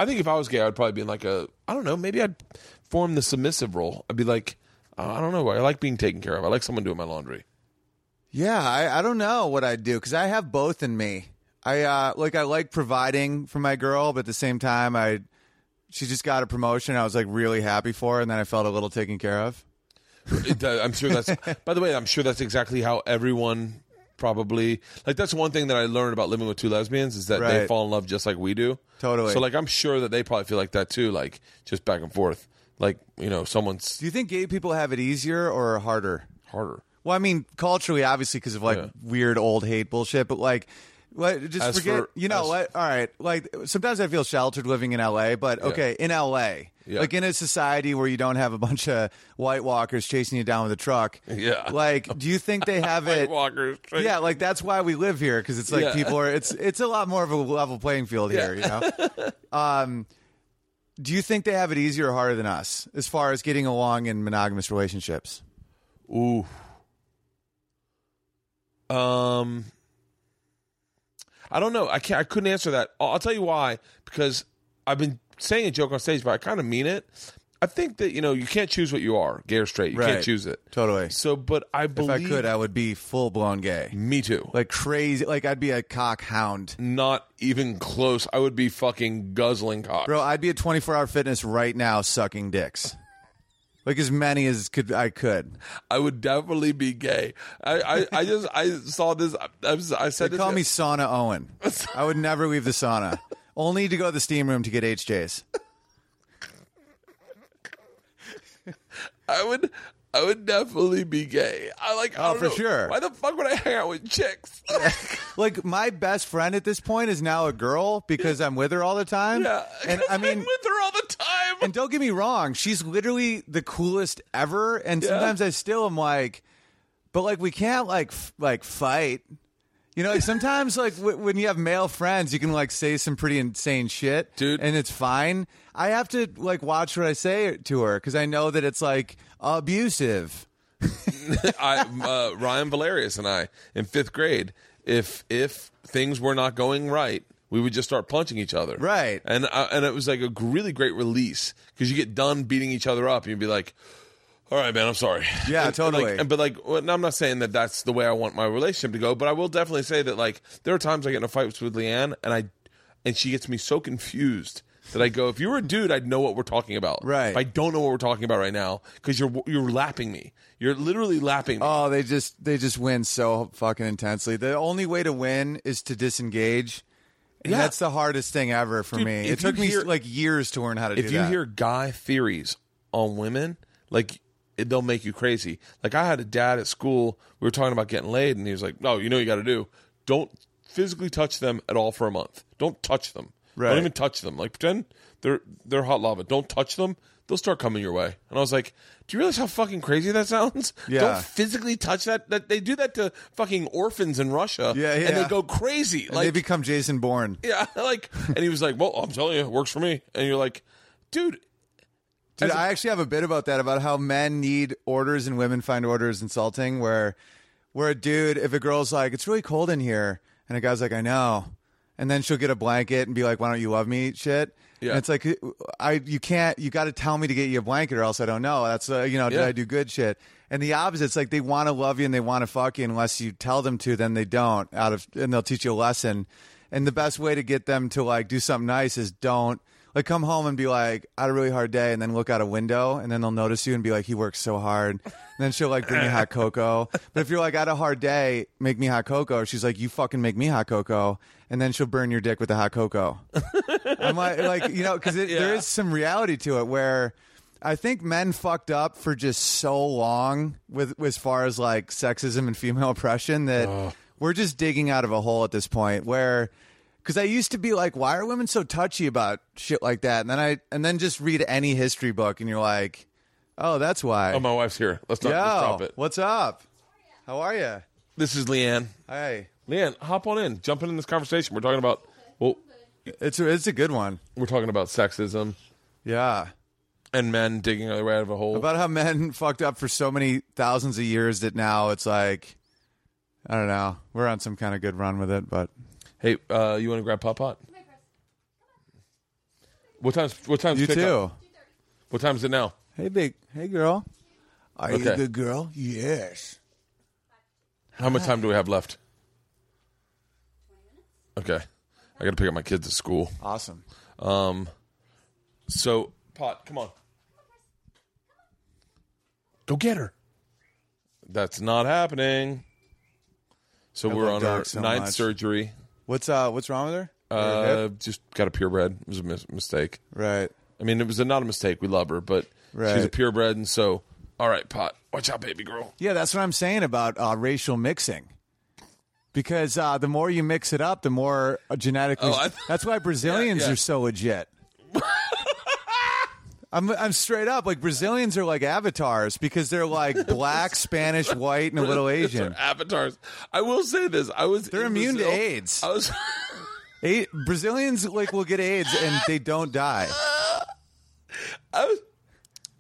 I think if I was gay, I'd probably be in like a. I don't know. Maybe I'd form the submissive role. I'd be like, "Uh, I don't know. I like being taken care of. I like someone doing my laundry. Yeah, I, I don't know what I'd do because I have both in me. I uh, like I like providing for my girl, but at the same time, I she just got a promotion. I was like really happy for her, and then I felt a little taken care of. It does- I'm sure that's. by the way, I'm sure that's exactly how everyone probably like. That's one thing that I learned about living with two lesbians is that they Right. fall in love just like we do. Totally. So like, I'm sure that they probably feel like that too. Like just back and forth. Like you know, someone's Do you think gay people have it easier or harder? harder. Well, I mean, culturally, obviously, because of like Yeah. weird old hate bullshit, but like, what, just As forget, for- you know as- what? All right. Like, sometimes I feel sheltered living in LA, but okay, in LA, Yeah. like in a society where you don't have a bunch of white walkers chasing you down with a truck. Yeah. Like, do you think they have White it? Walkers. Yeah, like that's why we live here because it's like Yeah. people are. It's it's a lot more of a level playing field here, you know. um, do you think they have it easier or harder than us as far as getting along in monogamous relationships? Ooh. Um. I don't know. I can't. I couldn't answer that. I'll, I'll tell you why. Because I've been saying a joke on stage, but I kind of mean it. I think that you know you can't choose what you are, gay or straight. You can't Right. choose it. Totally. So, but I If believe I could, I would be full blown gay, me too. like crazy. Like I'd be a cock hound, Not even close. I would be fucking guzzling cock. bro. I'd be a twenty four hour fitness right now, sucking dicks, like as many as could I could. I would definitely be gay. I, I, I just I saw this. I, I was- I said They this- call me Sauna Owen. I would never leave the sauna, only to go to the steam room to get HJs. I would I would definitely be gay. I like I Oh, don't for know. sure. Why the fuck would I hang out with chicks? Like my best friend at this point is now a girl because I'm with her all the time. yeah, And I mean am with her all the time. and don't get me wrong, she's literally the coolest ever and sometimes I still am like but like we can't like f- like fight. You know, like sometimes like w- when you have male friends, you can like say some pretty insane shit, Dude. and it's fine. I have to like watch what I say to her cuz I know that it's like abusive. I, uh, Ryan Valerius and I in fifth grade, if if things were not going right, we would just start punching each other. Right. And I, and it was like a g- really great release because you get done beating each other up, and you'd be like. All right, man. I'm sorry. Yeah, And- and, like, totally. and- but like, well, no, I'm not saying that that's the way I want my relationship to go. But I will definitely say that like, there are times I get in a fight with Leanne, and I, and she gets me so confused that I go, if you were a dude, I'd know what we're talking about. Right. If I don't know what we're talking about right now, because you're you're lapping me. You're literally lapping me. Oh, they just they just win so fucking intensely. The only way to win is to disengage. And Yeah. that's the hardest thing ever for Dude, me. if It took you me hear- like years to learn how to do if you that. hear guy theories on women, like it, they'll make you crazy. Like I had a dad at school. We were talking about getting laid, and he was like, "No, you know what you got to do. Don't physically touch them at all for a month. Don't touch them. Right. Don't even touch them. Like pretend they're they're hot lava. Don't touch them. They'll start coming your way." And I was like, "Do you realize how fucking crazy that sounds? Yeah. Don't physically touch that. That they do that to fucking orphans in Russia. Yeah, And they yeah. go crazy. And like they become Jason Bourne. yeah, like, and he was like, "Well, I'm telling you, it works for me." And you're like, "Dude, Dude, as a- I actually have a bit about that about how men need orders and women find orders insulting. Where, where a dude, if a girl's like, "It's really cold in here," and a guy's like, "I know," and then she'll get a blanket and be like, "Why don't you love me?" Shit. Yeah. And it's like, I you can't you got to tell me to get you a blanket or else I don't know. That's uh, you know did Yeah. I do good shit? And the opposite, it's like they want to love you and they want to fuck you unless you tell them to. Then they don't out of and they'll teach you a lesson. And the best way to get them to like do something nice is don't like come home and be like, I had a really hard day, and then look out a window, and then they'll notice you and be like, he works so hard. And then she'll like bring you hot cocoa. But if you're like, I had a hard day, make me hot cocoa. She's like, you fucking make me hot cocoa, and then she'll burn your dick with the hot cocoa. I'm like, like you know, because there is some reality to it where I think men fucked up for just so long with as far as like sexism and female oppression that we're just digging out of a hole at this point where. Because I used to be like, why are women so touchy about shit like that? And then I and then just read any history book, and you're like, oh, that's why. oh, my wife's here. Let's not let's drop Yo, it. what's up? How are you? This is Leanne. Hey, Leanne, hop on in. Jump in in this conversation. We're talking about well, it's a, it's a good one. we're talking about sexism Yeah. and men digging their way out of a hole. about how men fucked up for so many thousands of years that now it's like I don't know. We're on some kind of good run with it, but hey, uh, you want to grab pot pot? What time's what time's you pickup? too. What time's it now? Hey, big. Hey, girl. Are you Okay. a good girl? Yes. How much time do we have left? Okay, I got to pick up my kids at school. Awesome. Um, so pot, come on, go get her. That's not happening. So I we're love on our dogs so ninth much. surgery. What's uh what's wrong with her? Her Uh, hip? just got a purebred. It was a mis- mistake. right. I mean, it was a, not a mistake. We love her, but she's a Right. purebred, and so all right, pot. Watch out, baby girl. Yeah, that's what I'm saying about uh, racial mixing. Because uh, the more you mix it up, the more uh, genetically. Oh, I- that's why Brazilians yeah. are so legit. I'm, I'm straight up like Brazilians are like avatars because they're like black, Spanish, white, and a little Asian. Avatars. I will say this. I was. They're in immune to Brazil. AIDS. I was. A- Brazilians like will get AIDS and they don't die. I was.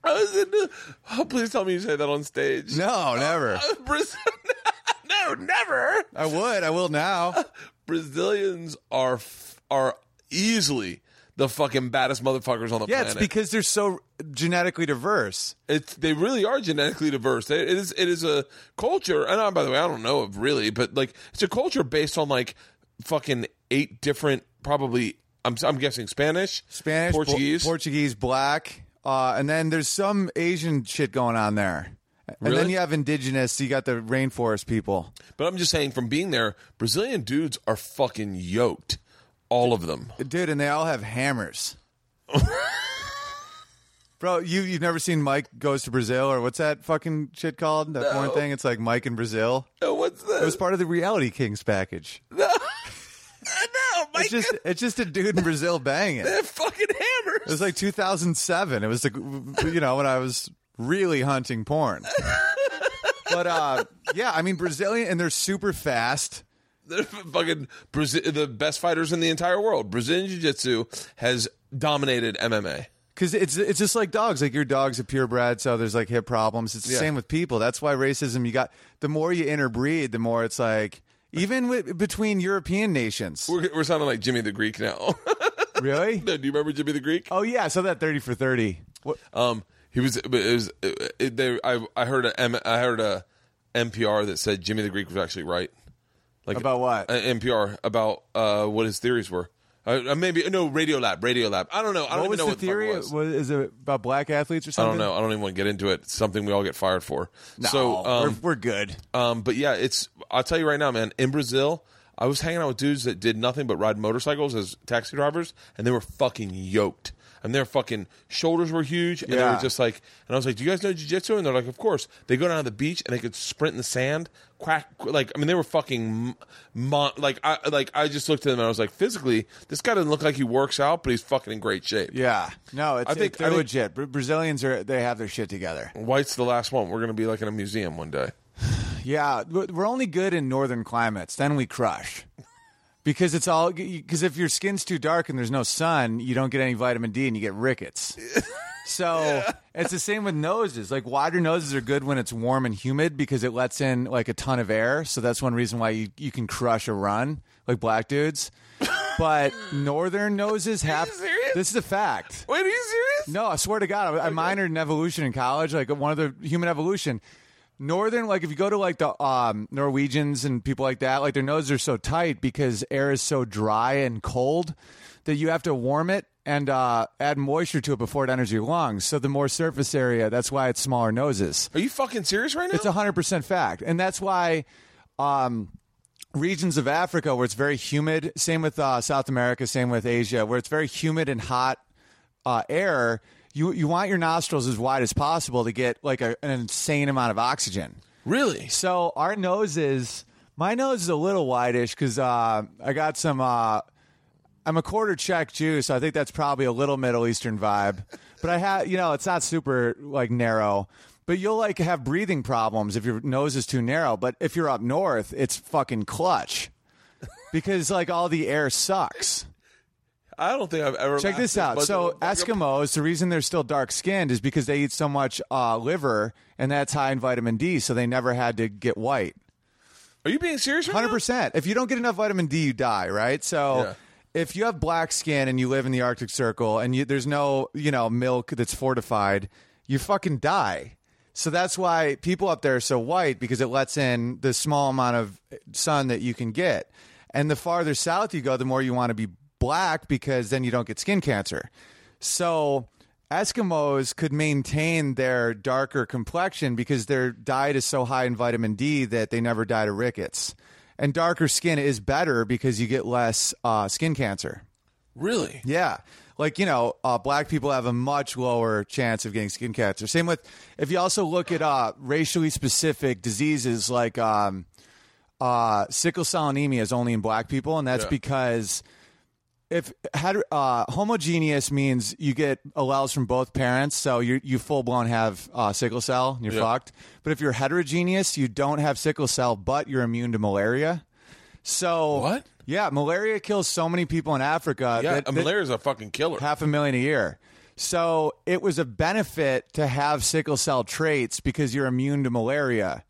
I was in. The, oh, please tell me you say that on stage. No, never. Brazil. no, never. I would. I will now. Brazilians are f- are easily the fucking baddest motherfuckers on the Yeah, planet. it's because they're so genetically diverse. it's they really are genetically diverse. It is it is a culture, and I, by the way, I don't know of really, but like it's a culture based on like fucking eight different, probably. I'm I'm guessing Spanish, Spanish, Por- Portuguese. Portuguese, black, uh, and then there's some Asian shit going on there. And then Really? you have indigenous. you got the rainforest people. but I'm just saying, from being there, Brazilian dudes are fucking yoked, all of them. Dude, and they all have hammers. Bro, you you've never seen Mike goes to Brazil or what's that fucking shit called? That porn thing? It's like Mike in Brazil. Oh, what's It was this? part of the Reality Kings package. no, my It's just it's just a dude in Brazil banging. It God, fucking hammers. was like 2007. It was like you know when I was really hunting porn. But uh, yeah, I mean Brazilian and they're super fast. They're fucking Brazil, the best fighters in the entire world. Brazilian Jiu Jitsu has dominated MMA. Because it's it's just like dogs. Like your dog's a purebred, so there's like hip problems. It's the Yeah. same with people. That's why racism. You got the more you interbreed, the more it's like even with, between European nations. We're, we're sounding like Jimmy the Greek now. Really? Do you remember Jimmy the Greek? Oh yeah, I saw that thirty for thirty. What? Um, he was. It was. It, it, they, I, I heard a. M, I heard a NPR that said Jimmy the Greek was actually right. Like About what? uh, NPR about uh, what his theories were. Uh, uh, maybe no Radio Lab. Radio Lab. I don't know. I don't What even was know the what the fuck it theory? was. Was- is it about black athletes or I don't something? know. I don't even want to get into it. It's something we all get fired for. No, so um, we're, we're good. Um, but yeah, it's. I'll tell you right now, man. In Brazil, I was hanging out with dudes that did nothing but ride motorcycles as taxi drivers, and they were fucking yoked. And their fucking shoulders were huge, and they Yeah. were just like. And I was like, "Do you guys know jiu-jitsu?" And they're like, "Of course." They go down to the beach and they could sprint in the sand, crack. Like, I mean, they were fucking, mon- like, I like I just looked at them and I was like, physically, this guy doesn't look like he works out, but he's fucking in great shape. Yeah. No, it's, I think- it- they're I think- legit. Bra- Brazilians are they have their shit together. White's the last one. We're gonna be like in a museum one day. Yeah, we're we're only good in northern climates. Then we crush. Because it's all because if your skin's too dark and there's no sun, you don't get any vitamin D and you get rickets. So it's the same with noses. Like wider noses are good when it's warm and humid because it lets in like a ton of air. So that's one reason why you, you can crush a run, like black dudes. But northern noses have. serious? This is a fact. Wait, are you serious? No, I swear to God, I, I minored in evolution in college, like one of the human evolution. Northern, like if you go to like the um, Norwegians and people like that, like their noses are so tight because air is so dry and cold that you have to warm it and uh, add moisture to it before it enters your lungs. So the more surface area, that's why it's smaller noses. Are you fucking serious right now? It's a hundred percent fact, and that's why um, regions of Africa where it's very humid. Same with uh, South America. Same with Asia, where it's very humid and hot uh, air. You you want your nostrils as wide as possible to get like a, an insane amount of oxygen. really? So our noses, my nose is a little whitish because uh, I got some. Uh, I'm a quarter Czech Jew, so I think that's probably a little Middle Eastern vibe. But I have, you know, it's not super like narrow. But you'll like have breathing problems if your nose is too narrow. But if you're up north, it's fucking clutch because like all the air sucks. I don't think I've ever. Check laughed this out. much So at a fucking- Eskimos, the reason they're still dark skinned is because they eat so much uh, liver, and that's high in vitamin D, so they never had to get white. Are you being serious? Right Hundred now? percent. If you don't get enough vitamin D, you die. Right. So. Yeah. If you have black skin and you live in the Arctic Circle and you, there's no, you know, milk that's fortified, you fucking die. So that's why people up there are so white because it lets in the small amount of sun that you can get. And the farther south you go, the more you want to be black because then you don't get skin cancer. So Eskimos could maintain their darker complexion because their diet is so high in vitamin D that they never died of rickets. And darker skin is better because you get less uh, skin cancer. Really? Yeah. Like, you know, uh, black people have a much lower chance of getting skin cancer. Same with, if you also look at uh, racially specific diseases like um, uh, sickle cell anemia is only in black people, and that's Yeah. because if had, uh, homogeneous means you get allows from both parents, so you you full blown have uh, sickle cell, and you're Yeah. fucked. But if you're heterogeneous, you don't have sickle cell, but you're immune to malaria. So What? Yeah, malaria kills so many people in Africa. Yeah, that- that- malaria is a fucking killer. half a million a year. So it was a benefit to have sickle cell traits because you're immune to malaria.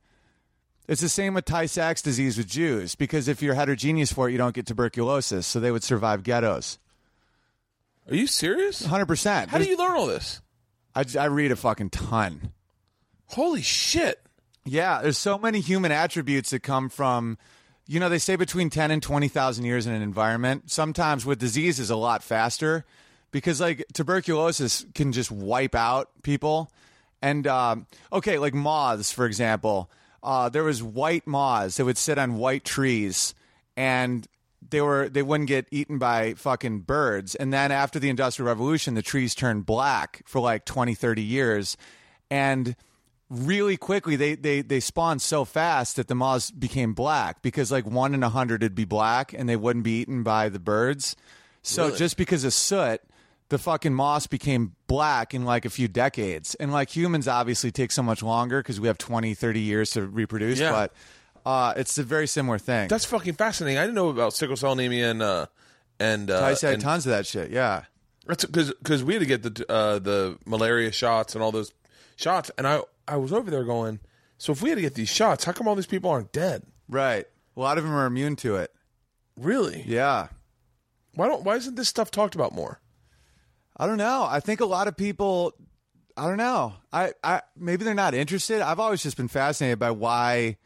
It's the same with Tay Sachs disease with Jews because if you're heterogeneous for it, you don't get tuberculosis. So they would survive ghettos. Are you serious? 100%. How do you learn all this? I, I read a fucking ton. Holy shit. Yeah, there's so many human attributes that come from, you know, they say between 10 and 20,000 years in an environment. Sometimes with diseases, a lot faster because, like, tuberculosis can just wipe out people. And, um, okay, like moths, for example, uh, there was white moths that would sit on white trees and they were they wouldn't get eaten by fucking birds and then after the industrial revolution the trees turned black for like 20 30 years and really quickly they they they spawned so fast that the moths became black because like one in a hundred would be black and they wouldn't be eaten by the birds so just because of soot the fucking moss became black in like a few decades and like humans obviously take so much longer because we have 20 30 years to reproduce Yeah. but uh, it's a very similar thing That's fucking fascinating. I didn't know about sickle cell anemia and uh and uh I said and- tons of that shit. Yeah. That's because because we had to get the uh, the malaria shots and all those shots, and I I was over there going. So if we had to get these shots, how come all these people aren't dead? Right. A lot of them are immune to it. Really? Yeah. Why don't Why isn't this stuff talked about more? I don't know. I think a lot of people I don't know. I, I maybe they're not interested. I've always just been fascinated by why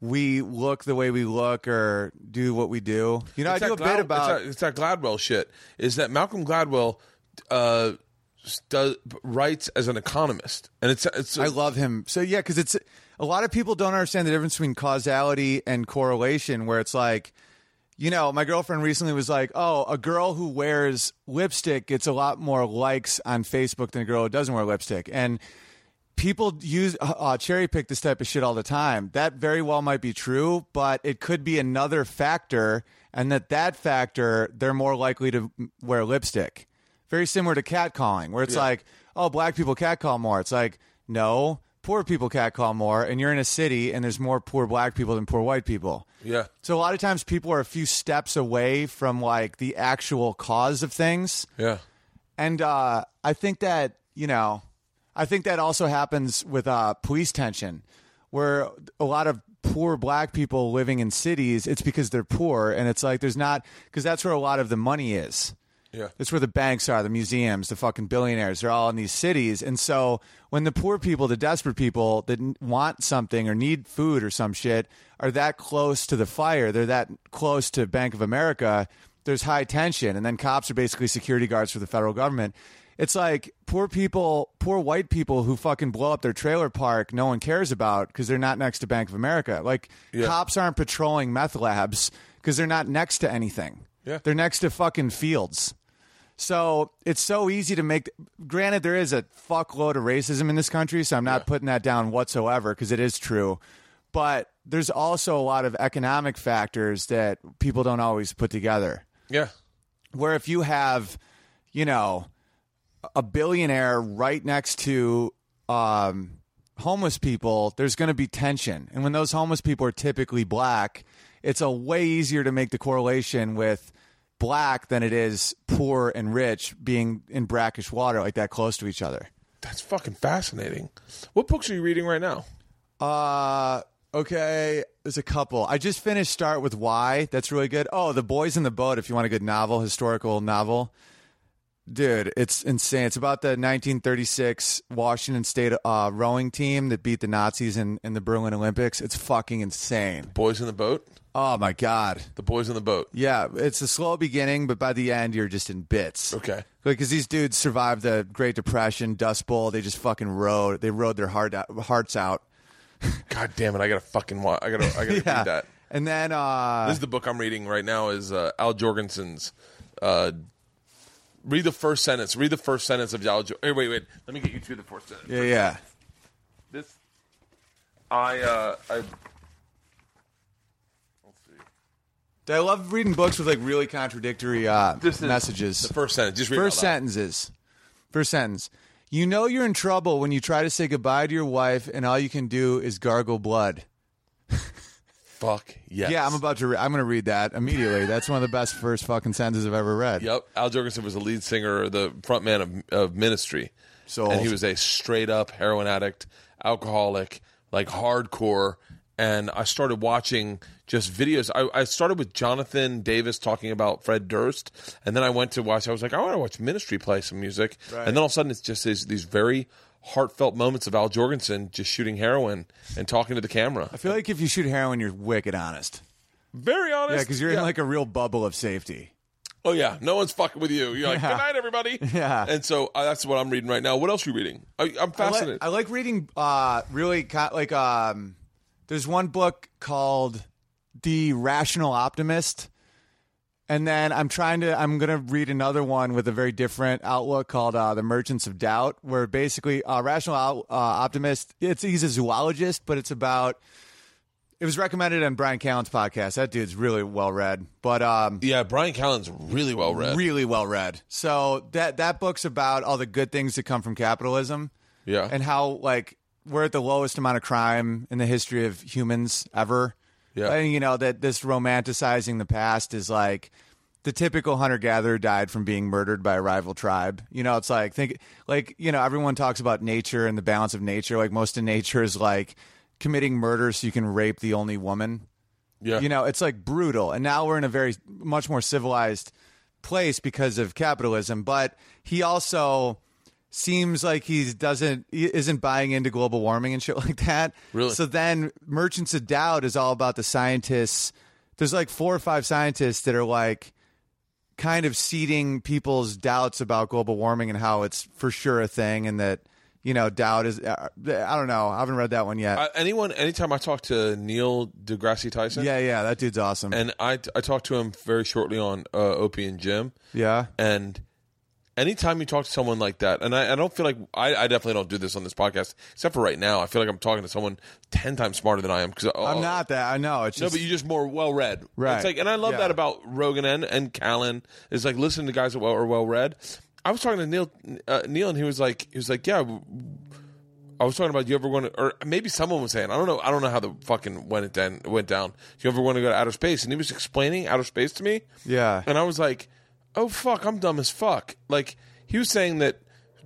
we look the way we look or do what we do. You know, I that do a Glad- bit about it's that, it's that Gladwell shit. Is that Malcolm Gladwell uh, s- does, writes as an economist, and it's it's I love him. So yeah, because it's a lot of people don't understand the difference between causality and correlation. Where it's like, you know, my girlfriend recently was like, "Oh, a girl who wears lipstick gets a lot more likes on Facebook than a girl who doesn't wear lipstick," and people use uh, uh, cherry pick this type of shit all the time. That very well might be true, but it could be another factor, and that that factor they're more likely to m- wear lipstick. Very similar to catcalling, where it's like, oh, black people catcall more. It's like, no, poor people catcall more, and you're in a city, and there's more poor black people than poor white people. yeah. So a lot of times people are a few steps away from like the actual cause of things. Yeah. And uh, I think that you know, I think that also happens with uh, police tension, where a lot of poor black people living in cities, it's because they're poor, and it's like there's not because that's where a lot of the money is. Yeah. That's where the banks are, the museums, the fucking billionaires. They're all in these cities, and so when the poor people, the desperate people that n- want something or need food or some shit, are that close to the fire, they're that close to Bank of America. There's high tension, and then cops are basically security guards for the federal government. It's like poor people, poor white people who fucking blow up their trailer park. No one cares about because they're not next to Bank of America. Like cops aren't patrolling meth labs because they're not next to anything. Yeah. They're next to fucking fields. So it's so easy to make. Granted, there is a fuckload of racism in this country, so I'm not putting that down whatsoever because it is true. But there's also a lot of economic factors that people don't always put together. Yeah. Where if you have, you know, a billionaire right next to um, homeless people, there's going to be tension. And when those homeless people are typically black, it's a way easier to make the correlation with black than it is poor and rich being in brackish water like that close to each other. That's fucking fascinating. What books are you reading right now? Uh okay, there's a couple. I just finished Start with Why. That's really good. Oh, The Boys in the Boat if you want a good novel, historical novel. Dude, it's insane. It's about the 1936 Washington State uh, rowing team that beat the Nazis in, in the Berlin Olympics. It's fucking insane. Boys in the boat. Oh my god. The boys in the boat. Yeah, it's a slow beginning, but by the end you're just in bits. Okay. Because these dudes survived the Great Depression, Dust Bowl. They just fucking rode. They rode their heart out, hearts out. God damn it! I gotta fucking. Wa- I gotta. I gotta read that. And then uh, This is the book I'm reading right now. Is uh, Al Jorgensen's. Uh, read the first sentence. Read the first sentence of Al. Jo- hey, wait, wait. Let me get you through the first sentence. yeah, yeah. This. I. Uh, I. Let's see. I love reading books with like really contradictory uh, This is messages. The first sentence. Just read it First out loud. sentences. First sentence. You know you're in trouble when you try to say goodbye to your wife and all you can do is gargle blood. Fuck yes. Yeah, I'm about to. Re- I'm going to read that immediately. That's one of the best first fucking sentences I've ever read. Yep. Al Jorgensen was the lead singer, the frontman of, of Ministry. Sold. And he was a straight up heroin addict, alcoholic, like hardcore. And I started watching just videos. I, I started with Jonathan Davis talking about Fred Durst. And then I went to watch, I was like, I want to watch Ministry play some music. And then all of a sudden, it's just these, these very heartfelt moments of Al Jorgensen just shooting heroin and talking to the camera. I feel like if you shoot heroin, you're wicked honest. Very honest. Yeah, because you're in like a real bubble of safety. Oh yeah, no one's fucking with you. You're like, Yeah. good night, everybody. Yeah. And so uh, that's what I'm reading right now. What else are you reading? I, I'm I like- fascinated. I like reading uh, really co- like um, there's one book called The Rational Optimist, and then I'm trying to I'm gonna read another one with a very different outlook called uh, The Merchants of Doubt, where basically uh, Rational Out- uh, Optimist it's he's a zoologist, but it's about it was recommended on Brian Callen's podcast. That dude's really well read, but um, yeah, Brian Callen's really well read. really well read. So that that book's about all the good things that come from capitalism yeah. and how like we're at the lowest amount of crime in the history of humans ever. Yeah. And you know that this romanticizing the past is like the typical hunter gatherer died from being murdered by a rival tribe. You know, it's like think like you know everyone talks about nature and the balance of nature. Like most of nature is like committing murder so you can rape the only woman yeah. you know it's like brutal and now we're in a very much more civilized place because of capitalism but he also seems like he doesn't he isn't buying into global warming and shit like that Really? so then merchants of doubt is all about the scientists there's like four or five scientists that are like kind of seeding people's doubts about global warming and how it's for sure a thing and that you know doubt is uh, i don't know i haven't read that one yet I, Uh, anyone, anytime I talk to Neil deGrasse Tyson, yeah yeah that dude's awesome and I, I talked to him very shortly on uh, Opie and Jim, yeah and anytime you talk to someone like that, and I, I don't feel like I, I definitely don't do this on this podcast, except for right now. I feel like I'm talking to someone ten times smarter than I am uh, because I'm not that. I know. It's No, just but you're just more well read. Right. It's like, and I love Yeah. that about Rogan and, and Callan is like listening to guys that well, are well read. I was talking to Neil, uh, Neil, and he was like, he was like, yeah. w- I was talking about you ever want to, or maybe someone was saying, I don't know, I don't know how the fucking went it then went down. You ever want to go to outer space? And he was explaining outer space to me, yeah, and I was like, oh fuck, I'm dumb as fuck. Like he was saying that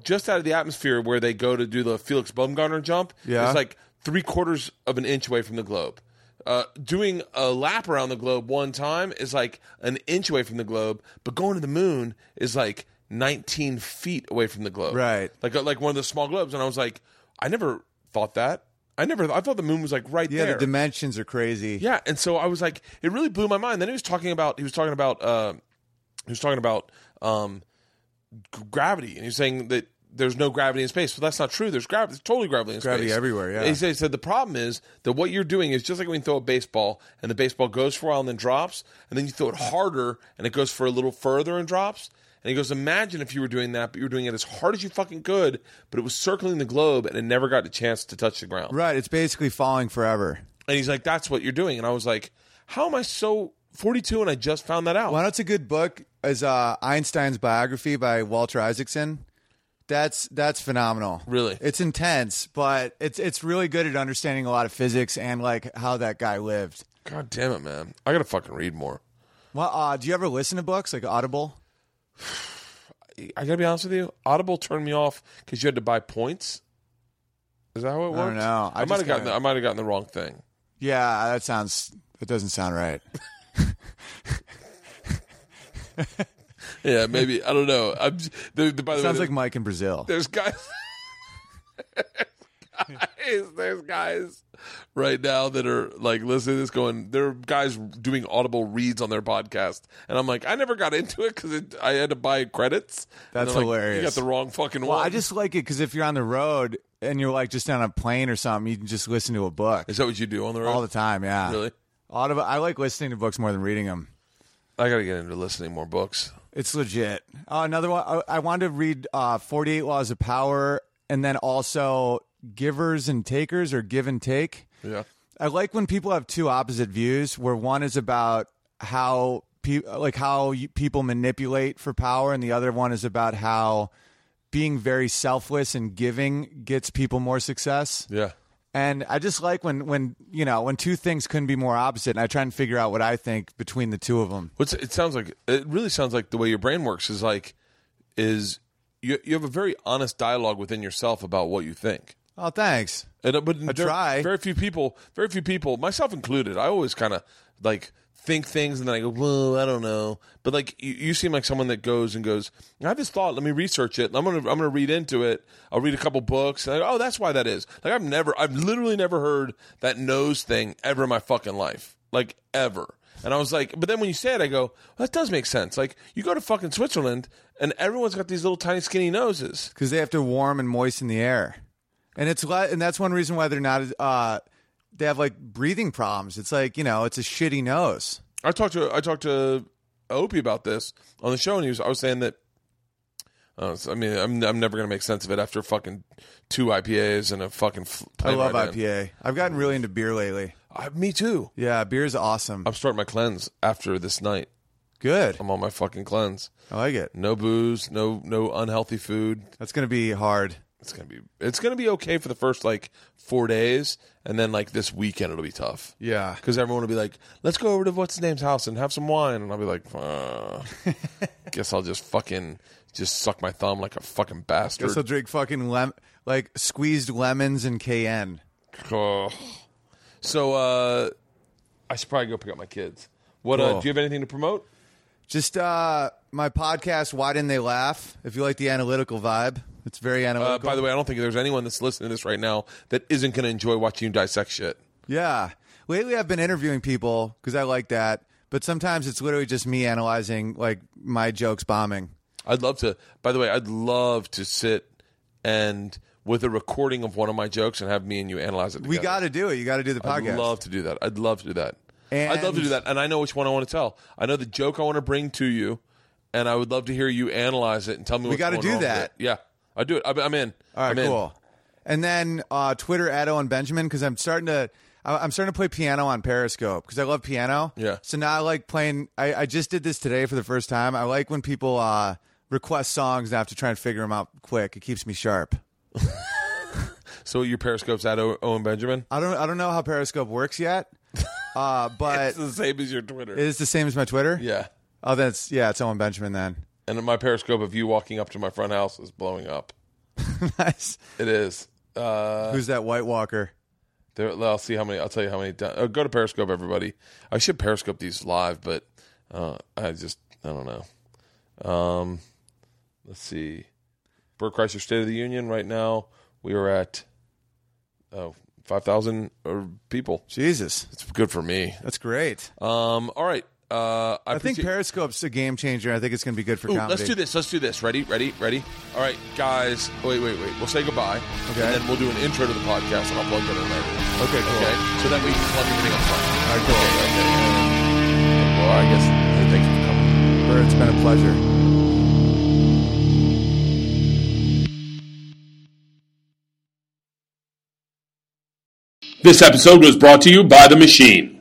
just out of the atmosphere where they go to do the Felix Baumgartner jump Yeah. is like three quarters of an inch away from the globe. Uh, doing a lap around the globe one time is like an inch away from the globe, but going to the moon is like 19 feet away from the globe. Right. Like uh, like one of the small globes, and I was like, I never thought that. I never. I thought the moon was like right yeah. there. The dimensions are crazy. Yeah, and so I was like, it really blew my mind. Then he was talking about he was talking about uh, he was talking about um, g- gravity, and he was saying that there's no gravity in space. Well, that's not true. There's gravity. There's totally gravity in Gravity space. everywhere, yeah. And he said, he said the problem is that what you're doing is just like when you throw a baseball and the baseball goes for a while and then drops, and then you throw it harder and it goes for a little further and drops. And he goes, imagine if you were doing that, but you were doing it as hard as you fucking could, but it was circling the globe and it never got a chance to touch the ground. Right. It's basically falling forever. And he's like, that's what you're doing. And I was like, how am I so 42 and I just found that out? Well, that's a good book. Is uh, Einstein's biography by Walter Isaacson. That's that's phenomenal. Really? it's intense, but it's it's really good at understanding a lot of physics and like how that guy lived. God damn it, man. I got to fucking read more. Well, uh, do you ever listen to books like Audible? I got to be honest with you. Audible turned me off because you had to buy points. Is that how it works? don't know. I I, might just have gotten. kinda- The, I might have gotten the wrong thing. Yeah, that sounds. That doesn't sound right. yeah, maybe I don't know. I'm, j- the, the, by the Sounds way, like Mike in Brazil. there's guys, guys, there's guys right now that are like listening to this going. There are guys doing audible reads on their podcast, and I'm like, I never got into it because I had to buy credits. And That's they're like, hilarious. You got the wrong fucking Well, one. I just like it because if you're on the road and you're like just on a plane or something, you can just listen to a book is that what you do on the road? all the time. Yeah, Really? Audible. I like listening to books more than reading them. I got to get into listening more books. It's legit. Oh, another one. I, I wanted to read uh, Forty Eight Laws of Power, and then also Givers and Takers or Give and Take. Yeah. I like when people have two opposite views, where one is about how pe- like how you, people manipulate for power, and the other one is about how being very selfless and giving gets people more success. Yeah. And I just like when when you know when two things couldn't be more opposite, and I try and figure out what I think between the two of them. What's it sounds like? It really sounds like the way your brain works is like, is you you have a very honest dialogue within yourself about what you think. Oh, thanks. And uh, but there are try. very few people, very few people, myself included. I always kind of like think things and then I go, well, I don't know. But like you, you seem like someone that goes and goes, I have this thought. Let me research it. I'm gonna I'm gonna read into it. I'll read a couple books. And I go, oh, that's why that is. Like I've never, I've literally never heard that nose thing ever in my fucking life. Like ever. And I was like, but then when you say it, I go, well, that does make sense. Like you go to fucking Switzerland and everyone's got these little tiny skinny noses. because they have to warm and moisten the air, and it's li- and that's one reason why they're not. Uh, they have like breathing problems. It's like you know, it's a shitty nose. I talked to I talked to Opie about this on the show, and he was I was saying that. Uh, so, I mean, I'm I'm never gonna make sense of it after fucking two IPAs and a fucking. F- I plane love ride in. IPA. I've gotten really into beer lately. I, me too. Yeah, beer's awesome. I'm starting my cleanse after this night. Good. I'm on my fucking cleanse. I like it. No booze. No no unhealthy food. That's gonna be hard. It's gonna be it's gonna be okay for the first like four days, and then like this weekend it'll be tough. Yeah. because everyone will be like, "Let's go over to what's his name's house and have some wine," and I'll be like, uh, "Guess I'll just fucking just suck my thumb like a fucking bastard." Guess I'll drink fucking lem- like squeezed lemons and KN. Ugh. So uh, I should probably go pick up my kids. What uh, Cool. do you have anything to promote? Just uh, my podcast. Why didn't they laugh? If you like the analytical vibe, it's very analytical. Uh, by the way, I don't think there's anyone that's listening to this right now that isn't going to enjoy watching you dissect shit. Yeah. Lately, I've been interviewing people because I like that. But sometimes it's literally just me analyzing like my jokes bombing. I'd love to. By the way, I'd love to sit and with a recording of one of my jokes and have me and you analyze it. Together. We got to do it. You got to do the podcast. I'd love to do that. I'd love to do that. I'd love to And- do that. And I know which one I want to tell. I know the joke I want to bring to you, and I would love to hear you analyze it and tell me. We gotta do that. Yeah, I do it. I'm, I'm in. All right, I'm in. cool. And then uh, Twitter at Owen Benjamin because I'm starting to I- I'm starting to play piano on Periscope because I love piano. Yeah. So now I like playing. I, I just did this today for the first time. I like when people uh, request songs and I have to try and figure them out quick. It keeps me sharp. So your Periscope's at O- Owen Benjamin. I don't I don't know how Periscope works yet, uh, but It's the same as your Twitter. it is the same as my Twitter. yeah, Oh, that's yeah. It's Owen Benjamin then. and my Periscope of you walking up to my front house is blowing up. nice. It is. Uh, Who's that White Walker? there, I'll see how many. I'll tell you how many. do- Oh, go to Periscope, everybody. I should Periscope these live, but uh, I just I don't know. Um, let's see. Bert Kreischer State of the Union. Right now we are at oh five thousand uh, people. Jesus, It's good for me. that's great. Um, all right. Uh, I, I think appreciate- Periscope's a game changer. I think it's going to be good for Ooh, comedy. let's do this. Let's do this. Ready? Ready? Ready? All right, guys. Wait, wait, wait. We'll say goodbye. Okay. And then we'll do an intro to the podcast, and I'll plug that in later. Okay, cool. Okay, so that we can plug everything up front. All right, cool. Okay, okay. Well, I guess hey, thanks for coming. Bert, it's been a pleasure. This episode was brought to you by The Machine.